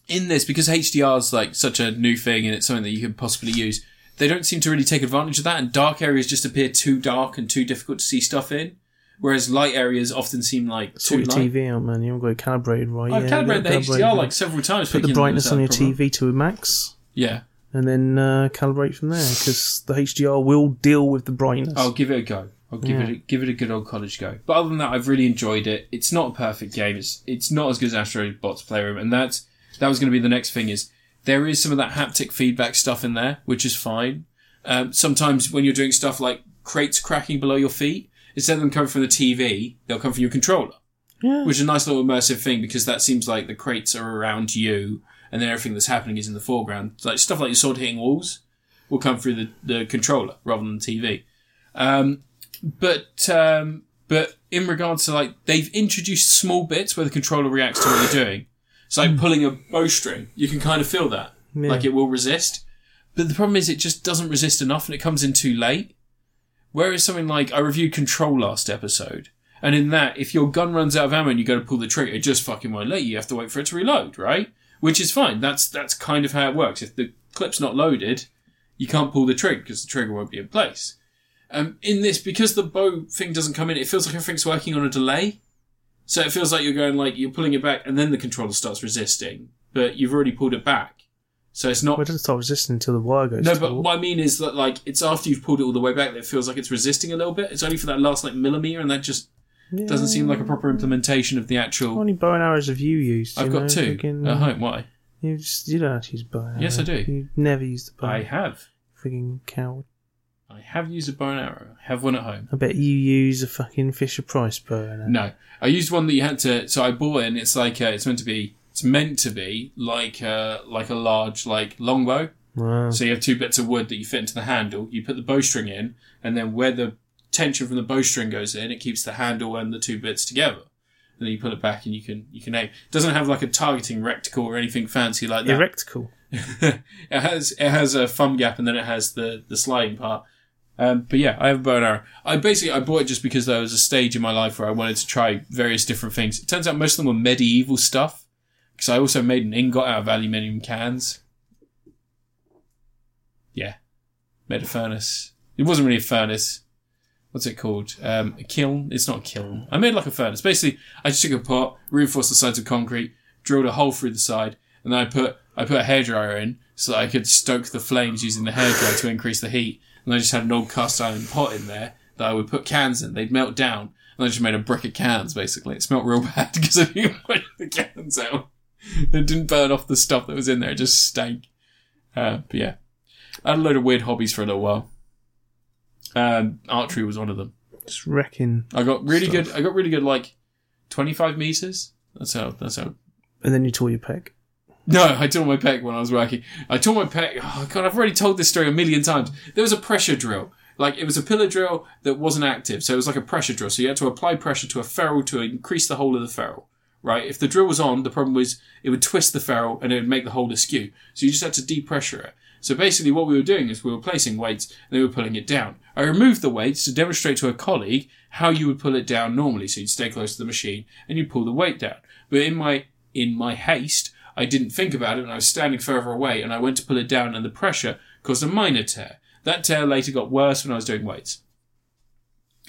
Speaker 1: in this, because HDR is like such a new thing and it's something that you could possibly use, they don't seem to really take advantage of that. And dark areas just appear too dark and too difficult to see stuff in, whereas light areas often seem like
Speaker 2: Sort
Speaker 1: too
Speaker 2: your
Speaker 1: light.
Speaker 2: TV out, man. You haven't got it calibrated right.
Speaker 1: I've
Speaker 2: Yeah,
Speaker 1: calibrated the
Speaker 2: gotta
Speaker 1: HDR
Speaker 2: calibrate it.
Speaker 1: like several times.
Speaker 2: put the
Speaker 1: thinking
Speaker 2: brightness
Speaker 1: that's
Speaker 2: on
Speaker 1: a
Speaker 2: your
Speaker 1: problem.
Speaker 2: TV to a max,
Speaker 1: Yeah,
Speaker 2: and then uh, calibrate from there because the HDR will deal with the brightness.
Speaker 1: I'll give it a go. I'll give
Speaker 2: Yeah.
Speaker 1: it a, give it a good old college go. But other than that, I've really enjoyed it. It's not a perfect game. It's it's not as good as Astro Bot's Playroom, and that's that was going to be the next thing. Is there is some of that haptic feedback stuff in there, which is fine. Um, sometimes when you're doing stuff like crates cracking below your feet, instead of them coming from the TV, they'll come from your controller,
Speaker 2: yeah,
Speaker 1: which is a nice little immersive thing because that seems like the crates are around you, and then everything that's happening is in the foreground. It's like stuff like your sword hitting walls will come through the, the controller rather than the TV. Um, but um, but in regards to like they've introduced small bits where the controller reacts to what you're doing. It's like pulling a bowstring. You can kind of feel that,
Speaker 2: Yeah.
Speaker 1: like it will resist. But the problem is, it just doesn't resist enough, and it comes in too late. Whereas something like I reviewed Control last episode, and in that, if your gun runs out of ammo and you go to pull the trigger, it just fucking won't let you. You have to wait for it to reload, right? Which is fine. That's that's kind of how it works. If the clip's not loaded, you can't pull the trigger because the trigger won't be in place. Um, in this, because the bow thing doesn't come in, it feels like everything's working on a delay. So it feels like you're going like you're pulling it back, and then the controller starts resisting, but you've already pulled it back. So it's
Speaker 2: Well, it
Speaker 1: not.
Speaker 2: doesn't start resisting until the wire goes.
Speaker 1: No,
Speaker 2: taut.
Speaker 1: but what I mean is that like it's after you've pulled it all the way back that it feels like it's resisting a little bit. It's only for that last like millimeter, and that just
Speaker 2: Yeah.
Speaker 1: doesn't seem like a proper implementation of the
Speaker 2: How
Speaker 1: actual.
Speaker 2: many bow and arrows have you used?
Speaker 1: I've
Speaker 2: you know,
Speaker 1: got two
Speaker 2: friggin-
Speaker 1: at home. Why?
Speaker 2: You, just, you don't have to use a bow. and
Speaker 1: Yes,
Speaker 2: arrow.
Speaker 1: I do.
Speaker 2: You never use the bow.
Speaker 1: I have.
Speaker 2: Frigging coward.
Speaker 1: I have used a bow and arrow. I have one at home.
Speaker 2: I bet you use a fucking Fisher Price bow and arrow.
Speaker 1: No, I used one that you had to. So I bought it, and it's like uh, it's meant to be. It's meant to be like uh, like a large like longbow.
Speaker 2: Wow.
Speaker 1: So you have two bits of wood that you fit into the handle. You put the bowstring in, and then where the tension from the bowstring goes in, it keeps the handle and the two bits together. And then you pull it back, and you can you can aim. It doesn't have like a targeting reticle or anything fancy like that.
Speaker 2: Erectical.
Speaker 1: it has it has a thumb gap, and then it has the the sliding part. Um, but yeah, I have a bow and arrow. I basically I bought it just because there was a stage in my life where I wanted to try various different things. It turns out most of them were medieval stuff because I also made an ingot out of aluminium cans. Yeah, made a furnace. It wasn't really a furnace. What's it called? Um, a kiln? It's not a kiln. I made like a furnace. Basically, I just took a pot, reinforced the sides with concrete, drilled a hole through the side, and then I put I put a hairdryer in so that I could stoke the flames using the hairdryer to increase the heat. And I just had an old cast iron pot in there that I would put cans in. They'd melt down, and I just made a brick of cans. Basically, it smelt real bad because I didn't wash the cans out. It didn't burn off the stuff that was in there. It just stank. Uh, but yeah, I had a load of weird hobbies for a little while. Um, archery was one of them.
Speaker 2: Just wrecking.
Speaker 1: I got really
Speaker 2: Stuff.
Speaker 1: good. I got really good. Like twenty five meters. That's how. That's how.
Speaker 2: And then you tore your pec.
Speaker 1: No, I tore my pec when I was working. I tore my pec. Oh god, I've already told this story a million times. There was a pressure drill. Like it was a pillar drill that wasn't active, so it was like a pressure drill. So you had to apply pressure to a ferrule to increase the hole of the ferrule. Right? If the drill was on, the problem was it would twist the ferrule and it would make the hole askew. So you just had to depressure it. So basically, what we were doing is we were placing weights and they were pulling it down. I removed the weights to demonstrate to a colleague how you would pull it down normally. So you'd stay close to the machine and you'd pull the weight down. But in my in my haste, I didn't think about it and I was standing further away and I went to pull it down and the pressure caused a minor tear. That tear later got worse when I was doing weights.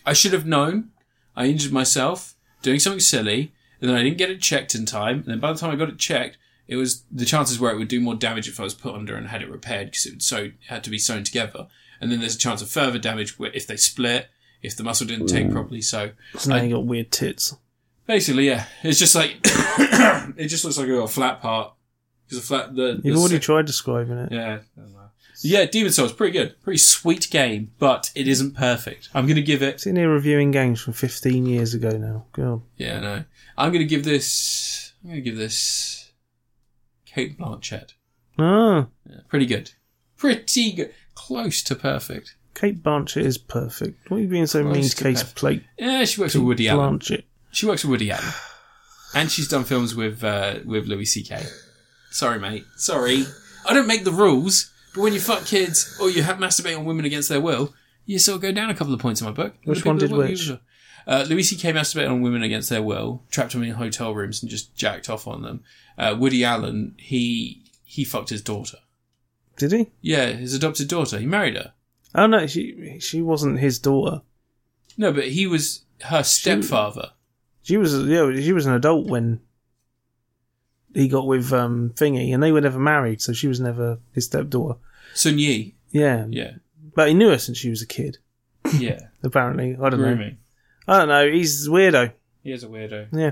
Speaker 1: I should have known. I injured myself doing something silly, and then I didn't get it checked in time. And then by the time I got it checked, it was the chances were it would do more damage if I was put under and had it repaired because it would so had to be sewn together. And then there's a chance of further damage where- if they split, if the muscle didn't
Speaker 2: Mm.
Speaker 1: take properly. So
Speaker 2: So now you got weird tits.
Speaker 1: basically, yeah, it's just like it just looks like a flat part because the flat the
Speaker 2: You've
Speaker 1: the
Speaker 2: already tried describing it.
Speaker 1: yeah. I don't know. Yeah, Demon Souls, pretty good. Pretty sweet game, but it isn't perfect. I'm going to give it.
Speaker 2: Sitting here reviewing games from 15 years ago now. God.
Speaker 1: Yeah, no. I'm going to give this. I'm going to give this. Kate Blanchett.
Speaker 2: Ah,
Speaker 1: Yeah, pretty good. Pretty good. Close to perfect.
Speaker 2: Kate Blanchett is perfect. What are you being so
Speaker 1: Close
Speaker 2: mean
Speaker 1: to
Speaker 2: to Kate
Speaker 1: perfect.
Speaker 2: Plate
Speaker 1: Yeah, she works with Woody Allen.
Speaker 2: Blanchett?
Speaker 1: She works with Woody Allen, and she's done films with uh, with Louis C.K. Sorry, mate. Sorry. I don't make the rules, but when you fuck kids or you have masturbate on women against their will, you sort of go down a couple of points in my book.
Speaker 2: Which
Speaker 1: The people
Speaker 2: one did
Speaker 1: that want
Speaker 2: which?
Speaker 1: you- Uh, Louis C.K. masturbated on women against their will, trapped them in hotel rooms and just jacked off on them. Uh, Woody Allen, he he fucked his daughter.
Speaker 2: Did he?
Speaker 1: Yeah, his adopted daughter. He married her.
Speaker 2: Oh no, she she wasn't his daughter.
Speaker 1: No, but he was her stepfather.
Speaker 2: She was yeah, she was an adult when he got with um Thingy, and they were never married, so she was never his stepdaughter.
Speaker 1: Sun Yi.
Speaker 2: Yeah,
Speaker 1: Yeah.
Speaker 2: but he knew her since she was a kid.
Speaker 1: Yeah.
Speaker 2: Apparently, I don't know.
Speaker 1: Grooming.
Speaker 2: I don't know. He's a weirdo.
Speaker 1: He is a weirdo.
Speaker 2: Yeah,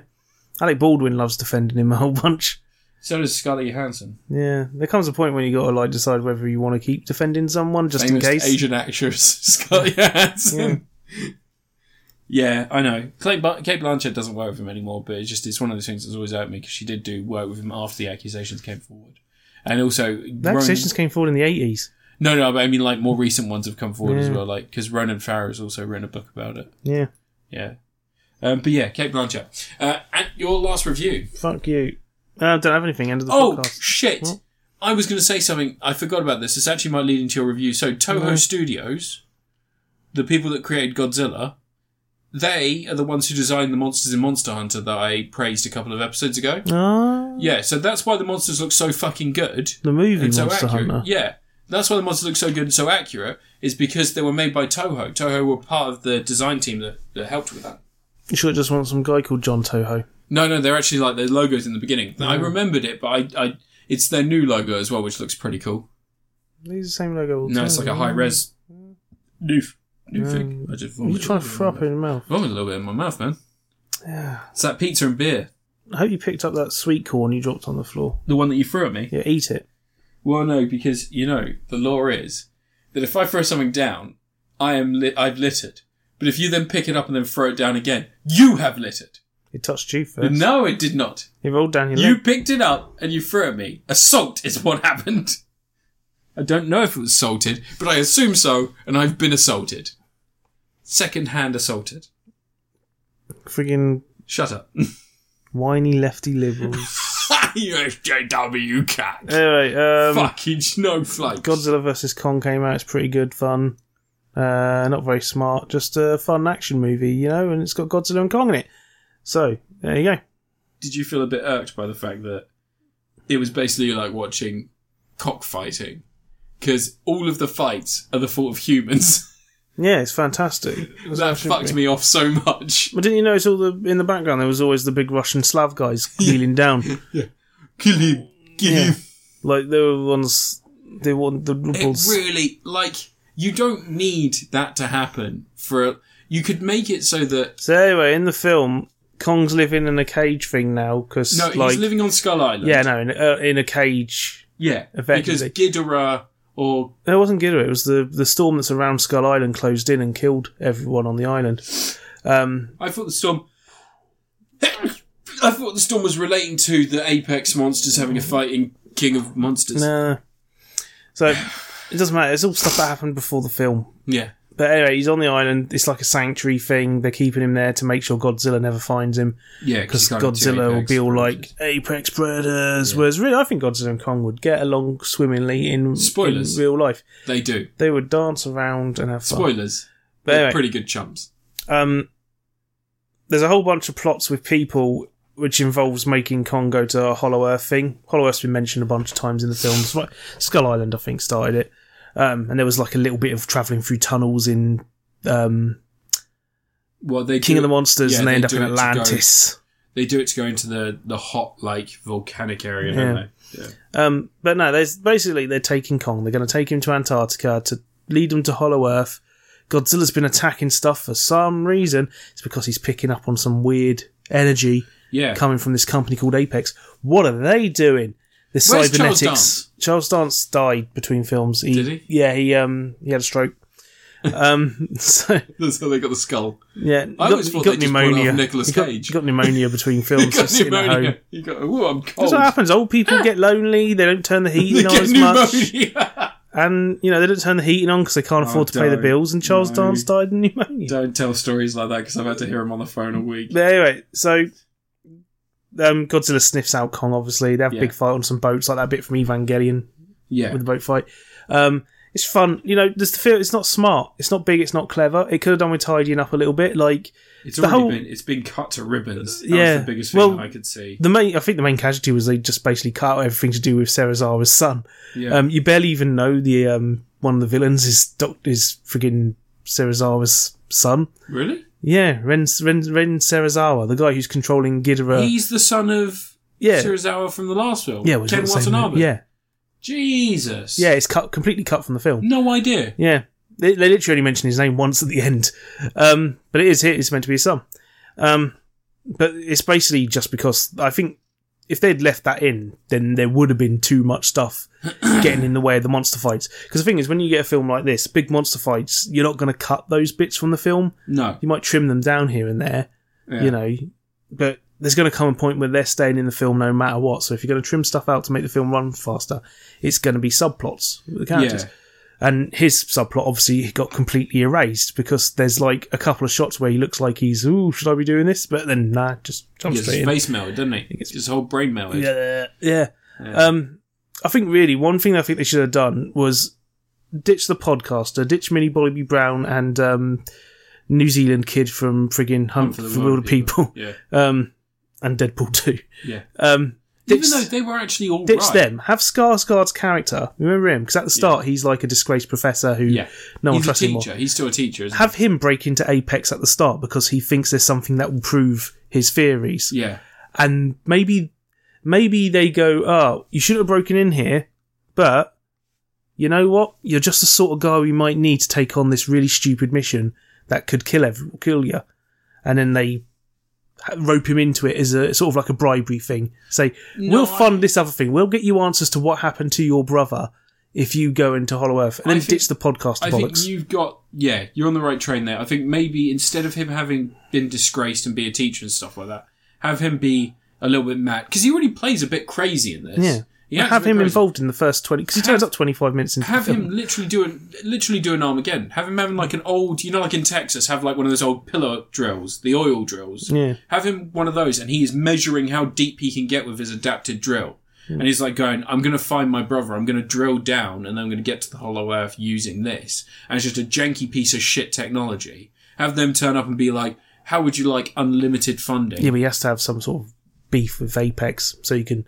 Speaker 2: Alec Baldwin loves defending him a whole bunch.
Speaker 1: So does Scarlett Johansson.
Speaker 2: Yeah, there comes a point when you got to like decide whether you want to keep defending someone just
Speaker 1: Famous
Speaker 2: in case.
Speaker 1: Asian actress Scarlett Johansson. Yeah. I know. Kate Bl- Kate Blanchett doesn't work with him anymore, but it's just it's one of those things that's always at me because she did do work with him after the accusations came forward, and also
Speaker 2: That
Speaker 1: Ronan-
Speaker 2: decisions came forward in the eighties.
Speaker 1: no, no, but I mean like more recent ones have come forward as
Speaker 2: Yeah.
Speaker 1: well, like because Ronan Farrow has also written a book about it.
Speaker 2: Yeah,
Speaker 1: Yeah. Um, but yeah, Kate Blanchett. Uh, and your last review.
Speaker 2: fuck you. I don't have anything. End of the
Speaker 1: Oh
Speaker 2: podcast.
Speaker 1: shit! I was going to say something. I forgot about this. This actually might lead into your review. So Toho
Speaker 2: No.
Speaker 1: Studios, the people that created Godzilla, they are the ones who designed the monsters in Monster Hunter that I praised a couple of episodes ago.
Speaker 2: Ah,
Speaker 1: Yeah, so that's why the monsters look so fucking good
Speaker 2: the movie
Speaker 1: and so
Speaker 2: Monster
Speaker 1: accurate.
Speaker 2: Hunter.
Speaker 1: Yeah, that's why the monsters look so good and so accurate. Is because they were made by Toho. Toho were part of the design team that, that helped with that.
Speaker 2: You should just want some guy called John Toho. Oh.
Speaker 1: No, no, they're actually like their logos in the beginning. I remembered it, but I, I It's their new logo as well, which looks pretty cool.
Speaker 2: These are the same logo. all the
Speaker 1: No, it's
Speaker 2: time,
Speaker 1: like a high
Speaker 2: yeah.
Speaker 1: res new f- new thing.
Speaker 2: Um,
Speaker 1: I just
Speaker 2: Are you
Speaker 1: vomited.
Speaker 2: trying to throw up in your mouth?
Speaker 1: vomited a little bit in my mouth, man.
Speaker 2: Yeah.
Speaker 1: It's that pizza and beer,
Speaker 2: I hope you picked up that sweet corn you dropped on the floor.
Speaker 1: the one that you threw at me.
Speaker 2: Yeah, eat it.
Speaker 1: Well, no, because you know the law is that if I throw something down, I am lit. I've littered. But if you then pick it up and then throw it down again, you have littered.
Speaker 2: It touched you first.
Speaker 1: No, it did not.
Speaker 2: It rolled down your
Speaker 1: You
Speaker 2: leg.
Speaker 1: picked it up and you threw it at me. Assault is what happened. I don't know if it was assaulted, but I assume so, and I've been assaulted. Second hand assaulted.
Speaker 2: Friggin'
Speaker 1: Shut up.
Speaker 2: whiny lefty liberals.
Speaker 1: you SJW cat.
Speaker 2: anyway, um,
Speaker 1: Fucking snowflakes.
Speaker 2: Godzilla vs. Kong came out. It's pretty good fun. Uh, not very smart, just a fun action movie, you know, and it's got Godzilla and Kong in it. So, there you go.
Speaker 1: Did you feel a bit irked by the fact that it was basically like watching cockfighting? Because all of the fights are the fault of humans.
Speaker 2: Yeah, it's fantastic.
Speaker 1: that fucked me off so much.
Speaker 2: But didn't you notice all the in the background there was always the big Russian Slav guys kneeling down?
Speaker 1: Kill him. Kill
Speaker 2: Yeah.
Speaker 1: him.
Speaker 2: Like they were ones they were the
Speaker 1: It
Speaker 2: rebels.
Speaker 1: really like you don't need that to happen for you could make it so that
Speaker 2: so anyway, in the film, Kong's living in a cage thing now because
Speaker 1: no,
Speaker 2: like
Speaker 1: he's living on Skull Island.
Speaker 2: yeah, no, in, uh, in a cage.
Speaker 1: yeah, because
Speaker 2: Effectively.
Speaker 1: Ghidorah or
Speaker 2: It wasn't Ghidorah. It was the the storm that's around Skull Island closed in and killed everyone on the island. Um,
Speaker 1: I thought the storm. I thought the storm was relating to the Apex monsters having a fight in King of Monsters.
Speaker 2: nah. So it doesn't matter. It's all stuff that happened before the film.
Speaker 1: Yeah,
Speaker 2: But anyway, he's on the island. It's like a sanctuary thing. They're keeping him there to make sure Godzilla never finds him.
Speaker 1: yeah,
Speaker 2: because
Speaker 1: he's going to
Speaker 2: Godzilla will
Speaker 1: Apex
Speaker 2: be all
Speaker 1: Monsters.
Speaker 2: like apex predators. Whereas really, I think Godzilla and Kong would get along swimmingly in, in
Speaker 1: Spoilers.
Speaker 2: real life.
Speaker 1: they do.
Speaker 2: They would dance around and have fun.
Speaker 1: Spoilers.
Speaker 2: But
Speaker 1: They're
Speaker 2: anyway.
Speaker 1: pretty good chumps.
Speaker 2: Um, there's a whole bunch of plots with people, which involves making Kong go to a Hollow Earth thing. Hollow Earth's been mentioned a bunch of times in the films. Right, Skull Island, I think, started it. Um, and there was like a little bit of traveling through tunnels in um,
Speaker 1: Well, they
Speaker 2: King
Speaker 1: do
Speaker 2: of the
Speaker 1: it-
Speaker 2: Monsters,
Speaker 1: yeah,
Speaker 2: and they, end up
Speaker 1: do
Speaker 2: in
Speaker 1: it to go-
Speaker 2: Atlantis.
Speaker 1: they do it to go into the the hot like volcanic area, don't they? Yeah.
Speaker 2: Um, but no, there's basically they're taking Kong. They're going to take him to Antarctica to lead him to Hollow Earth. Godzilla's been attacking stuff for some reason. It's because he's picking up on some weird energy
Speaker 1: Yeah.
Speaker 2: coming from this company called Apex. What are they doing? This
Speaker 1: Where's Charles
Speaker 2: cybernetics.
Speaker 1: Dance?
Speaker 2: Charles Dance died between films.
Speaker 1: Did he?
Speaker 2: Yeah, he um he had a stroke. um, so
Speaker 1: That's how they got the skull.
Speaker 2: yeah,
Speaker 1: I
Speaker 2: got,
Speaker 1: always
Speaker 2: he
Speaker 1: thought
Speaker 2: got
Speaker 1: they just brought
Speaker 2: pneumonia.
Speaker 1: off Nicolas
Speaker 2: he got,
Speaker 1: Cage.
Speaker 2: he got pneumonia between
Speaker 1: He
Speaker 2: films.
Speaker 1: got
Speaker 2: just sitting at home.
Speaker 1: pneumonia. He got, oh, I'm cold.
Speaker 2: That's what happens. Old people get lonely. They don't turn the
Speaker 1: They
Speaker 2: heating on
Speaker 1: get
Speaker 2: as much,
Speaker 1: pneumonia.
Speaker 2: and you know they don't turn the heating on because they can't afford to pay the
Speaker 1: Oh, don't.
Speaker 2: bills. And Charles
Speaker 1: No.
Speaker 2: Dance died of pneumonia.
Speaker 1: Don't tell stories like that because I've had to hear him on the phone all week.
Speaker 2: But anyway, so um, Godzilla sniffs out Kong. Obviously, they have
Speaker 1: Yeah.
Speaker 2: a big fight on some boats, like that bit from Evangelion
Speaker 1: Yeah.
Speaker 2: with the boat fight. Um, it's fun, you know. There's the feel. It's not smart. It's not big. It's not clever. It could have done with tidying up a little bit. Like
Speaker 1: It's
Speaker 2: The
Speaker 1: already
Speaker 2: whole-
Speaker 1: been it's been cut to ribbons. That
Speaker 2: Yeah.
Speaker 1: was the biggest thing
Speaker 2: Well,
Speaker 1: that I could see.
Speaker 2: the main, I think the main casualty was they just basically cut out everything to do with Serrazara's son.
Speaker 1: Yeah.
Speaker 2: Um, you barely even know the um, one of the villains is doc- is friggin' Serizawa's son.
Speaker 1: really?
Speaker 2: Yeah, Ren Ren Ren Serizawa, the guy who's controlling Ghidorah.
Speaker 1: He's the son of
Speaker 2: uh, yeah,
Speaker 1: Serizawa from the last film.
Speaker 2: yeah, it was
Speaker 1: Ken
Speaker 2: not the same name.
Speaker 1: Watanabe.
Speaker 2: Yeah,
Speaker 1: Jesus.
Speaker 2: yeah, it's cut completely cut from the film.
Speaker 1: No idea.
Speaker 2: Yeah, they, they literally only mention his name once at the end, um, but it is it's meant to be his son. Um, but it's basically just because I think if they'd left that in, then there would have been too much stuff getting in the way of the monster fights. Because the thing is, when you get a film like this, big monster fights, you're not going to cut those bits from the film.
Speaker 1: No.
Speaker 2: You might trim them down here and there,
Speaker 1: Yeah.
Speaker 2: you know, but there's going to come a point where they're staying in the film no matter what. So if you're going to trim stuff out to make the film run faster, it's going to be subplots with the characters.
Speaker 1: Yeah.
Speaker 2: And his subplot obviously got completely erased because there's like a couple of shots where he looks like he's, ooh, should I be doing this? But then, nah, just jump
Speaker 1: He gets
Speaker 2: straight
Speaker 1: his
Speaker 2: in.
Speaker 1: face melted, doesn't he?
Speaker 2: gets-
Speaker 1: His whole brain melted.
Speaker 2: Yeah, yeah. Um, I think really one thing I think they should have done was ditch the podcaster, ditch Mini Bobby Brown and um, New Zealand kid from friggin' Hunt um, for the Wilder People,
Speaker 1: Yeah.
Speaker 2: um, and Deadpool 2.
Speaker 1: Yeah.
Speaker 2: Um, ditch,
Speaker 1: Even though they were actually all right.
Speaker 2: ditch them. Have Skarsgård's character. Remember him? Because at the start he's like a disgraced professor who
Speaker 1: Yeah.
Speaker 2: no one
Speaker 1: He's a
Speaker 2: trusts anymore.
Speaker 1: teacher. He's still a teacher, isn't
Speaker 2: Have him break into Apex at the start because he thinks there's something that will prove his theories
Speaker 1: he? Yeah.
Speaker 2: and maybe Maybe they go, oh, you shouldn't have broken in here, but you know what? You're just the sort of guy we might need to take on this really stupid mission that could kill ev- kill you. And then they rope him into it as a sort of like a bribery thing. Say,
Speaker 1: No,
Speaker 2: we'll
Speaker 1: I-
Speaker 2: fund this other thing. We'll get you answers to what happened to your brother if you go into Hollow Earth, and
Speaker 1: I
Speaker 2: then
Speaker 1: think-
Speaker 2: ditch the podcast to
Speaker 1: I
Speaker 2: bollocks.
Speaker 1: think you've got yeah, you're on the right train there. I think maybe instead of him having been disgraced and be a teacher and stuff like that, have him be a little bit mad because he already plays a bit crazy in this.
Speaker 2: Yeah.
Speaker 1: He
Speaker 2: But
Speaker 1: acts a
Speaker 2: have
Speaker 1: bit
Speaker 2: him
Speaker 1: crazy.
Speaker 2: involved in the first 20 because he turns
Speaker 1: Have-
Speaker 2: up 25 minutes into
Speaker 1: Have
Speaker 2: the film.
Speaker 1: him literally do an literally do an Armageddon. Have him having like an old, you know, like in Texas, have like one of those old pillar drills, the oil drills.
Speaker 2: Yeah.
Speaker 1: Have him one of those, and he is measuring how deep he can get with his adapted drill.
Speaker 2: Hmm.
Speaker 1: And he's like going, "I'm going to find my brother. I'm going to drill down, and then I'm going to get to the Hollow Earth using this." And it's just a janky piece of shit technology. Have them turn up and be like, "How would you like unlimited funding?"
Speaker 2: Yeah, but he has to have some sort of beef with Apex so you can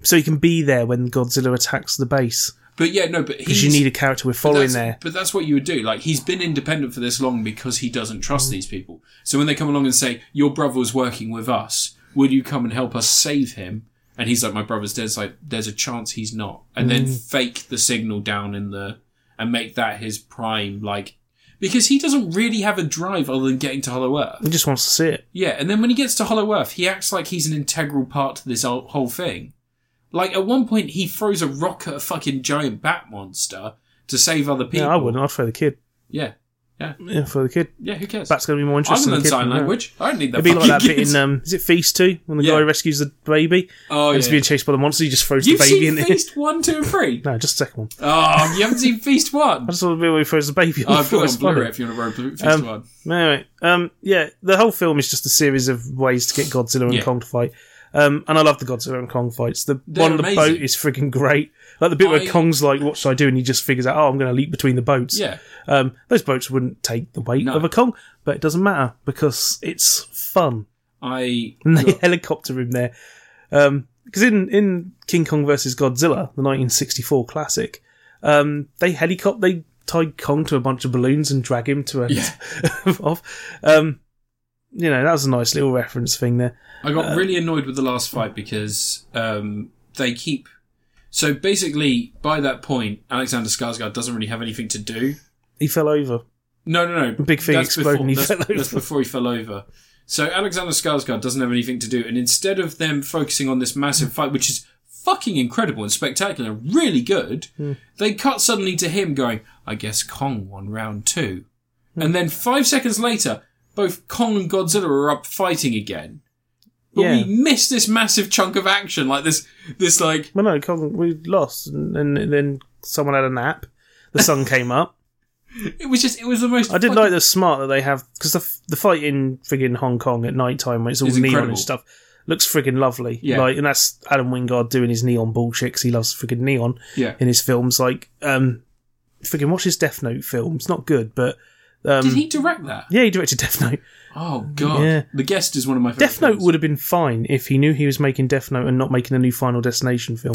Speaker 2: so you can be there when Godzilla attacks the base
Speaker 1: But yeah, no, but
Speaker 2: because
Speaker 1: he's
Speaker 2: you need a character with following
Speaker 1: that's-
Speaker 2: there.
Speaker 1: But that's what you would do. Like he's been independent for this long because he doesn't trust these people. So when they come along and say, "Your brother was working with us. Would you come and help us save him?" And he's like, "My brother's dead." It's like there's a chance he's not. And then
Speaker 2: Mm.
Speaker 1: fake the signal down in the and make that his prime like because he doesn't really have a drive other than getting to Hollow Earth.
Speaker 2: He just wants to see it.
Speaker 1: Yeah, and then when he gets to Hollow Earth, he acts like he's an integral part to this whole whole thing. Like at one point, he throws a rock at a fucking giant bat monster to save other people.
Speaker 2: Yeah, I wouldn't. I'd throw the kid.
Speaker 1: Yeah,
Speaker 2: Yeah, throw the kid.
Speaker 1: yeah. Who cares?
Speaker 2: That's going to be more
Speaker 1: I can
Speaker 2: interesting. than
Speaker 1: learn
Speaker 2: the kid
Speaker 1: sign
Speaker 2: from there.
Speaker 1: language. I don't need that.
Speaker 2: It'd be like that
Speaker 1: fucking
Speaker 2: bit in
Speaker 1: kid.
Speaker 2: um, is it Feast Two when the
Speaker 1: Yeah.
Speaker 2: guy rescues the baby?
Speaker 1: oh
Speaker 2: and he's
Speaker 1: yeah.
Speaker 2: being chased by the monster. He just throws
Speaker 1: You've
Speaker 2: the baby in
Speaker 1: seen
Speaker 2: there.
Speaker 1: Feast one, two, and three.
Speaker 2: No, just the second one.
Speaker 1: Oh, you haven't seen Feast one.
Speaker 2: I just saw the bit where he throws the baby.
Speaker 1: Oh,
Speaker 2: On
Speaker 1: I've
Speaker 2: the
Speaker 1: got it
Speaker 2: floor.
Speaker 1: on Blu-ray if you want to borrow Feast
Speaker 2: Um,
Speaker 1: one.
Speaker 2: Anyway, um, yeah, the whole film is just a series of ways to get Godzilla and
Speaker 1: Yeah.
Speaker 2: Kong to fight. Um, and I love the Godzilla and Kong fights. The
Speaker 1: They're
Speaker 2: one on the
Speaker 1: amazing.
Speaker 2: boat is freaking great. Like the bit
Speaker 1: I-
Speaker 2: where Kong's like, "What should I do?" and he just figures out, "Oh, I'm going to leap between the boats."
Speaker 1: Yeah,
Speaker 2: Um, those boats wouldn't take the weight
Speaker 1: No.
Speaker 2: of a Kong, but it doesn't matter because it's fun.
Speaker 1: I.
Speaker 2: And they helicopter him there. Um 'cause because in in King Kong versus Godzilla, the 1964 classic, um, they helicopter they tied Kong to a bunch of balloons and drag him to a
Speaker 1: Yeah.
Speaker 2: off. Um, you know that was a nice little reference thing there.
Speaker 1: I
Speaker 2: uh,
Speaker 1: got really annoyed with the last fight because um, they keep. So basically, by that point, Alexander Skarsgård doesn't really have anything to do.
Speaker 2: He fell over.
Speaker 1: No, no, no.
Speaker 2: Big thing
Speaker 1: That's
Speaker 2: exploded and he
Speaker 1: Before,
Speaker 2: fell
Speaker 1: that's,
Speaker 2: over.
Speaker 1: that's before he fell over. So Alexander Skarsgård doesn't have anything to do, and instead of them focusing on this massive fight, which is fucking incredible and spectacular, really good,
Speaker 2: Hmm.
Speaker 1: they cut suddenly to him going, "I guess Kong won round two.
Speaker 2: Hmm.
Speaker 1: and then five seconds later, both Kong and Godzilla are up fighting again. But
Speaker 2: Yeah.
Speaker 1: we missed this massive chunk of action, like this, this like
Speaker 2: Well, no, Kong we lost, and, and then someone had a nap. The sun came up.
Speaker 1: it was just it was the most.
Speaker 2: I did
Speaker 1: fucking-
Speaker 2: like the smart that they have because the, f- the fight in friggin' Hong Kong at night time when it's all
Speaker 1: Is
Speaker 2: neon
Speaker 1: incredible.
Speaker 2: and stuff looks friggin' lovely.
Speaker 1: Yeah.
Speaker 2: Like, and that's Adam Wingard doing his neon bullshit 'cause he loves friggin' neon
Speaker 1: yeah.
Speaker 2: in his films. Like, um, friggin' watch his Death Note film. It's not good, but um,
Speaker 1: Did he direct that?
Speaker 2: yeah, he directed Death Note.
Speaker 1: Oh god,
Speaker 2: Yeah.
Speaker 1: the guest is one of my favorite.
Speaker 2: Death Note would have been fine if he knew he was making Death Note and not making a new Final Destination film.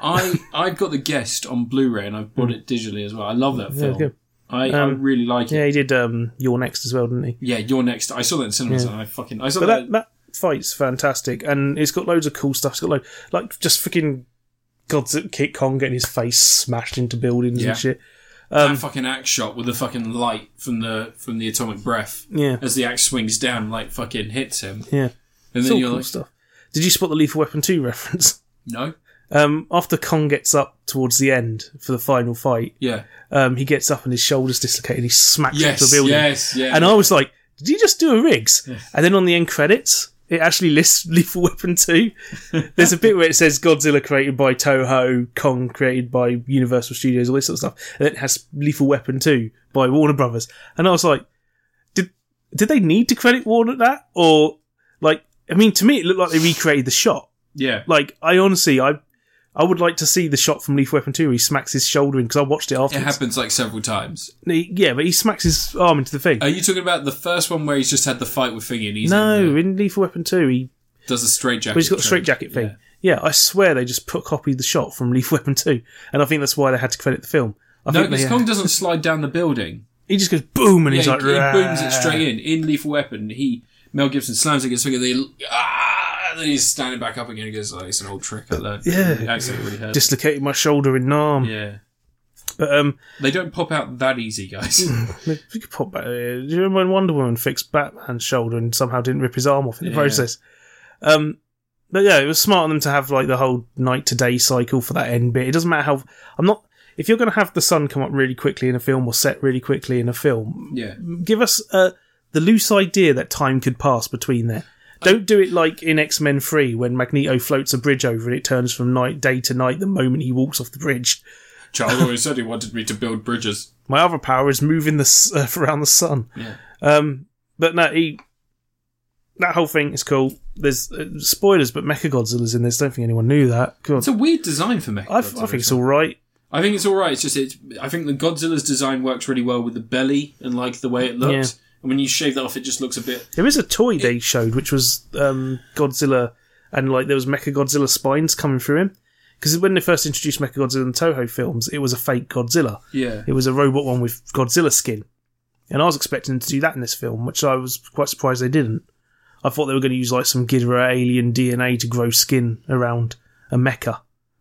Speaker 1: I I've got the guest on Blu-ray and I've bought it digitally as well. I love that film.
Speaker 2: Mm. good.
Speaker 1: I, I
Speaker 2: Um,
Speaker 1: really like
Speaker 2: Yeah,
Speaker 1: it.
Speaker 2: he did um, Your Next as well, didn't he?
Speaker 1: Yeah, you're next. I saw that in cinemas and I fucking I saw
Speaker 2: But
Speaker 1: that.
Speaker 2: that, that fight's fantastic, and it's got loads of cool stuff. It's got like, like just freaking Godzilla Kick Kong getting his face smashed into buildings
Speaker 1: Yeah.
Speaker 2: and shit.
Speaker 1: that
Speaker 2: um,
Speaker 1: fucking axe shot with the fucking light from the from the atomic breath
Speaker 2: Yeah,
Speaker 1: as the axe swings down, like fucking hits him,
Speaker 2: yeah,
Speaker 1: and
Speaker 2: it's
Speaker 1: then
Speaker 2: all
Speaker 1: you're
Speaker 2: cool
Speaker 1: like,
Speaker 2: stuff. Did you spot the Lethal Weapon two reference?
Speaker 1: no,
Speaker 2: Um, after Kong gets up towards the end for the final fight,
Speaker 1: yeah,
Speaker 2: um, he gets up and his shoulders dislocate and he smacks into a
Speaker 1: yes,
Speaker 2: building.
Speaker 1: yes, yeah.
Speaker 2: And I was like, did he just do a rigs? And then on the end credits, it actually lists Lethal Weapon 2. There's a bit where it says Godzilla created by Toho, Kong created by Universal Studios, all this sort of stuff. And then it has Lethal Weapon 2 by Warner Brothers. And I was like, did did they need to credit Warner that? Or, like, I mean, to me, it looked like they recreated the shot.
Speaker 1: yeah,
Speaker 2: Like, I honestly, I I would like to see the shot from Lethal Weapon 2 where he smacks his shoulder in because I watched it
Speaker 1: it
Speaker 2: afterwards.
Speaker 1: happens like several times.
Speaker 2: He- yeah, but he smacks his arm into the thing.
Speaker 1: Are you talking about the first one where he's just had the fight with Thingy and he's
Speaker 2: no, in Lethal Weapon 2, he
Speaker 1: does the straight jacket?
Speaker 2: But he's got a straight jacket thing. Yeah. I swear they just put copied the shot from Leaf Weapon 2, and I think that's why they had to credit the film. I
Speaker 1: No,
Speaker 2: think
Speaker 1: because
Speaker 2: they,
Speaker 1: Kong doesn't slide down the building.
Speaker 2: he just goes boom, and he's
Speaker 1: yeah,
Speaker 2: like,
Speaker 1: he, he booms it
Speaker 2: "Rah."
Speaker 1: straight in in Lethal Weapon. He Mel Gibson slams it against the finger. They ah, ah, then he's standing back up again. He goes, oh, it's an old trick. I learned.
Speaker 2: Yeah.
Speaker 1: The accent really hurt.
Speaker 2: Dislocated my shoulder and arm.
Speaker 1: yeah.
Speaker 2: But um,
Speaker 1: They don't pop out that easy, guys.
Speaker 2: if you could pop back. uh, Do you remember when Wonder Woman fixed Batman's shoulder and somehow didn't rip his arm off in the
Speaker 1: Yeah.
Speaker 2: process? Um, but yeah, it was smart on them to have like the whole night to day cycle for that end bit. It doesn't matter how. I'm not. If you're going to have the sun come up really quickly in a film or set really quickly in a film,
Speaker 1: yeah.
Speaker 2: give us uh, the loose idea that time could pass between there. Don't do it like in X Men 3 when Magneto floats a bridge over and it turns from night day to night the moment he walks off the bridge.
Speaker 1: Charles always said he wanted me to build bridges.
Speaker 2: My other power is moving the s- uh, around the sun.
Speaker 1: Yeah.
Speaker 2: Um, but no, he, that whole thing is cool. There's uh, spoilers, but Mecha Godzilla's in this. Don't think anyone knew that. God,
Speaker 1: It's a weird design for me.
Speaker 2: I, I think it's all right.
Speaker 1: I think it's all right. It's just it. I think the Godzilla's design works really well with the belly and like the way it looks. And when you shave that off, it just looks a bit.
Speaker 2: There is a toy they showed, which was um, Godzilla, and like there was Mecha Godzilla spines coming through him. Because when they first introduced Mecha Godzilla in the Toho films, it was a fake Godzilla.
Speaker 1: Yeah.
Speaker 2: It was a robot one with Godzilla skin, and I was expecting them to do that in this film, which I was quite surprised they didn't. I thought they were going to use like some Ghidorah alien DNA to grow skin around a mecha,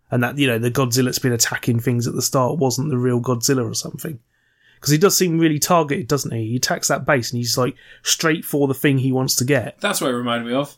Speaker 2: and that you know the Godzilla that's been attacking things at the start wasn't the real Godzilla or something. Because he does seem really targeted, doesn't he? He attacks that base and he's like straight for the thing he wants to get.
Speaker 1: That's what it reminded me of.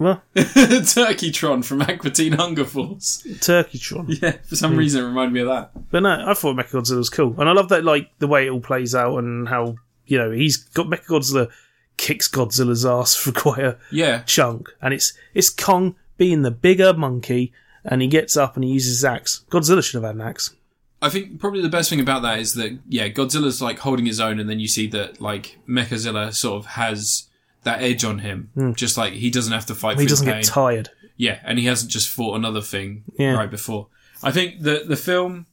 Speaker 2: Well,
Speaker 1: Turkey Tron from Aqua Teen Hunger Force.
Speaker 2: Turkeytron.
Speaker 1: Yeah, for
Speaker 2: Hmm.
Speaker 1: some reason it reminded me of that.
Speaker 2: But no, I thought Mechagodzilla was cool, and I love that like the way it all plays out and how you know he's got Mechagodzilla kicks Godzilla's ass for quite a
Speaker 1: Yeah.
Speaker 2: chunk, and it's it's Kong being the bigger monkey, and he gets up and he uses his axe. Godzilla should have had an axe.
Speaker 1: I think probably the best thing about that is that yeah, Godzilla's like holding his own, and then you see that like Mechazilla sort of has that edge on him. Just like he doesn't have to fight.
Speaker 2: Hmm. He
Speaker 1: through
Speaker 2: doesn't
Speaker 1: pain.
Speaker 2: get tired.
Speaker 1: yeah, and he hasn't just fought another thing
Speaker 2: Yeah.
Speaker 1: right before. I think the the film.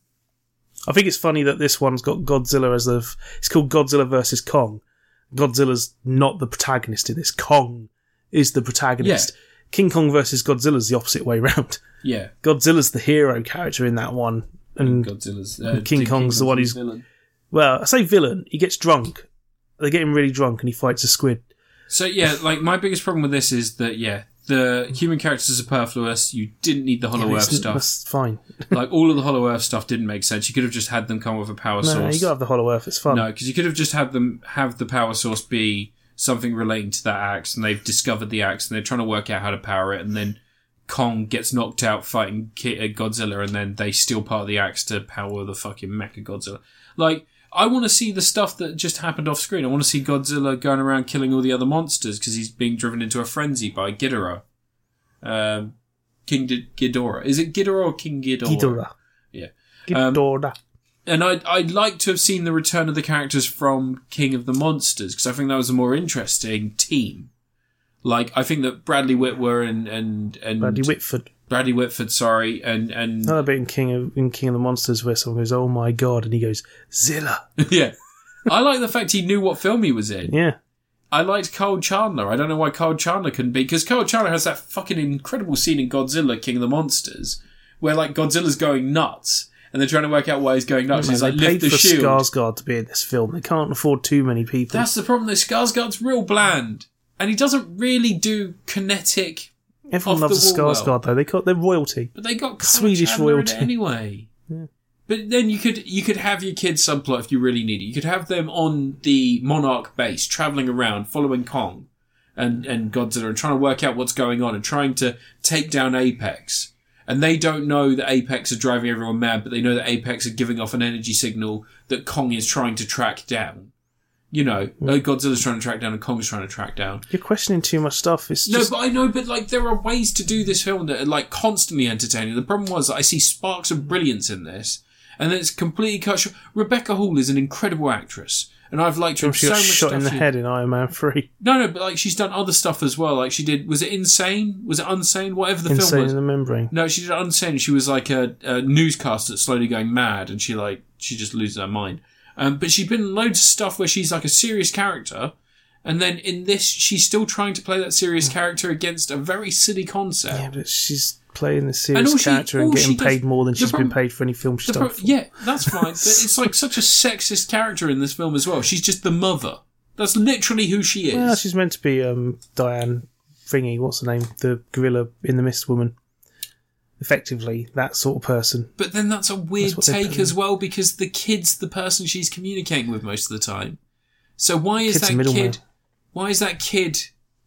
Speaker 2: I think it's funny that this one's got Godzilla as the. f- It's called Godzilla versus Kong. Godzilla's not the protagonist in this. Kong is the protagonist. King Kong versus Godzilla's the opposite way round.
Speaker 1: Yeah,
Speaker 2: Godzilla's the hero character in that one, and
Speaker 1: Godzilla's uh,
Speaker 2: King Kong's the one who's-
Speaker 1: villain.
Speaker 2: well, I say villain. He gets drunk. They get him really drunk, and he fights a squid.
Speaker 1: So yeah, like my biggest problem with this is that yeah, the human characters are superfluous. You didn't need the Hollow Earth
Speaker 2: It's-
Speaker 1: stuff.
Speaker 2: That's fine.
Speaker 1: like all of the Hollow Earth stuff didn't make sense. You could have just had them come with a power
Speaker 2: No,
Speaker 1: source.
Speaker 2: you gotta have the Hollow Earth. It's fun.
Speaker 1: No, because you could have just had them have the power source be something relating to that axe, and they've discovered the axe, and they're trying to work out how to power it, and then Kong gets knocked out fighting Ki- uh, Godzilla, and then they steal part of the axe to power the fucking Mecha Godzilla. Like, I want to see the stuff that just happened off screen. I want to see Godzilla going around killing all the other monsters because he's being driven into a frenzy by Ghidorah. Um, King D- Ghidorah. Is it Ghidorah or King Ghidorah?
Speaker 2: Ghidorah.
Speaker 1: Yeah. Um,
Speaker 2: Ghidorah.
Speaker 1: and I'd, I'd like to have seen the return of the characters from King of the Monsters because I think that was a more interesting team. Like I think that Bradley Whitwer and and and
Speaker 2: Bradley Oh. Whitford.
Speaker 1: Bradley Whitford, sorry, and and
Speaker 2: Another bit in King of in King of the Monsters where someone goes, "Oh my god," and he goes, "Zilla."
Speaker 1: yeah, I like the fact he knew what film he was in.
Speaker 2: Yeah,
Speaker 1: I liked Carl Chandler. I don't know why Carl Chandler couldn't be because Carl Chandler has that fucking incredible scene in Godzilla King of the Monsters where like Godzilla's going nuts and they're trying to work out why he's going nuts. he's
Speaker 2: they
Speaker 1: like lift
Speaker 2: paid
Speaker 1: the
Speaker 2: for
Speaker 1: shield.
Speaker 2: Skarsgård to be in this film. They can't afford too many people.
Speaker 1: That's the problem. Though Skarsgård's real bland, and he doesn't really do kinetic.
Speaker 2: Everyone
Speaker 1: off
Speaker 2: loves
Speaker 1: the
Speaker 2: the
Speaker 1: wall
Speaker 2: Skarsgård
Speaker 1: well.
Speaker 2: though. They got their royalty.
Speaker 1: But they got Carl
Speaker 2: Swedish
Speaker 1: Chandler in
Speaker 2: royalty.
Speaker 1: it anyway. But then you could you could have your kids subplot if you really need it. You could have them on the Monarch base, traveling around, following Kong and and Godzilla, and trying to work out what's going on, and trying to take down Apex. And they don't know that Apex are driving everyone mad, but they know that Apex are giving off an energy signal that Kong is trying to track down. You know, uh, Godzilla's trying to track down, and Kong's trying to track down.
Speaker 2: You're questioning too much stuff. It's just
Speaker 1: No, but I know, but like there are ways to do this film that are like constantly entertaining. The problem was that I see sparks of brilliance in this, and then it's completely cut short. Rebecca Hall is an incredible actress, and I've liked her in
Speaker 2: she
Speaker 1: so
Speaker 2: got
Speaker 1: much
Speaker 2: shot
Speaker 1: stuff.
Speaker 2: in the
Speaker 1: she-
Speaker 2: head in Iron Man Three.
Speaker 1: No, no, but like she's done other stuff as well. Like she did, was it Insane? Was it Unsane? Whatever the film
Speaker 2: Insane
Speaker 1: was.
Speaker 2: in the membrane.
Speaker 1: No, she did Unsane. She was like a, a newscaster that's slowly going mad, and she like she just loses her mind. Um, but she's been in loads of stuff where she's like a serious character, and then in this, she's still trying to play that serious character against a very silly concept.
Speaker 2: Yeah, but she's playing the serious
Speaker 1: all she-
Speaker 2: character and
Speaker 1: all
Speaker 2: getting
Speaker 1: she does-
Speaker 2: paid more than
Speaker 1: the
Speaker 2: she's
Speaker 1: problem-
Speaker 2: been paid for any film she's
Speaker 1: The
Speaker 2: done.
Speaker 1: pro- yeah, that's fine. but it's like such a sexist character in this film as well. She's just the mother. That's literally who she is.
Speaker 2: Well, she's meant to be um, Diane thingy. What's the name? The gorilla in the Mist Woman. Effectively, that sort of person.
Speaker 1: But then that's a weird
Speaker 2: That's what they're
Speaker 1: take as well because the kid's the person she's communicating with most of the time. So why is
Speaker 2: Kid's a
Speaker 1: that
Speaker 2: middleman.
Speaker 1: kid? Why is that kid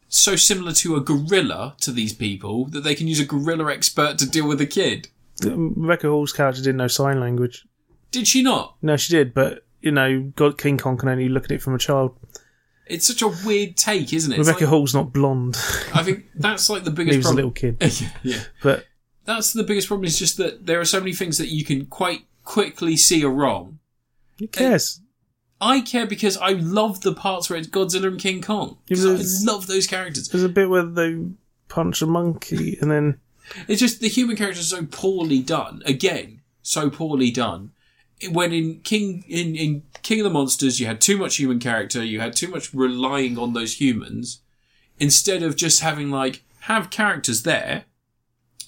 Speaker 1: so similar to a gorilla to these people that they can use a gorilla expert to deal with the kid?
Speaker 2: Um, Rebecca Hall's character didn't know sign language.
Speaker 1: Did she not?
Speaker 2: No, she did, but you know, God King Kong can only look at it from a child.
Speaker 1: It's such a weird take, isn't it? It's
Speaker 2: Rebecca
Speaker 1: like-
Speaker 2: Hall's not blonde.
Speaker 1: I think that's like the
Speaker 2: he
Speaker 1: biggest
Speaker 2: was a
Speaker 1: problem.
Speaker 2: little kid,
Speaker 1: yeah.
Speaker 2: but
Speaker 1: That's the biggest problem is just that there are so many things that you can quite quickly see are wrong.
Speaker 2: who cares?
Speaker 1: I care because I love the parts where it's Godzilla and King Kong.
Speaker 2: Yeah, but
Speaker 1: I
Speaker 2: it's-
Speaker 1: love those characters.
Speaker 2: There's a bit where they punch a monkey, and then
Speaker 1: It's just the human characters are so poorly done. Again, so poorly done. When in King in, in King of the Monsters you had too much human character, you had too much relying on those humans, instead of just having like have characters there,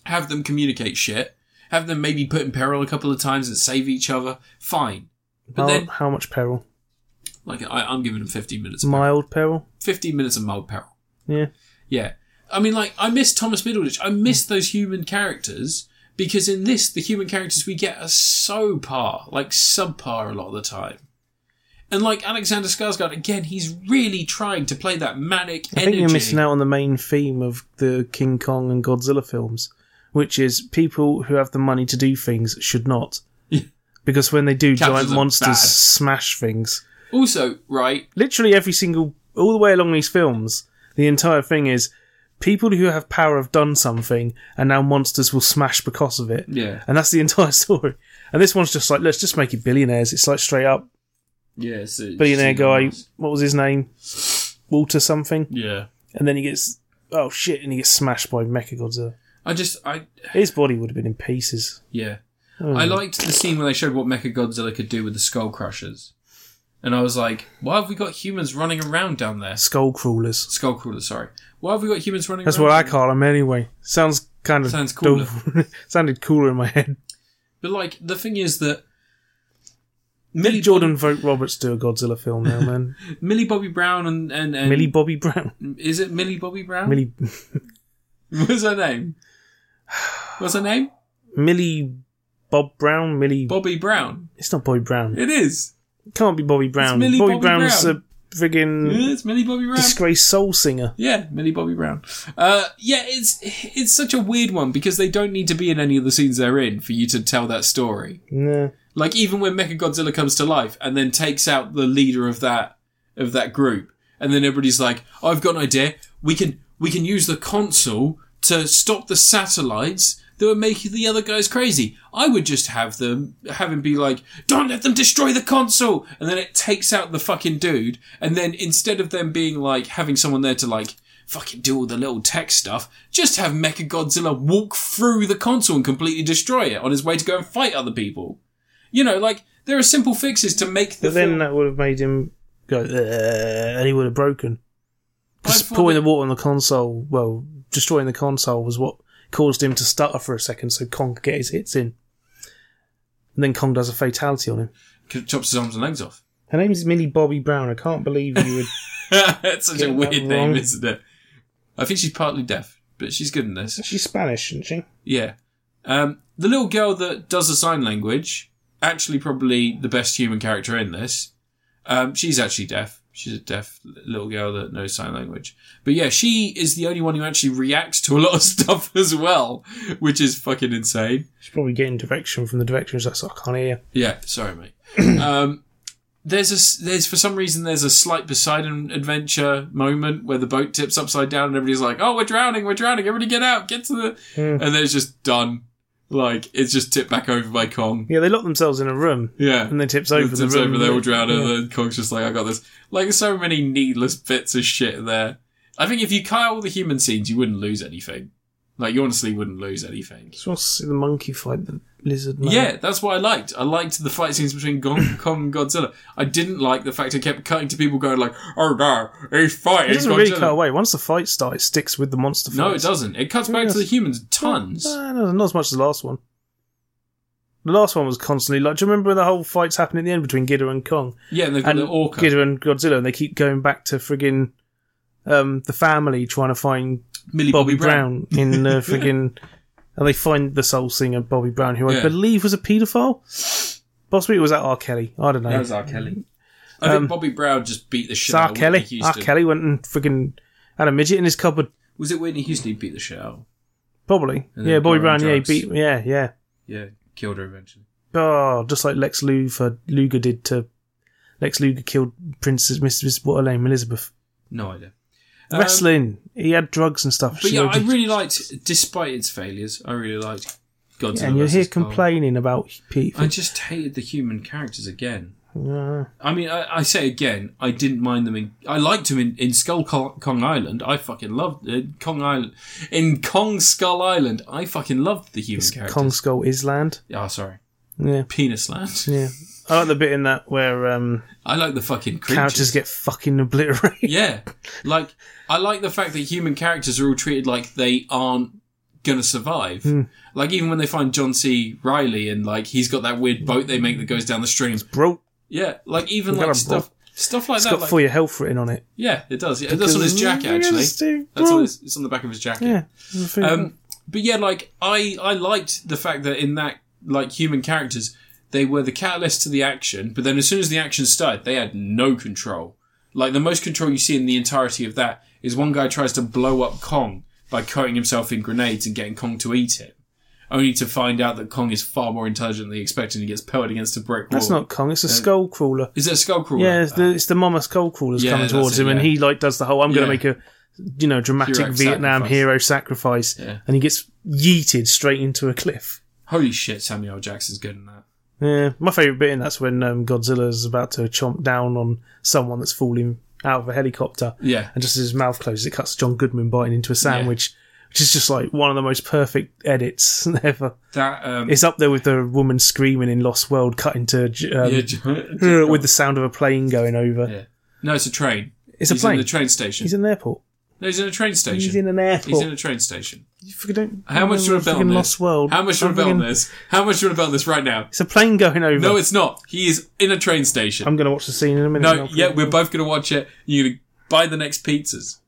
Speaker 1: have them communicate shit, have them maybe put in peril a couple of times and save each other, fine. But
Speaker 2: how,
Speaker 1: then
Speaker 2: how much peril?
Speaker 1: like I, I'm giving them fifteen minutes of peril.
Speaker 2: Mild peril.
Speaker 1: Fifteen minutes of mild peril.
Speaker 2: Yeah,
Speaker 1: Yeah. I mean, like, I miss Thomas Middleditch. I
Speaker 2: Mm.
Speaker 1: miss those human characters because in this, the human characters we get are so par, like subpar a lot of the time. And like Alexander Skarsgård, again, he's really trying to play that manic
Speaker 2: I
Speaker 1: energy.
Speaker 2: think you're missing out on the main theme of the King Kong and Godzilla films, which is people who have the money to do things should not,
Speaker 1: Yeah.
Speaker 2: because when they do,
Speaker 1: Captures
Speaker 2: giant
Speaker 1: are
Speaker 2: monsters
Speaker 1: bad.
Speaker 2: smash things.
Speaker 1: Also, right,
Speaker 2: literally every single all the way along these films the entire thing is people who have power have done something and now monsters will smash because of it
Speaker 1: Yeah.
Speaker 2: and that's the entire story and this one's just like let's just make it billionaires it's like straight up
Speaker 1: yeah, so
Speaker 2: billionaire guy what was his name walter something
Speaker 1: Yeah.
Speaker 2: and then he gets oh shit and he gets smashed by mechagodzilla
Speaker 1: I just, I,
Speaker 2: his body would have been in pieces
Speaker 1: yeah.
Speaker 2: Oh.
Speaker 1: I liked the scene where they showed what Mechagodzilla could do with the skull crushers. And I was like, why have we got humans running around down there?
Speaker 2: skull crawlers
Speaker 1: Skull crawler, sorry. Why have we got humans running
Speaker 2: that's
Speaker 1: around?
Speaker 2: what i call them anyway sounds kind of
Speaker 1: Sounds cooler.
Speaker 2: sounded cooler in my head
Speaker 1: But like the thing is that
Speaker 2: Millie Jordan vote Roberts do a Godzilla film now, man.
Speaker 1: Millie Bobby Brown, and and, and
Speaker 2: Millie Bobby Brown.
Speaker 1: is it Millie Bobby Brown?
Speaker 2: Millie
Speaker 1: What's her name? What's her name?
Speaker 2: Millie Bob Brown. Millie.
Speaker 1: Bobby Brown.
Speaker 2: It's not Bobby Brown. It
Speaker 1: It is.
Speaker 2: can't be Bobby Brown.
Speaker 1: Millie
Speaker 2: Bobby,
Speaker 1: Bobby
Speaker 2: Brown's
Speaker 1: Brown.
Speaker 2: a friggin'
Speaker 1: It's Millie Bobby Brown.
Speaker 2: disgraced soul singer.
Speaker 1: Yeah, Millie Bobby Brown. Uh, yeah, it's it's such a weird one because they don't need to be in any of the scenes they're in for you to tell that story.
Speaker 2: Nah.
Speaker 1: Like even when Mechagodzilla comes to life and then takes out the leader of that of that group, and then everybody's like, "Oh, "I've got an idea. We can we can use the console to stop the satellites that were making the other guys crazy." I would just have them have him be like, "Don't let them destroy the console," and then it takes out the fucking dude, and then instead of them being like having someone there to like. Fucking do all the little tech stuff. Just have Mechagodzilla walk through the console and completely destroy it on his way to go and fight other people. You know, like there are simple fixes to make the
Speaker 2: But then uh,
Speaker 1: film.
Speaker 2: that would have made him go, "Ugh," and he would have broken. Because
Speaker 1: I thought
Speaker 2: pouring
Speaker 1: that-
Speaker 2: the water on the console, well, destroying the console was what caused him to stutter for a second so Kong could get his hits in. And then Kong does a fatality on him.
Speaker 1: chops his arms and legs off.
Speaker 2: Her name's Millie Bobby Brown. I can't believe you would
Speaker 1: That's such
Speaker 2: Get
Speaker 1: a
Speaker 2: that
Speaker 1: weird name,
Speaker 2: wrong.
Speaker 1: isn't it? I think she's partly deaf, but she's good in this.
Speaker 2: She's Spanish, isn't she?
Speaker 1: Yeah. Um, the little girl that does the sign language, actually probably the best human character in this. Um, she's actually deaf. She's a deaf little girl that knows sign language. But yeah, she is the only one who actually reacts to a lot of stuff as well, which is fucking insane.
Speaker 2: She's probably getting direction from the directors. That's I can't hear.
Speaker 1: Yeah, sorry, mate. um, there's a s- there's for some reason there's a slight Poseidon adventure moment where the boat tips upside down and everybody's like, "Oh, we're drowning, we're drowning! Everybody get out, get to the,"
Speaker 2: Hmm.
Speaker 1: and then it's just done. Like it's just tipped back over by Kong.
Speaker 2: Yeah, they lock themselves in a room
Speaker 1: Yeah,
Speaker 2: and then tips over the,
Speaker 1: tips
Speaker 2: room.
Speaker 1: over, they all drown, and
Speaker 2: Yeah.
Speaker 1: then Kong's just like, "I got this." Like so many needless bits of shit there. I think if you cut out all the human scenes, you wouldn't lose anything. Like you honestly wouldn't lose anything.
Speaker 2: Just want to see the monkey fight the lizard man.
Speaker 1: Yeah, that's what I liked. I liked the fight scenes between Gon- Kong and Godzilla. I didn't like the fact I kept cutting to people going like, "Oh no, he's fighting."
Speaker 2: it doesn't
Speaker 1: Godzilla."
Speaker 2: really cut away. Once the fight starts, it sticks with the monster fight.
Speaker 1: No, it doesn't. It cuts back to the humans tons.
Speaker 2: Uh, no, not as much as the last one. The last one was constantly like. Do you remember when the whole fight's happened at the end between Ghidorah and Kong
Speaker 1: Yeah, and they've got
Speaker 2: and
Speaker 1: the orca.
Speaker 2: Ghidorah and Godzilla, and they keep going back to friggin' um, the family trying to find
Speaker 1: Millie
Speaker 2: Bobby Brown in uh, friggin'. and they find the soul singer Bobby Brown, who I
Speaker 1: Yeah.
Speaker 2: believe was a paedophile. Possibly it was at R. Kelly. I don't know.
Speaker 3: That was R. Kelly.
Speaker 1: I think Bobby Brown just beat the shit
Speaker 2: It's
Speaker 1: out
Speaker 2: R.
Speaker 1: of
Speaker 2: um, Kelly.
Speaker 1: Whitney Houston.
Speaker 2: R. Kelly went and friggin' had a midget in his cupboard.
Speaker 1: Was it Whitney Houston who beat the shit out?
Speaker 2: Probably.
Speaker 1: And then
Speaker 2: Yeah, Bobby
Speaker 1: go on
Speaker 2: Brown. Yeah, he
Speaker 1: drugs.
Speaker 2: beat. Yeah, yeah.
Speaker 1: Yeah, killed her eventually.
Speaker 2: Oh, just like Lex Luger, Luger did to Lex Luger killed Princess Mrs. What her name? Elizabeth.
Speaker 1: No idea. Um,
Speaker 2: Wrestling. he had drugs and stuff.
Speaker 1: But
Speaker 2: She
Speaker 1: yeah, I
Speaker 2: ordered-
Speaker 1: really liked, despite its failures, I really liked Godzilla.
Speaker 2: and you're here
Speaker 1: versus Kong.
Speaker 2: complaining about Pete.
Speaker 1: I just hated the human characters again.
Speaker 2: Uh,
Speaker 1: I mean, I, I say again, I didn't mind them in. I liked them in, in Skull Kong, Kong Island. I fucking loved uh, Kong Island. In Kong Skull Island, I fucking loved the human characters.
Speaker 2: Kong Skull Island.
Speaker 1: oh, sorry,
Speaker 2: Yeah,
Speaker 1: Penis Land.
Speaker 2: yeah. I like the bit in that where um,
Speaker 1: I like the fucking creatures.
Speaker 2: characters get fucking obliterated.
Speaker 1: yeah, like I like the fact that human characters are all treated like they aren't gonna survive.
Speaker 2: Hmm.
Speaker 1: Like even when they find John C. Riley and like he's got that weird boat they make that goes down the stream.
Speaker 2: Bro,
Speaker 1: Yeah, like even
Speaker 2: We've got
Speaker 1: like
Speaker 2: a
Speaker 1: stuff stuff like
Speaker 2: it's
Speaker 1: that.
Speaker 2: got
Speaker 1: Like,
Speaker 2: for your health written on it.
Speaker 1: yeah, it does. Yeah, that's on his jacket actually.
Speaker 2: Because you
Speaker 1: That's on
Speaker 2: bro.
Speaker 1: his, it's on the back of his jacket.
Speaker 2: Yeah.
Speaker 1: Um, but yeah, like I, I liked the fact that in that like human characters, they were the catalyst to the action. But then as soon as the action started, they had no control. Like the most control you see in the entirety of that is one guy tries to blow up Kong by coating himself in grenades and getting Kong to eat him, only to find out that Kong is far more intelligent than he expected and he gets pelted against a brick wall.
Speaker 2: That's not Kong.
Speaker 1: Uh,
Speaker 2: It's a skull crawler.
Speaker 1: Is it a skull crawler?
Speaker 2: Yeah, it's the, it's the mama skull crawlers
Speaker 1: Yeah,
Speaker 2: coming
Speaker 1: that's
Speaker 2: towards
Speaker 1: it,
Speaker 2: him, and
Speaker 1: yeah.
Speaker 2: he like does the whole "I'm going
Speaker 1: Yeah.
Speaker 2: to make a you know dramatic
Speaker 1: Hero
Speaker 2: Vietnam
Speaker 1: sacrifice.
Speaker 2: hero sacrifice,"
Speaker 1: Yeah.
Speaker 2: and he gets yeeted straight into a cliff.
Speaker 1: Holy shit, Samuel L. Jackson's good in that.
Speaker 2: Yeah, my favorite bit in that's when um, Godzilla is about to chomp down on someone that's falling out of a helicopter,
Speaker 1: Yeah.
Speaker 2: and just as his mouth closes, it cuts John Goodman biting into a sandwich. Which is just like one of the most perfect edits ever.
Speaker 1: That um
Speaker 2: It's up there with the woman screaming in Lost World, cut into um,
Speaker 1: yeah,
Speaker 2: with the sound of a plane going over.
Speaker 1: Yeah. No, it's a train.
Speaker 2: It's a
Speaker 1: he's
Speaker 2: plane.
Speaker 1: in the train station.
Speaker 2: He's in an airport.
Speaker 1: no, he's in a train station.
Speaker 2: He's in an airport.
Speaker 1: He's in a train station.
Speaker 2: You fucking don't.
Speaker 1: How much do you want to bet on
Speaker 2: fucking
Speaker 1: this?
Speaker 2: Lost World.
Speaker 1: How much do you want to bet on
Speaker 2: Fucking-
Speaker 1: this? How much do you want to bet on this right now?
Speaker 2: It's a plane going over.
Speaker 1: No, it's not. He is in a train station.
Speaker 2: I'm going to watch the scene in a minute. and
Speaker 1: no,
Speaker 2: I'll-
Speaker 1: yeah, we're both going to watch it. You're going to buy the next pizzas.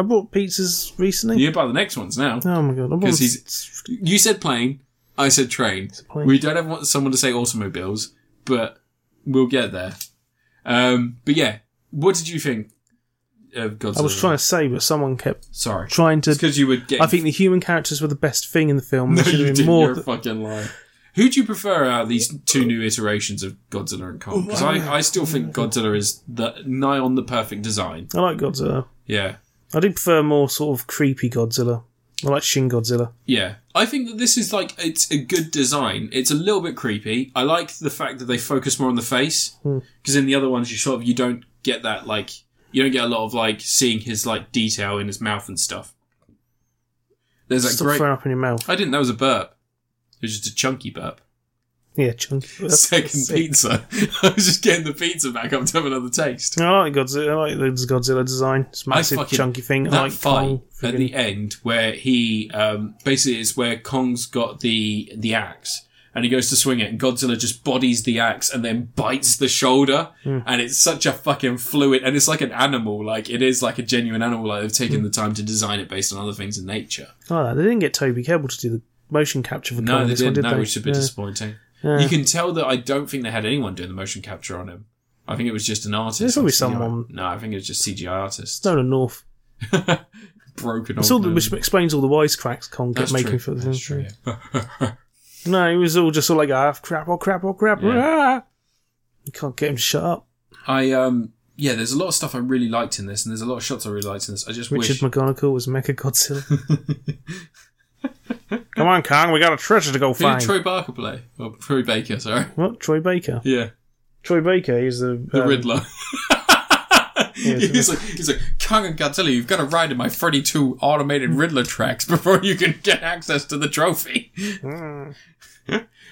Speaker 2: I bought pizzas recently.
Speaker 1: You're going to buy the next ones now.
Speaker 2: Oh my god! I bought.
Speaker 1: Because he's- You said plane. I said train.
Speaker 2: plane.
Speaker 1: We don't ever want someone to say automobiles, but we'll get there. Um, but yeah, what did you think of Godzilla?
Speaker 2: I was trying to say, but someone kept
Speaker 1: Sorry.
Speaker 2: trying to.
Speaker 1: Because you were getting
Speaker 2: I think the human characters were the best thing in the
Speaker 1: No,
Speaker 2: film. there should
Speaker 1: you
Speaker 2: have been
Speaker 1: didn't.
Speaker 2: more.
Speaker 1: You're a fucking liar. Who do you prefer out of these two new iterations of Godzilla and Kong? Because I, I still think Godzilla is the nigh on the perfect design.
Speaker 2: I like Godzilla.
Speaker 1: Yeah.
Speaker 2: I do prefer more sort of creepy Godzilla. I like Shin Godzilla.
Speaker 1: Yeah. I think that this is like, it's a good design. It's a little bit creepy. I like the fact that they focus more on the face. Because in the other ones, you sort of, you don't get that, like, you don't get a lot of, like, seeing his, like, detail in his mouth and stuff. There's that
Speaker 2: Stop
Speaker 1: great.
Speaker 2: throwing up in your mouth.
Speaker 1: I didn't, that was a burp. It was just a chunky burp.
Speaker 2: Yeah, chunky.
Speaker 1: second pizza. I was just getting the pizza back up to have another taste.
Speaker 2: I like Godzilla. I like the Godzilla design. It's a massive,
Speaker 1: fucking-
Speaker 2: chunky thing.
Speaker 1: That
Speaker 2: I like
Speaker 1: fight
Speaker 2: Kong.
Speaker 1: at
Speaker 2: friggin-
Speaker 1: the end where he um, basically is where Kong's got the the axe and he goes to swing it and Godzilla just bodies the axe and then bites the shoulder
Speaker 2: Hmm.
Speaker 1: and it's such a fucking fluid and it's like an animal like it is like a genuine animal like they've
Speaker 2: Hmm.
Speaker 1: taken the time to design it based on other things in nature.
Speaker 2: Oh, they didn't get Toby Kebbell to do the motion capture for
Speaker 1: No,
Speaker 2: Kong
Speaker 1: they
Speaker 2: this one,
Speaker 1: didn't.
Speaker 2: did
Speaker 1: no,
Speaker 2: they?
Speaker 1: which is a bit
Speaker 2: Yeah.
Speaker 1: disappointing. You can tell that I don't think they had anyone doing the motion capture on him. I think it was just an artist.
Speaker 2: There's probably
Speaker 1: on CGI.
Speaker 2: someone.
Speaker 1: No, I think it was just CGI artists.
Speaker 2: Nolan North.
Speaker 1: broken
Speaker 2: It's all the, which explains all the wisecracks Kong
Speaker 1: That's
Speaker 2: kept
Speaker 1: true.
Speaker 2: making for the
Speaker 1: That's true, yeah.
Speaker 2: No, it was all just all like, ah, crap, oh crap, oh crap, ah. You can't get him to shut up.
Speaker 1: I um yeah, there's a lot of stuff I really liked in this, and there's a lot of shots I really liked in this. I just
Speaker 2: Richard
Speaker 1: wish
Speaker 2: McGonagall was Mecha Godzilla. Come on, Kong, we got a treasure to go
Speaker 1: who did
Speaker 2: find.
Speaker 1: Troy Barker play? Or Troy Baker, sorry.
Speaker 2: what? Troy Baker.
Speaker 1: Yeah,
Speaker 2: Troy Baker, he's the,
Speaker 1: the
Speaker 2: um,
Speaker 1: Riddler.
Speaker 2: it's-
Speaker 1: he's like he's like Kong and Godzilla. You've got to ride in my Freddy Two automated Riddler tracks before you can get access to the trophy.
Speaker 2: Mm.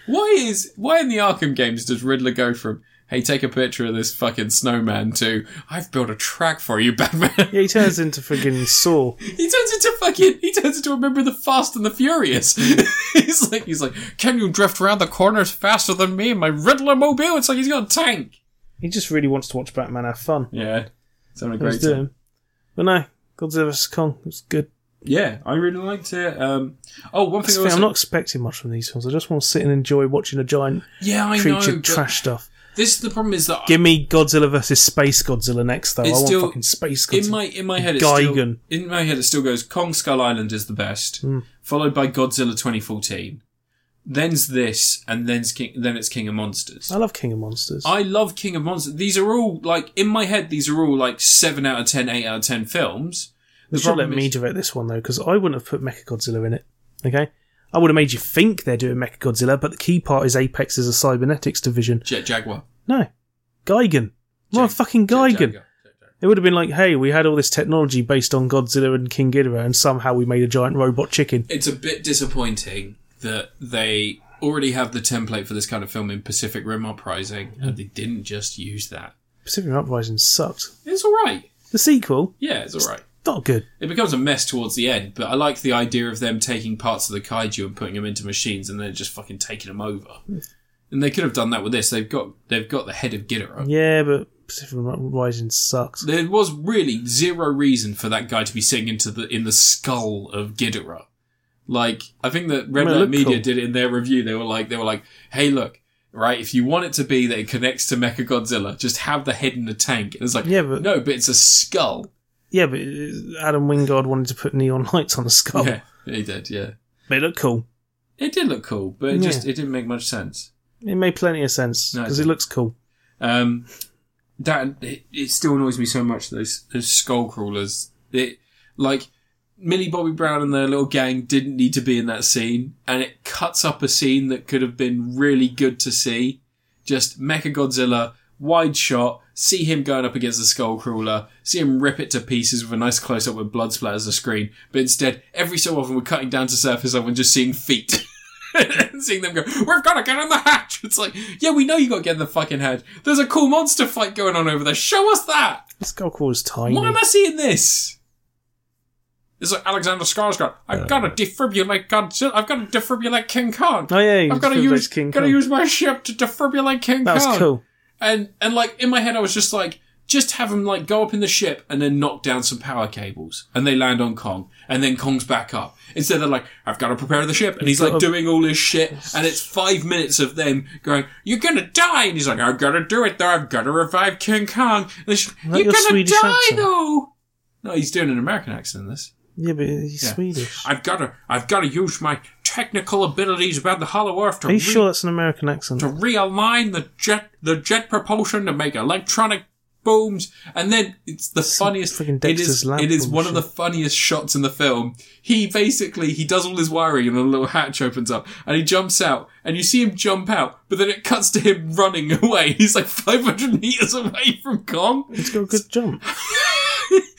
Speaker 1: why is why in the Arkham games does Riddler go from hey take a picture of this fucking snowman to I've built a track for you, Batman?
Speaker 2: Yeah, he turns into friggin' Saw.
Speaker 1: He turns into fucking. He turns into a member of the Fast and the Furious. he's like, he's like, can you drift around the corners faster than me? in My Riddler mobile. It's like he's got a tank.
Speaker 2: He just really wants to watch Batman have fun.
Speaker 1: Yeah, it's having a
Speaker 2: Let's
Speaker 1: great
Speaker 2: do
Speaker 1: time.
Speaker 2: him. But no, Godzilla vs Kong, it was good.
Speaker 1: yeah, I really liked it. Um, oh, one thing I
Speaker 2: I'm
Speaker 1: also,
Speaker 2: not expecting much from these films. I just want to sit and enjoy watching a giant
Speaker 1: yeah, I know.
Speaker 2: creature
Speaker 1: but
Speaker 2: trash stuff.
Speaker 1: This the problem is that
Speaker 2: Give me Godzilla versus Space Godzilla next, though. I
Speaker 1: It's
Speaker 2: want
Speaker 1: still-
Speaker 2: fucking Space Godzilla.
Speaker 1: in my in my head it's still,
Speaker 2: Gigan.
Speaker 1: in my head it still goes Kong Skull Island is the best,
Speaker 2: Mm.
Speaker 1: followed by Godzilla 2014, then's this, and then's King, then it's King of Monsters.
Speaker 2: I love King of Monsters.
Speaker 1: I love King of Monsters. These are all like in my head. These are all like seven out of ten, eight out of ten films.
Speaker 2: They
Speaker 1: The
Speaker 2: should let
Speaker 1: problem
Speaker 2: me
Speaker 1: is-
Speaker 2: direct this one though, because I wouldn't have put Mechagodzilla in it. Okay, I would have made you think they're doing Mechagodzilla, but the key part is Apex is a cybernetics division.
Speaker 1: Jet Jaguar.
Speaker 2: No, Gigan, not a
Speaker 1: Jet-
Speaker 2: fucking
Speaker 1: Jet
Speaker 2: Gigan.
Speaker 1: Jaguar. Jet Jaguar.
Speaker 2: It would have been like, hey, we had all this technology based on Godzilla and King Ghidorah, and somehow we made a giant robot chicken.
Speaker 1: It's a bit disappointing that they already have the template for this kind of film in Pacific Rim Uprising, and they didn't just use that.
Speaker 2: Pacific Rim Uprising sucked.
Speaker 1: It's all right.
Speaker 2: The sequel,
Speaker 1: Yeah, it's all right.
Speaker 2: not good.
Speaker 1: It becomes a mess towards the end, but I like the idea of them taking parts of the kaiju and putting them into machines, and then just fucking taking them over. And they could have done that with this. They've got they've got the head of Ghidorah.
Speaker 2: Yeah, but Pacific Rim Uprising sucks.
Speaker 1: There was really zero reason for that guy to be sitting into the in the skull of Ghidorah. Like I think that Red
Speaker 2: Well, it
Speaker 1: Letter
Speaker 2: looked
Speaker 1: Media
Speaker 2: cool.
Speaker 1: did it in their review. They were like, they were like, hey, look, right? If you want it to be that it connects to Mechagodzilla, just have the head in a tank. And it's like,
Speaker 2: Yeah, but-
Speaker 1: no, but it's a skull.
Speaker 2: Yeah, but uh, Adam Wingard wanted to put neon lights on the skull.
Speaker 1: Yeah, he did. Yeah,
Speaker 2: But it looked cool.
Speaker 1: it did look cool, but it
Speaker 2: Yeah.
Speaker 1: just it didn't make much sense.
Speaker 2: It made plenty of sense
Speaker 1: No, it
Speaker 2: because it
Speaker 1: didn't.
Speaker 2: looks cool.
Speaker 1: Um, that it, it still annoys me so much. Those those skull crawlers. It like Millie Bobby Brown and their little gang didn't need to be in that scene, and it cuts up a scene that could have been really good to see. Just Mecha Godzilla, wide shot. See him going up against the skull crawler. See him rip it to pieces with a nice close up with blood splatters the screen. But instead, every so often we're cutting down to surface level and just seeing feet. and seeing them go, we've got to get in the hatch. It's like, yeah, we know you got to get in the fucking hatch. There's a cool monster fight going on over there. Show us that.
Speaker 2: This skull crawler's tiny.
Speaker 1: Why am I seeing this? It's like Alexander Skarsgård. I've got to defibrillate Godzilla. I've got to defibrillate King Kong.
Speaker 2: Oh yeah,
Speaker 1: I've got to use,
Speaker 2: King
Speaker 1: got to
Speaker 2: Kong.
Speaker 1: use my ship to defibrillate King
Speaker 2: That was
Speaker 1: Kong.
Speaker 2: cool.
Speaker 1: And and like in my head, I was just like, just have him like go up in the ship and then knock down some power cables, and they land on Kong, and then Kong's back up. Instead, they're like, I've got to prepare the ship, and he's like
Speaker 2: gotta-
Speaker 1: doing all his shit, and it's five minutes of them going, "You're gonna die," and he's like, "I've got to do it though. I've got to revive King Kong." And they're just,
Speaker 2: that
Speaker 1: You're
Speaker 2: your
Speaker 1: gonna
Speaker 2: Swedish
Speaker 1: die
Speaker 2: accent?
Speaker 1: though. No, he's doing an American accent. in This.
Speaker 2: Yeah, but he's
Speaker 1: Yeah.
Speaker 2: Swedish.
Speaker 1: I've got to. I've got to use my technical abilities about the Hollow Earth to
Speaker 2: Are you
Speaker 1: re-
Speaker 2: sure that's an American accent?
Speaker 1: to realign the jet the jet propulsion to make electronic booms and then it's the funniest
Speaker 2: friggin'
Speaker 1: it
Speaker 2: Dexter's
Speaker 1: is
Speaker 2: Lab
Speaker 1: it is
Speaker 2: bullshit.
Speaker 1: one of the funniest shots in the film he basically he does all his wiring and a little hatch opens up and he jumps out and you see him jump out but then it cuts to him running away he's like 500 meters away from Kong
Speaker 2: He's got a good jump.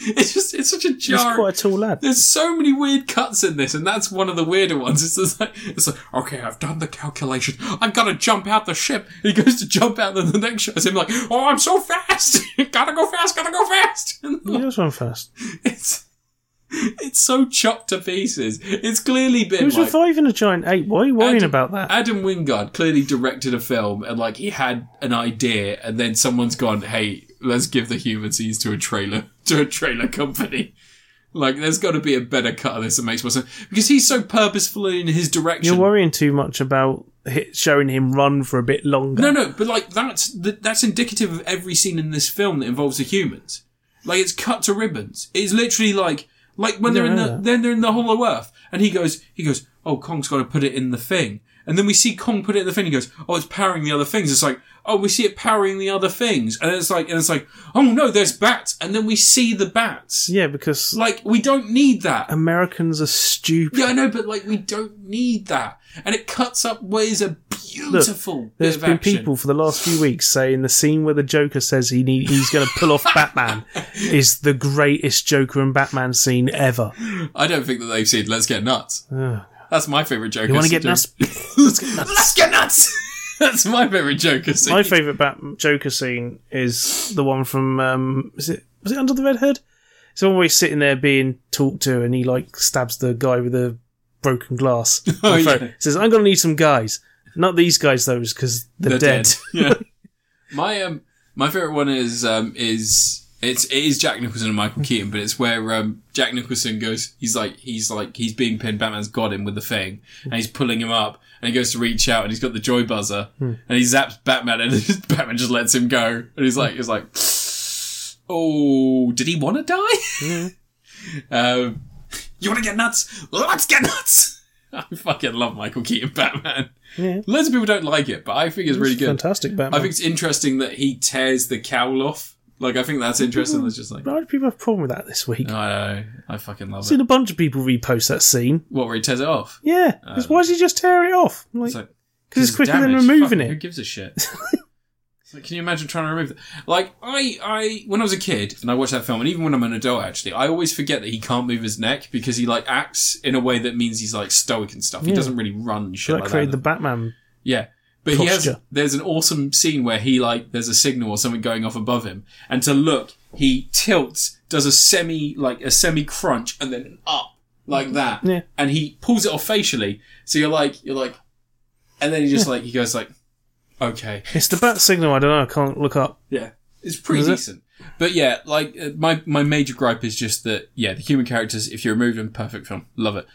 Speaker 1: it's just it's such a
Speaker 2: He's
Speaker 1: jar
Speaker 2: quite a tall lad.
Speaker 1: there's so many weird cuts in this, and that's one of the weirder ones. It's just like, it's like, okay, I've done the calculation. I've got to jump out the ship. He goes to jump out, then the next shot is him like, oh, I'm so fast. gotta go fast. Gotta go fast. And
Speaker 2: He does run fast.
Speaker 1: it's it's so chopped to pieces. It's clearly
Speaker 2: He
Speaker 1: been
Speaker 2: was
Speaker 1: like.
Speaker 2: reviving a giant ape. Why are you worrying
Speaker 1: Adam-
Speaker 2: about that?
Speaker 1: Adam Wingard clearly directed a film and like he had an idea and then someone's gone, hey, let's give the human scenes to a trailer to a trailer company. Like there's gotta be a better cut of this that makes more sense. Because he's so purposeful in his direction.
Speaker 2: You're worrying too much about hi- showing him run for a bit longer.
Speaker 1: no, no, but like that's th- that's indicative of every scene in this film that involves the humans. Like it's cut to ribbons. It's literally like like when they're in the
Speaker 2: Yeah.
Speaker 1: then they're in the Hollow Earth, and he goes he goes, oh Kong's got to put it in the thing, and then we see Kong put it in the thing. He goes, oh it's powering the other things. It's like oh we see it powering the other things, and it's like and it's like oh no there's bats, and then we see the bats.
Speaker 2: Yeah, because
Speaker 1: Like we don't need that.
Speaker 2: Americans are stupid.
Speaker 1: Yeah, I know, but like we don't need that, and it cuts up what is a beautiful. bit
Speaker 2: There's
Speaker 1: of
Speaker 2: been
Speaker 1: action.
Speaker 2: people for the last few weeks saying the scene where the Joker says he need, he's going to pull off Batman is the greatest Joker and Batman scene ever.
Speaker 1: I don't think that they've seen Let's Get Nuts.
Speaker 2: Ugh.
Speaker 1: That's my favourite Joker.
Speaker 2: You want to
Speaker 1: scene.
Speaker 2: get nuts?
Speaker 1: Let's get nuts. Let's get nuts. That's my favourite Joker scene.
Speaker 2: My favourite Bat Joker scene is the one from um, is it was it Under the Red Hood? It's the one where he's sitting there being talked to, and he like stabs the guy with the broken glass.
Speaker 1: Oh,
Speaker 2: in the
Speaker 1: yeah.
Speaker 2: throat. Says, "I'm gonna need some guys, not these guys though, because they're,
Speaker 1: They're
Speaker 2: dead."
Speaker 1: yeah. My um, my favourite one is um, is It's it is Jack Nicholson and Michael Keaton, but it's where um, Jack Nicholson goes. He's like he's like he's being pinned. Batman's got him with the thing, and he's pulling him up, and he goes to reach out, and he's got the joy buzzer,
Speaker 2: Hmm.
Speaker 1: and he zaps Batman, and Batman just lets him go, and he's like he's like, oh, did he want to die? um, you want to get nuts? Let's get nuts. I fucking love Michael Keaton Batman.
Speaker 2: Yeah.
Speaker 1: Loads of people don't like it, but I think it's really good.
Speaker 2: Fantastic
Speaker 1: I
Speaker 2: Batman.
Speaker 1: think it's interesting that he tears the cowl off. Like, I think that's interesting. That's just like,
Speaker 2: Why do people have a problem with that this week?
Speaker 1: I know, I fucking love it.
Speaker 2: seen a bunch of people repost that scene.
Speaker 1: What, where he tears it off?
Speaker 2: Yeah. 'cause why does he just tear it off? I'm like,
Speaker 1: Um, It's like,
Speaker 2: Because it's quicker than
Speaker 1: damaged.
Speaker 2: removing
Speaker 1: Fuck, Who
Speaker 2: it.
Speaker 1: gives a shit? It's like, can you imagine trying to remove it? Like, I, I, when I was a kid and I watched that film, and even when I'm an adult, actually, I always forget that he can't move his neck because he like acts in a way that means he's like stoic and stuff. He
Speaker 2: Yeah.
Speaker 1: doesn't really run shit
Speaker 2: That
Speaker 1: like
Speaker 2: created
Speaker 1: that.
Speaker 2: the Batman.
Speaker 1: Yeah. But he has,
Speaker 2: Posture.
Speaker 1: there's an awesome scene where he like, there's a signal or something going off above him. And to look, he tilts, does a semi, like a semi crunch and then an up like that.
Speaker 2: Yeah.
Speaker 1: And he pulls it off facially. So you're like, you're like, and then he just like, he goes like, okay.
Speaker 2: It's the bat signal. I don't know. I can't look up.
Speaker 1: Yeah. It's pretty
Speaker 2: Is it?
Speaker 1: decent. But yeah, like uh, my my major gripe is just that yeah, the human characters if you remove them perfect film. Love it.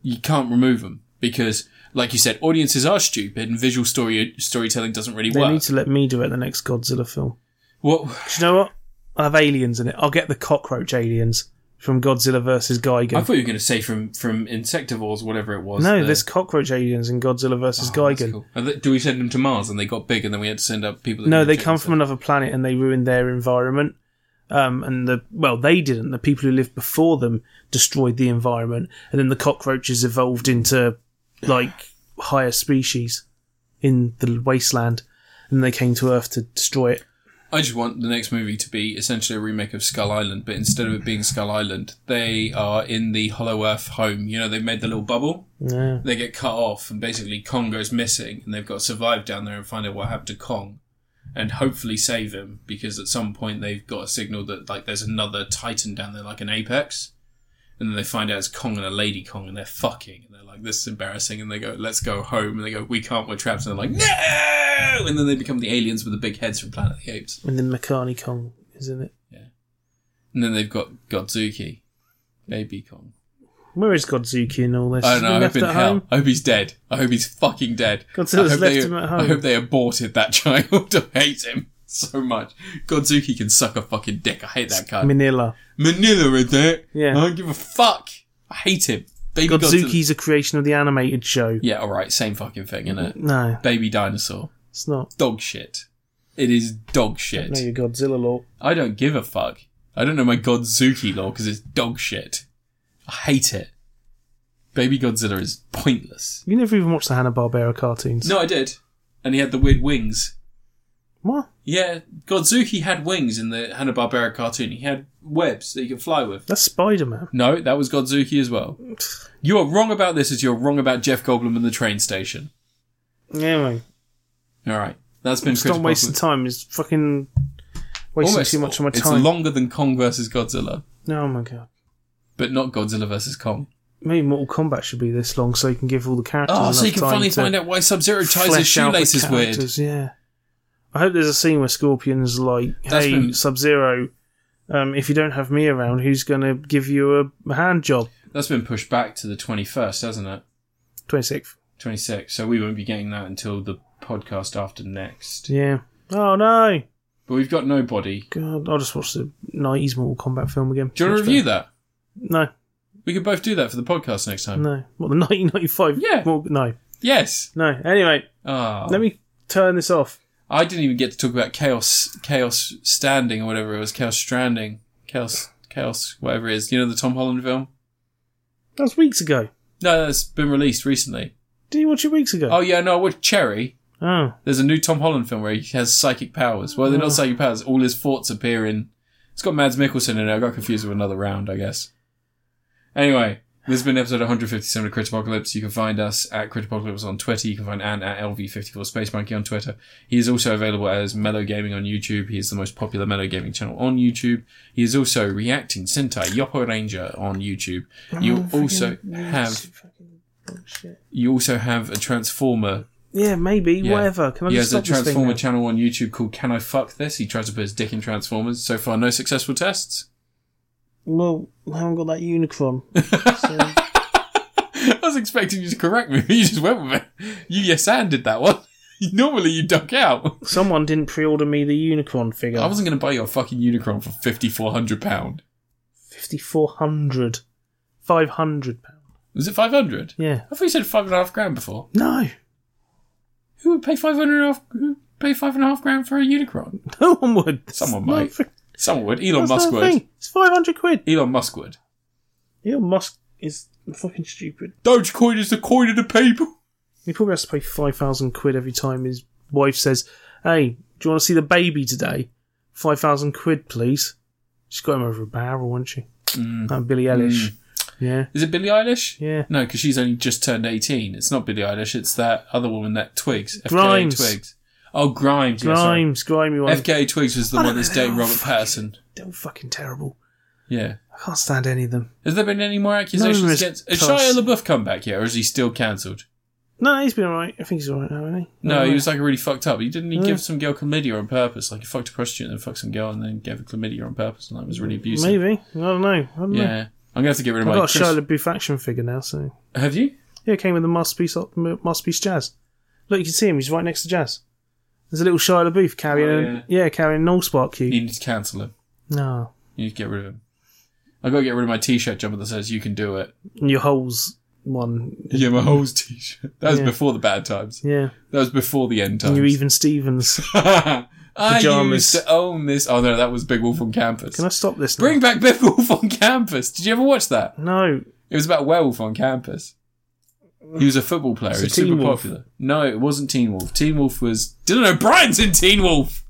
Speaker 1: You can't remove them because like you said audiences are stupid and visual story storytelling doesn't really
Speaker 2: They
Speaker 1: work.
Speaker 2: need to let me direct the next Godzilla film.
Speaker 1: What
Speaker 2: 'Cause you know what? I'll have aliens in it. I'll get the cockroach aliens from Godzilla versus Gigan.
Speaker 1: I thought you were going to say from from insectivores whatever it was.
Speaker 2: no,
Speaker 1: the-
Speaker 2: there's cockroach aliens in Godzilla versus
Speaker 1: Oh, that's
Speaker 2: Gigan.
Speaker 1: cool. Are they- Do we send them to Mars and they got big and then we had to send up people? That
Speaker 2: No,
Speaker 1: could
Speaker 2: they
Speaker 1: check
Speaker 2: come
Speaker 1: them?
Speaker 2: from another planet and they ruin their environment. Um, and the well, they didn't. The people who lived before them destroyed the environment, and then the cockroaches evolved into like higher species in the wasteland, and they came to Earth to destroy it.
Speaker 1: I just want the next movie to be essentially a remake of Skull Island, but instead of it being Skull Island, they are in the Hollow Earth home. You know, they've made the little bubble.
Speaker 2: Yeah.
Speaker 1: They get cut off, and basically Kong goes missing, and they've got to survive down there and find out what happened to Kong, and hopefully save him because at some point they've got a signal that like there's another Titan down there, like an Apex, and then they find out it's Kong and a Lady Kong, and they're fucking, and they're like, "This is embarrassing," and they go, "Let's go home," and they go, "We can't, we're trapped," and they're like, "No!" And then they become the aliens with the big heads from Planet of the Apes.
Speaker 2: And then Mekani Kong, isn't it?
Speaker 1: And then they've got Godzuki, Baby Kong.
Speaker 2: Where is Godzuki in all this?
Speaker 1: I don't know. I hope
Speaker 2: Left
Speaker 1: in
Speaker 2: at
Speaker 1: hell.
Speaker 2: home.
Speaker 1: I hope he's dead. I hope he's fucking dead.
Speaker 2: Godzilla's
Speaker 1: I hope
Speaker 2: left
Speaker 1: they,
Speaker 2: him at
Speaker 1: I
Speaker 2: home.
Speaker 1: hope they aborted that child. I hate him so much. Godzuki can suck a fucking dick. I hate that guy.
Speaker 2: Manila.
Speaker 1: Manila is it?
Speaker 2: Yeah.
Speaker 1: I don't give a fuck. I hate him. Baby Godzilla.
Speaker 2: Godzuki's a creation of the animated show.
Speaker 1: Yeah. All right. Same fucking thing, innit?
Speaker 2: No,
Speaker 1: Baby dinosaur.
Speaker 2: it's not.
Speaker 1: Dog shit. It is dog
Speaker 2: No,
Speaker 1: shit.
Speaker 2: your Godzilla law.
Speaker 1: I don't give a fuck. I don't know my Godzuki law because it's dog shit. I hate it. Baby Godzilla is pointless.
Speaker 2: You never even watched the Hanna Barbera cartoons.
Speaker 1: No, I did. And he had the weird wings.
Speaker 2: What?
Speaker 1: Yeah, Godzuki had wings in the Hanna-Barbera cartoon. He had webs that you could fly with.
Speaker 2: That's Spider Man.
Speaker 1: No, that was Godzuki as well. You are wrong about this as you're wrong about Jeff Goldblum and the train station.
Speaker 2: Anyway,
Speaker 1: All right. That's been
Speaker 2: Just
Speaker 1: Chris
Speaker 2: don't waste the
Speaker 1: Bosworth.
Speaker 2: time. It's fucking wasting
Speaker 1: Almost-
Speaker 2: too much of my
Speaker 1: It's
Speaker 2: time.
Speaker 1: longer than Kong versus Godzilla,
Speaker 2: oh my god.
Speaker 1: but not Godzilla versus Kong.
Speaker 2: Maybe Mortal Kombat should be this long so you can give all the characters.
Speaker 1: Oh,
Speaker 2: enough
Speaker 1: so you can
Speaker 2: time
Speaker 1: finally
Speaker 2: to
Speaker 1: find out why Sub-Zero ties his
Speaker 2: flesh out the
Speaker 1: shoelaces weird.
Speaker 2: characters, Yeah. I hope there's a scene where Scorpion's like,
Speaker 1: That's
Speaker 2: hey,
Speaker 1: been-
Speaker 2: Sub Zero, um, if you don't have me around, who's going to give you a hand job?
Speaker 1: That's been pushed back to the 21st, hasn't it?
Speaker 2: 26th.
Speaker 1: 26th. So we won't be getting that until the podcast after next.
Speaker 2: Yeah. Oh no!
Speaker 1: But we've got nobody.
Speaker 2: God, I'll just watch the 90s Mortal Kombat film again.
Speaker 1: Do you want to
Speaker 2: Much
Speaker 1: review that?
Speaker 2: better.
Speaker 1: We could both do that for the podcast next time.
Speaker 2: No, no. What, the 1995?
Speaker 1: Yeah.
Speaker 2: Mor- no,
Speaker 1: Yes.
Speaker 2: no. Anyway,
Speaker 1: Ah,
Speaker 2: let me turn this off.
Speaker 1: I didn't even get to talk about chaos, chaos standing or whatever it was, chaos stranding, chaos, chaos, whatever it is. You know the Tom Holland film?
Speaker 2: That was weeks ago.
Speaker 1: No, that's been released recently.
Speaker 2: Did you watch it weeks ago?
Speaker 1: Oh yeah, no, I watched Cherry.
Speaker 2: Oh,
Speaker 1: There's a new Tom Holland film where he has psychic powers. Well, they're
Speaker 2: Oh.
Speaker 1: not psychic powers. All his thoughts appear in. It's got Mads Mikkelsen in it. I got confused with another round, I guess. Anyway, this has been episode 157 of Crit Apocalypse. You can find us at Crit Apocalypse on Twitter. You can find Ant at LV54 Space Monkey on Twitter. He is also available as Mellow Gaming on YouTube. He is the most popular Mellow Gaming channel on YouTube. He is also reacting Sentai Yopo Ranger on YouTube.
Speaker 2: Ah, Oh,
Speaker 1: You also have you also have a Transformer
Speaker 2: Yeah, maybe,
Speaker 1: Yeah.
Speaker 2: whatever. Can I
Speaker 1: yeah,
Speaker 2: just
Speaker 1: there's a
Speaker 2: stop this thing?
Speaker 1: Transformer
Speaker 2: now?
Speaker 1: channel on YouTube called Can I Fuck This? He tries to put his dick in Transformers. So far, no successful tests.
Speaker 2: Well, I haven't got that Unicron. so,
Speaker 1: I was expecting you to correct me, but you just went with it. You yes and did that one. Normally you duck out.
Speaker 2: someone didn't pre-order me the Unicron figure.
Speaker 1: I wasn't going to buy you a fucking unicorn for fifty four hundred pound.
Speaker 2: Fifty-four hundred. Five hundred pounds.
Speaker 1: Was it five hundred?
Speaker 2: Yeah.
Speaker 1: I thought you said five and a half grand before.
Speaker 2: No.
Speaker 1: Who would pay five hundred half? Who would pay five and a half grand for a unicorn?
Speaker 2: No one would. That's
Speaker 1: Someone
Speaker 2: not
Speaker 1: might.
Speaker 2: fr-
Speaker 1: Someone would. Elon
Speaker 2: that's not a
Speaker 1: Musk would.
Speaker 2: thing. It's 500 quid.
Speaker 1: Elon Musk would.
Speaker 2: Elon Musk is fucking stupid.
Speaker 1: Dogecoin is the coin of the people.
Speaker 2: He probably has to pay 5,000 quid every time his wife says, Hey, do you want to see the baby today? 5,000 quid, please. She's got him over a barrel, wouldn't she?
Speaker 1: Mm.
Speaker 2: That Billie Eilish. Yeah.
Speaker 1: Is it Billie Eilish?
Speaker 2: Yeah.
Speaker 1: No, because she's only just turned 18. It's not Billie Eilish, it's that other woman that Twigs. FKA
Speaker 2: Grimes.
Speaker 1: Twigs. Oh, Grimes. Grimes.
Speaker 2: Grimes, grimy one.
Speaker 1: FKA Twigs was the
Speaker 2: I
Speaker 1: one
Speaker 2: don't
Speaker 1: that's
Speaker 2: know.
Speaker 1: dating Robert
Speaker 2: Fucking-
Speaker 1: Patterson.
Speaker 2: They're all fucking terrible.
Speaker 1: Yeah.
Speaker 2: I can't stand any of them.
Speaker 1: Has there been any more accusations
Speaker 2: No, it's
Speaker 1: against. Has
Speaker 2: class.
Speaker 1: Shia LaBeouf come back yet, or is he still cancelled?
Speaker 2: No, he's been alright. I think he's alright now, isn't he?
Speaker 1: No, he
Speaker 2: Alright.
Speaker 1: was like really fucked up. He didn't he
Speaker 2: Yeah.
Speaker 1: give some girl chlamydia on purpose. Like he fucked a prostitute and then fucked some girl and then gave her chlamydia on purpose, and that was really abusive.
Speaker 2: Maybe. I don't know. I don't know.
Speaker 1: Yeah. I'm gonna have to get rid of
Speaker 2: I've
Speaker 1: my.
Speaker 2: got a
Speaker 1: Chris-
Speaker 2: Shia LaBeouf action figure now, so.
Speaker 1: Have you?
Speaker 2: Yeah, it came with the masterpiece, m- masterpiece jazz. Look, you can see him. He's right next to jazz. There's a little Shia LaBeouf carrying,
Speaker 1: Oh,
Speaker 2: a- yeah. carrying an all spark cube.
Speaker 1: You need to cancel him.
Speaker 2: No,
Speaker 1: You need to get rid of him. I gotta get rid of my T-shirt jumper that says "You can do it."
Speaker 2: And your holes one.
Speaker 1: Yeah, my whole T-shirt. That was
Speaker 2: Yeah.
Speaker 1: before the bad times.
Speaker 2: Yeah,
Speaker 1: That was before the end
Speaker 2: and
Speaker 1: times.
Speaker 2: your even Stevens.
Speaker 1: I
Speaker 2: Pajamas.
Speaker 1: used to own this. Oh no, that was Big Wolf on Campus.
Speaker 2: Can I stop this? now?
Speaker 1: Bring back Big Wolf on Campus. Did you ever watch that?
Speaker 2: No,
Speaker 1: It was about werewolf on campus. He was a football player.
Speaker 2: So
Speaker 1: He was
Speaker 2: Teen
Speaker 1: super
Speaker 2: Wolf.
Speaker 1: popular. No, it wasn't Teen Wolf. Teen Wolf was Dylan O'Brien's in Teen Wolf,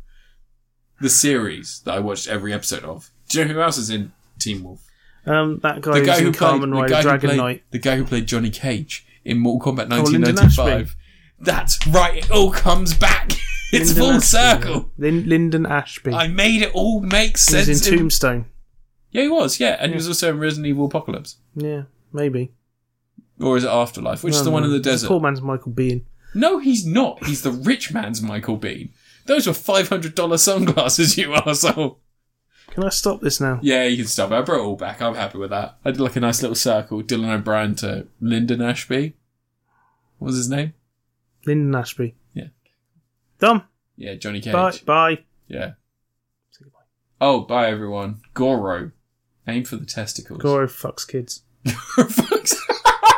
Speaker 1: the series that I watched every episode of. Do you know who else is in Teen Wolf?
Speaker 2: um, that guy,
Speaker 1: The
Speaker 2: who's
Speaker 1: guy who
Speaker 2: in Carmen
Speaker 1: played
Speaker 2: Rider
Speaker 1: the guy who
Speaker 2: Dragon
Speaker 1: played,
Speaker 2: Knight.
Speaker 1: the guy who played Johnny Cage in Mortal Kombat
Speaker 2: Oh, Lyndon
Speaker 1: 1995. That's right. It all comes back. It's
Speaker 2: Lyndon
Speaker 1: full
Speaker 2: Ashby,
Speaker 1: circle.
Speaker 2: yeah. Lin- Lyndon Ashby.
Speaker 1: I made it all make
Speaker 2: he
Speaker 1: sense.
Speaker 2: was in
Speaker 1: It-
Speaker 2: Tombstone.
Speaker 1: yeah, he was. Yeah, and he was also in Resident Evil Apocalypse,
Speaker 2: Yeah, maybe.
Speaker 1: or is it Afterlife? Which is
Speaker 2: No,
Speaker 1: the one
Speaker 2: no.
Speaker 1: in the desert?
Speaker 2: Poor man's Michael Bean.
Speaker 1: No, he's not. He's the rich man's Michael Bean. Those were five hundred dollar sunglasses, you arsehole.
Speaker 2: Can I stop this now?
Speaker 1: Yeah, you can stop it. I brought it all back. I'm happy with that. I did like a nice little circle. Dylan O'Brien to Lyndon Ashby. What was his name?
Speaker 2: Lyndon Ashby.
Speaker 1: Yeah.
Speaker 2: Done.
Speaker 1: Yeah, Johnny Cage.
Speaker 2: Bye. Bye.
Speaker 1: Yeah.
Speaker 2: Say goodbye.
Speaker 1: Oh, bye everyone. Goro. Aim for the testicles.
Speaker 2: Goro fucks kids.
Speaker 1: For fuck's